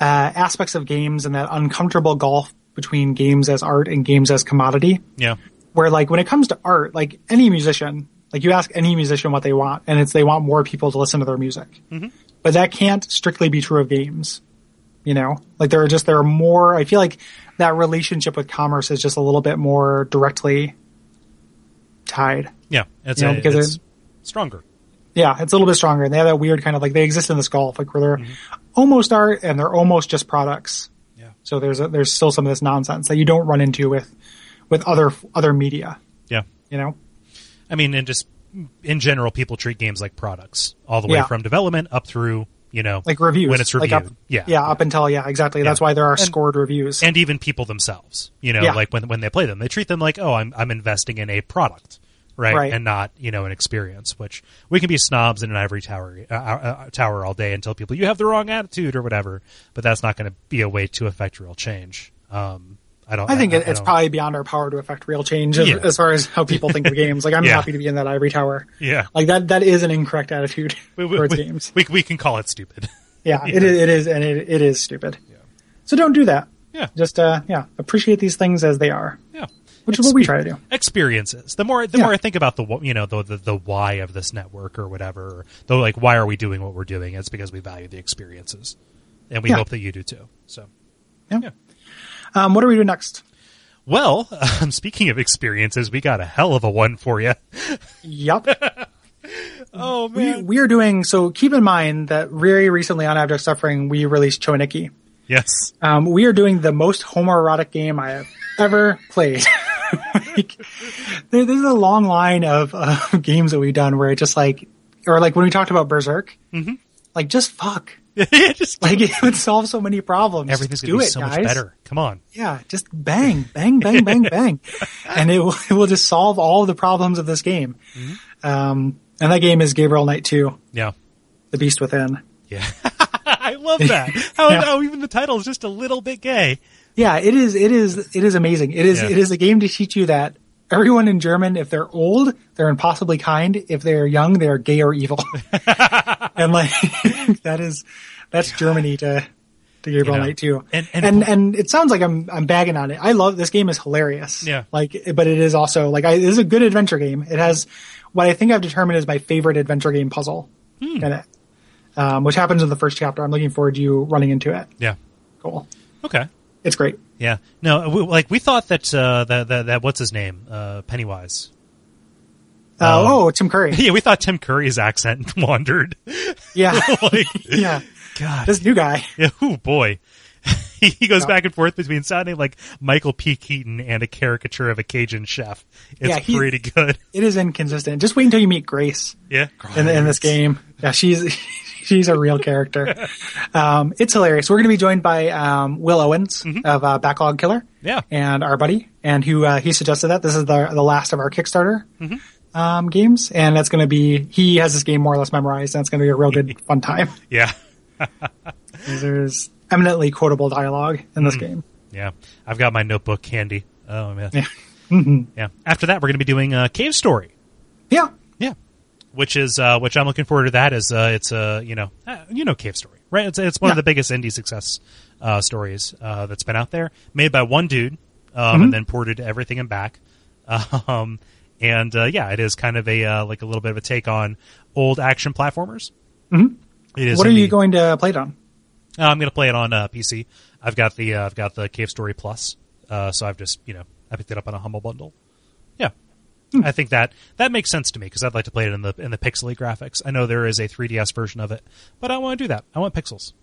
uh, aspects of games and that uncomfortable gulf between games as art and games as commodity. yeah, Where like when it comes to art, like any musician, like you ask any musician what they want, and it's they want more people to listen to their music. Mm-hmm. But that can't strictly be true of games. You know, like there are just there are more. I feel like that relationship with commerce is just a little bit more directly tied. yeah, it's, You know, a- because it's it- stronger. Yeah, it's a little bit stronger, and they have that weird kind of like they exist in this golf, like where they're Mm-hmm. almost art and they're almost just products. Yeah. So there's a, there's still some of this nonsense that you don't run into with with other other media. Yeah, You know, I mean, and just in general, people treat games like products all the way Yeah. from development up through you know like reviews when it's like reviewed. up, yeah, yeah, up until yeah, exactly. That's Yeah. why there are scored reviews. and even people themselves. You know, Yeah. like when when they play them, they treat them like, oh, I'm I'm investing in a product, right, Right. and not you know an experience. Which we can be snobs in an ivory tower uh, uh, tower all day and tell people you have the wrong attitude or whatever, but that's not going to be a way to affect real change. Um, I don't. I think it, it's don't- probably beyond our power to affect real change as, Yeah. as far as how [LAUGHS] people think of games. Like I'm Yeah. happy to be in that ivory tower. yeah. [LAUGHS] Like that that is an incorrect attitude towards games. We, we can call it stupid. [LAUGHS] yeah, it is, it is, and it, it is stupid. So don't do that. Yeah. Just uh, yeah, appreciate these things as they are. Yeah. Which is what we try to do. Experiences. The more the Yeah. more I think about the wh- you know the, the the why of this network or whatever, though like why are we doing what we're doing? It's because we value the experiences, and we Yeah. hope that you do too. So, Yeah. Yeah. Um, what are we doing next? well, [LAUGHS] um, speaking of experiences, we got a hell of a one for you. Yup. [LAUGHS] Oh [LAUGHS] we, we are doing, so keep in mind that very recently on Abject Suffering, we released Choniki. yes, Um, we are doing the most homoerotic game I have ever [LAUGHS] played. like, there, there's a long line of [LAUGHS] uh, games that we've done where it just like, or like when we talked about Berserk, like just [LAUGHS] fuck. Mm-hmm. Just- Like it would solve so many problems. everything's Just gonna do be it, so guys. much better. Come on, Yeah, just bang, bang, [LAUGHS] bang, bang, bang, and it will, it will just solve all the problems of this game. Mm-hmm. Um, and that game is Gabriel Knight Two, yeah, The Beast Within. yeah. [LAUGHS] I [LAUGHS] love that. How, Yeah. how even the title is just a little bit gay. Yeah, it is, it is, it is amazing. It is, Yeah. it is a game to teach you that everyone in German, if they're old, they're impossibly kind. If they're young, they're gay [LAUGHS] or evil. and like [LAUGHS] that is, that's Germany to. To Gabriel You know, Knight Two, and- and- and, and it sounds like I'm I'm bagging on it. I love this game is hilarious. Yeah. Like, but it is also like I, it is a good adventure game. It has what I think I've determined is my favorite adventure game puzzle Hmm. in it, um, which happens in the first chapter. I'm looking forward to you running into it. Yeah. Cool. Okay. It's great. Yeah. No, we, like we thought that uh, that, that that what's his name, uh, Pennywise. Uh, Um, oh, Tim Curry. [LAUGHS] Yeah, we thought Tim Curry's accent [LAUGHS] wandered. Yeah. like, yeah. God. This new guy. yeah, oh boy. [LAUGHS] he goes Yeah. back and forth between sounding like Michael P. Keaton and a caricature of a Cajun chef. It's Yeah, he- pretty good. [LAUGHS] It is inconsistent. Just wait until you meet Grace Yeah. in, in this game. Yeah, she's [LAUGHS] she's a real character. Um, it's hilarious. We're going to be joined by um, Will Owens of uh, Backlog Killer. Yeah. and our buddy, and who uh, he suggested that this is the the last of our Kickstarter um, games, and that's going to be he has this game more or less memorized, and it's going to be a real good fun time. Yeah. There's eminently quotable dialogue in this game. Yeah. I've got my notebook handy. Oh man. Yeah. [LAUGHS] yeah. After that we're gonna be doing uh, Cave Story. Yeah, Yeah. which is uh, which I'm looking forward to. That is uh, it's a you know uh, you know Cave Story, right? It's it's one of Yeah. the biggest indie success uh, stories uh, that's been out there, made by one dude, um, Mm-hmm. and then ported to everything and back. [LAUGHS] Um, and uh, yeah, it is kind of a uh, like a little bit of a take on old action platformers. Mm-hmm. is. What are in you the- going to play it on? uh, I'm going to play it on uh, PC. I've got the uh, I've got the Cave Story Plus, uh, so I've just you know I picked it up on a humble bundle. Yeah, I think that that makes sense to me because I'd like to play it in the in the pixely graphics. I know there is a 3DS version of it, but I don't want to do that. I want pixels.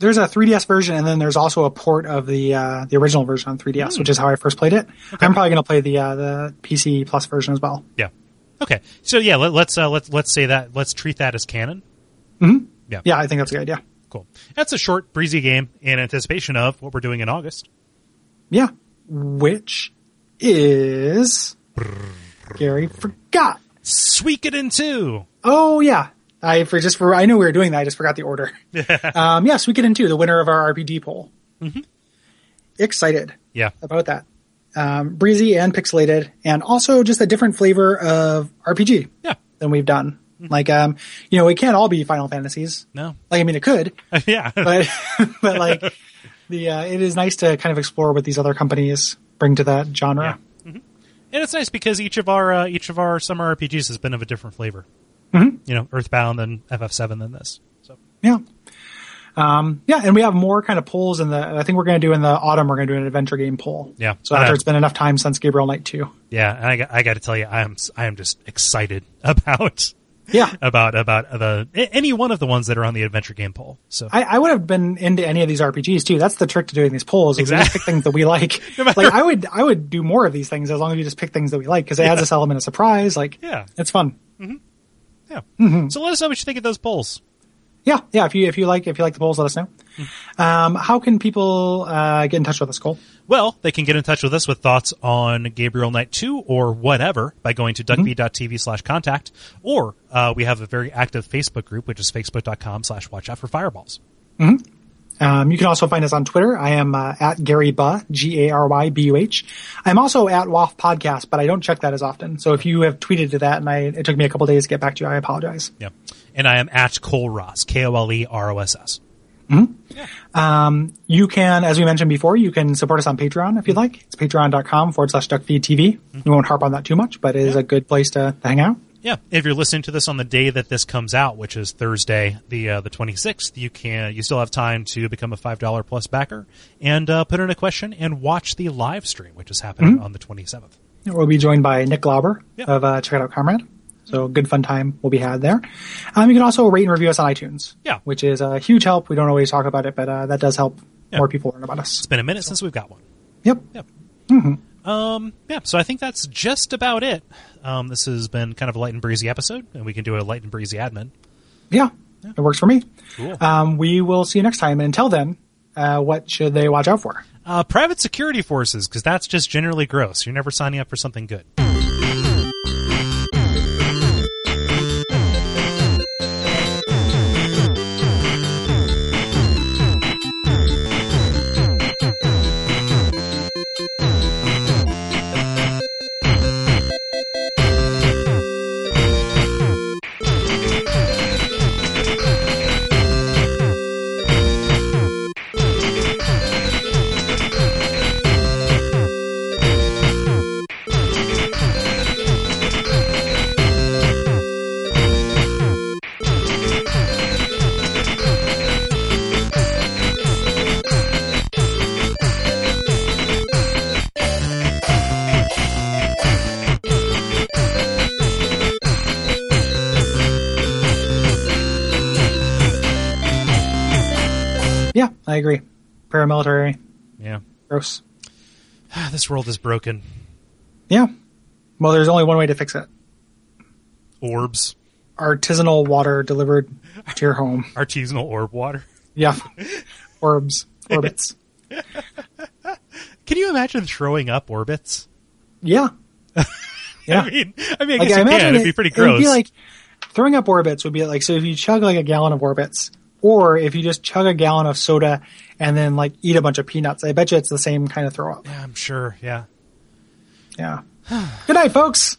There's a 3DS version, and then there's also a port of the uh, the original version on 3DS, which is how I first played it. I'm probably going to play the uh, the PC Plus version as well. Yeah. Okay. So yeah, let, let's uh, let's let's say that let's treat that as canon. Yeah, I think that's a good idea. Cool. That's a short, breezy game in anticipation of what we're doing in August. Yeah, which is Gary forgot. Sweep it in two. Oh yeah, I for just for I knew we were doing that. I just forgot the order. um, yes, we get into the winner of our RPD poll. Excited Yeah. about that. Um, breezy and pixelated, and also just a different flavor of RPG Yeah. than we've done. Like, um, you know, it can't all be Final Fantasies. No. [LAUGHS] Like, I mean, it could, yeah. but [LAUGHS] but like the uh, it is nice to kind of explore what these other companies bring to that genre. Yeah. Mm-hmm. and it's nice because each of our uh, each of our summer RPGs has been of a different flavor. Mm-hmm. You know, Earthbound and FF7 than this. So Yeah. Um, yeah, and we have more kind of polls in the. I think we're going to do in the autumn. We're going to do an adventure game poll. Yeah. So after Uh, it's been enough time since Gabriel Knight two. yeah, and I got, I got to tell you, I am s- I am just excited [LAUGHS] about Yeah. about about the a- any one of the ones that are on the adventure game poll. So I, I would have been into any of these RPGs too. That's the trick to doing these polls. is we just Exact- pick things that we like. like I would, I would do more of these things as long as we just pick things that we like because it adds this element of surprise. Like, Yeah. it's fun. yeah, so let us know what you think of those polls. Yeah, yeah. If you if you like if you like the polls, let us know. Um, how can people uh, get in touch with us, Cole? Well, they can get in touch with us with thoughts on Gabriel Knight 2 or whatever by going to duckbee.tv slash contact, or uh, we have a very active Facebook group, which is facebook.com slash watch out for fireballs. Um, you can also find us on Twitter. I am uh, at Gary Buh, G A R Y B U H. I'm also at WAF Podcast, but I don't check that as often. So if you have tweeted to that and I, it took me a couple days to get back to you, I apologize. Yeah. And I am at Cole Ross, K O L E R O S S. You can, as we mentioned before, you can support us on Patreon if you'd like. It's patreon.com forward slash duckfeedtv. We won't harp on that too much, but it is a good place to hang out. Yeah. If you're listening to this on the day that this comes out, which is Thursday, the uh, the 26th, you can you still have time to become a five dollar plus backer and uh, put in a question and watch the live stream, which is happening on the 27th. We'll be joined by Nick Glauber Yeah. of uh, Check It Out Comrade. So good fun time will be had there. Um, you can also rate and review us on iTunes, Yeah. which is a huge help. We don't always talk about it, but uh, that does help Yeah. more people learn about us. It's been a minute since we've got one. Yep. Yep. Um, yeah, so I think that's just about it. Um, this has been kind of a light and breezy episode, and we can do a light and breezy admin. Yeah, it works for me. Cool. Um, we will see you next time. And until then, uh, what should they watch out for? Uh, private security forces, because that's just generally gross. You're never signing up for something good. Yeah, I agree. Paramilitary, Yeah. gross. Ah, this world is broken. Yeah. Well, there's only one way to fix it. Orbs. Artisanal water delivered to your home. Artisanal orb water. [LAUGHS] Yeah. Orbs. Orbits. Can you imagine throwing up orbits? [LAUGHS] Yeah. I Yeah. mean, I mean, I Like, guess I you imagine can. It'd it- be pretty it would gross. be like throwing up orbits would be like so if you chug like a gallon of orbits, or if you just chug a gallon of soda and then like eat a bunch of peanuts. I bet you it's the same kind of throw up. yeah, I'm sure. Yeah. Yeah. [SIGHS] Good night, folks.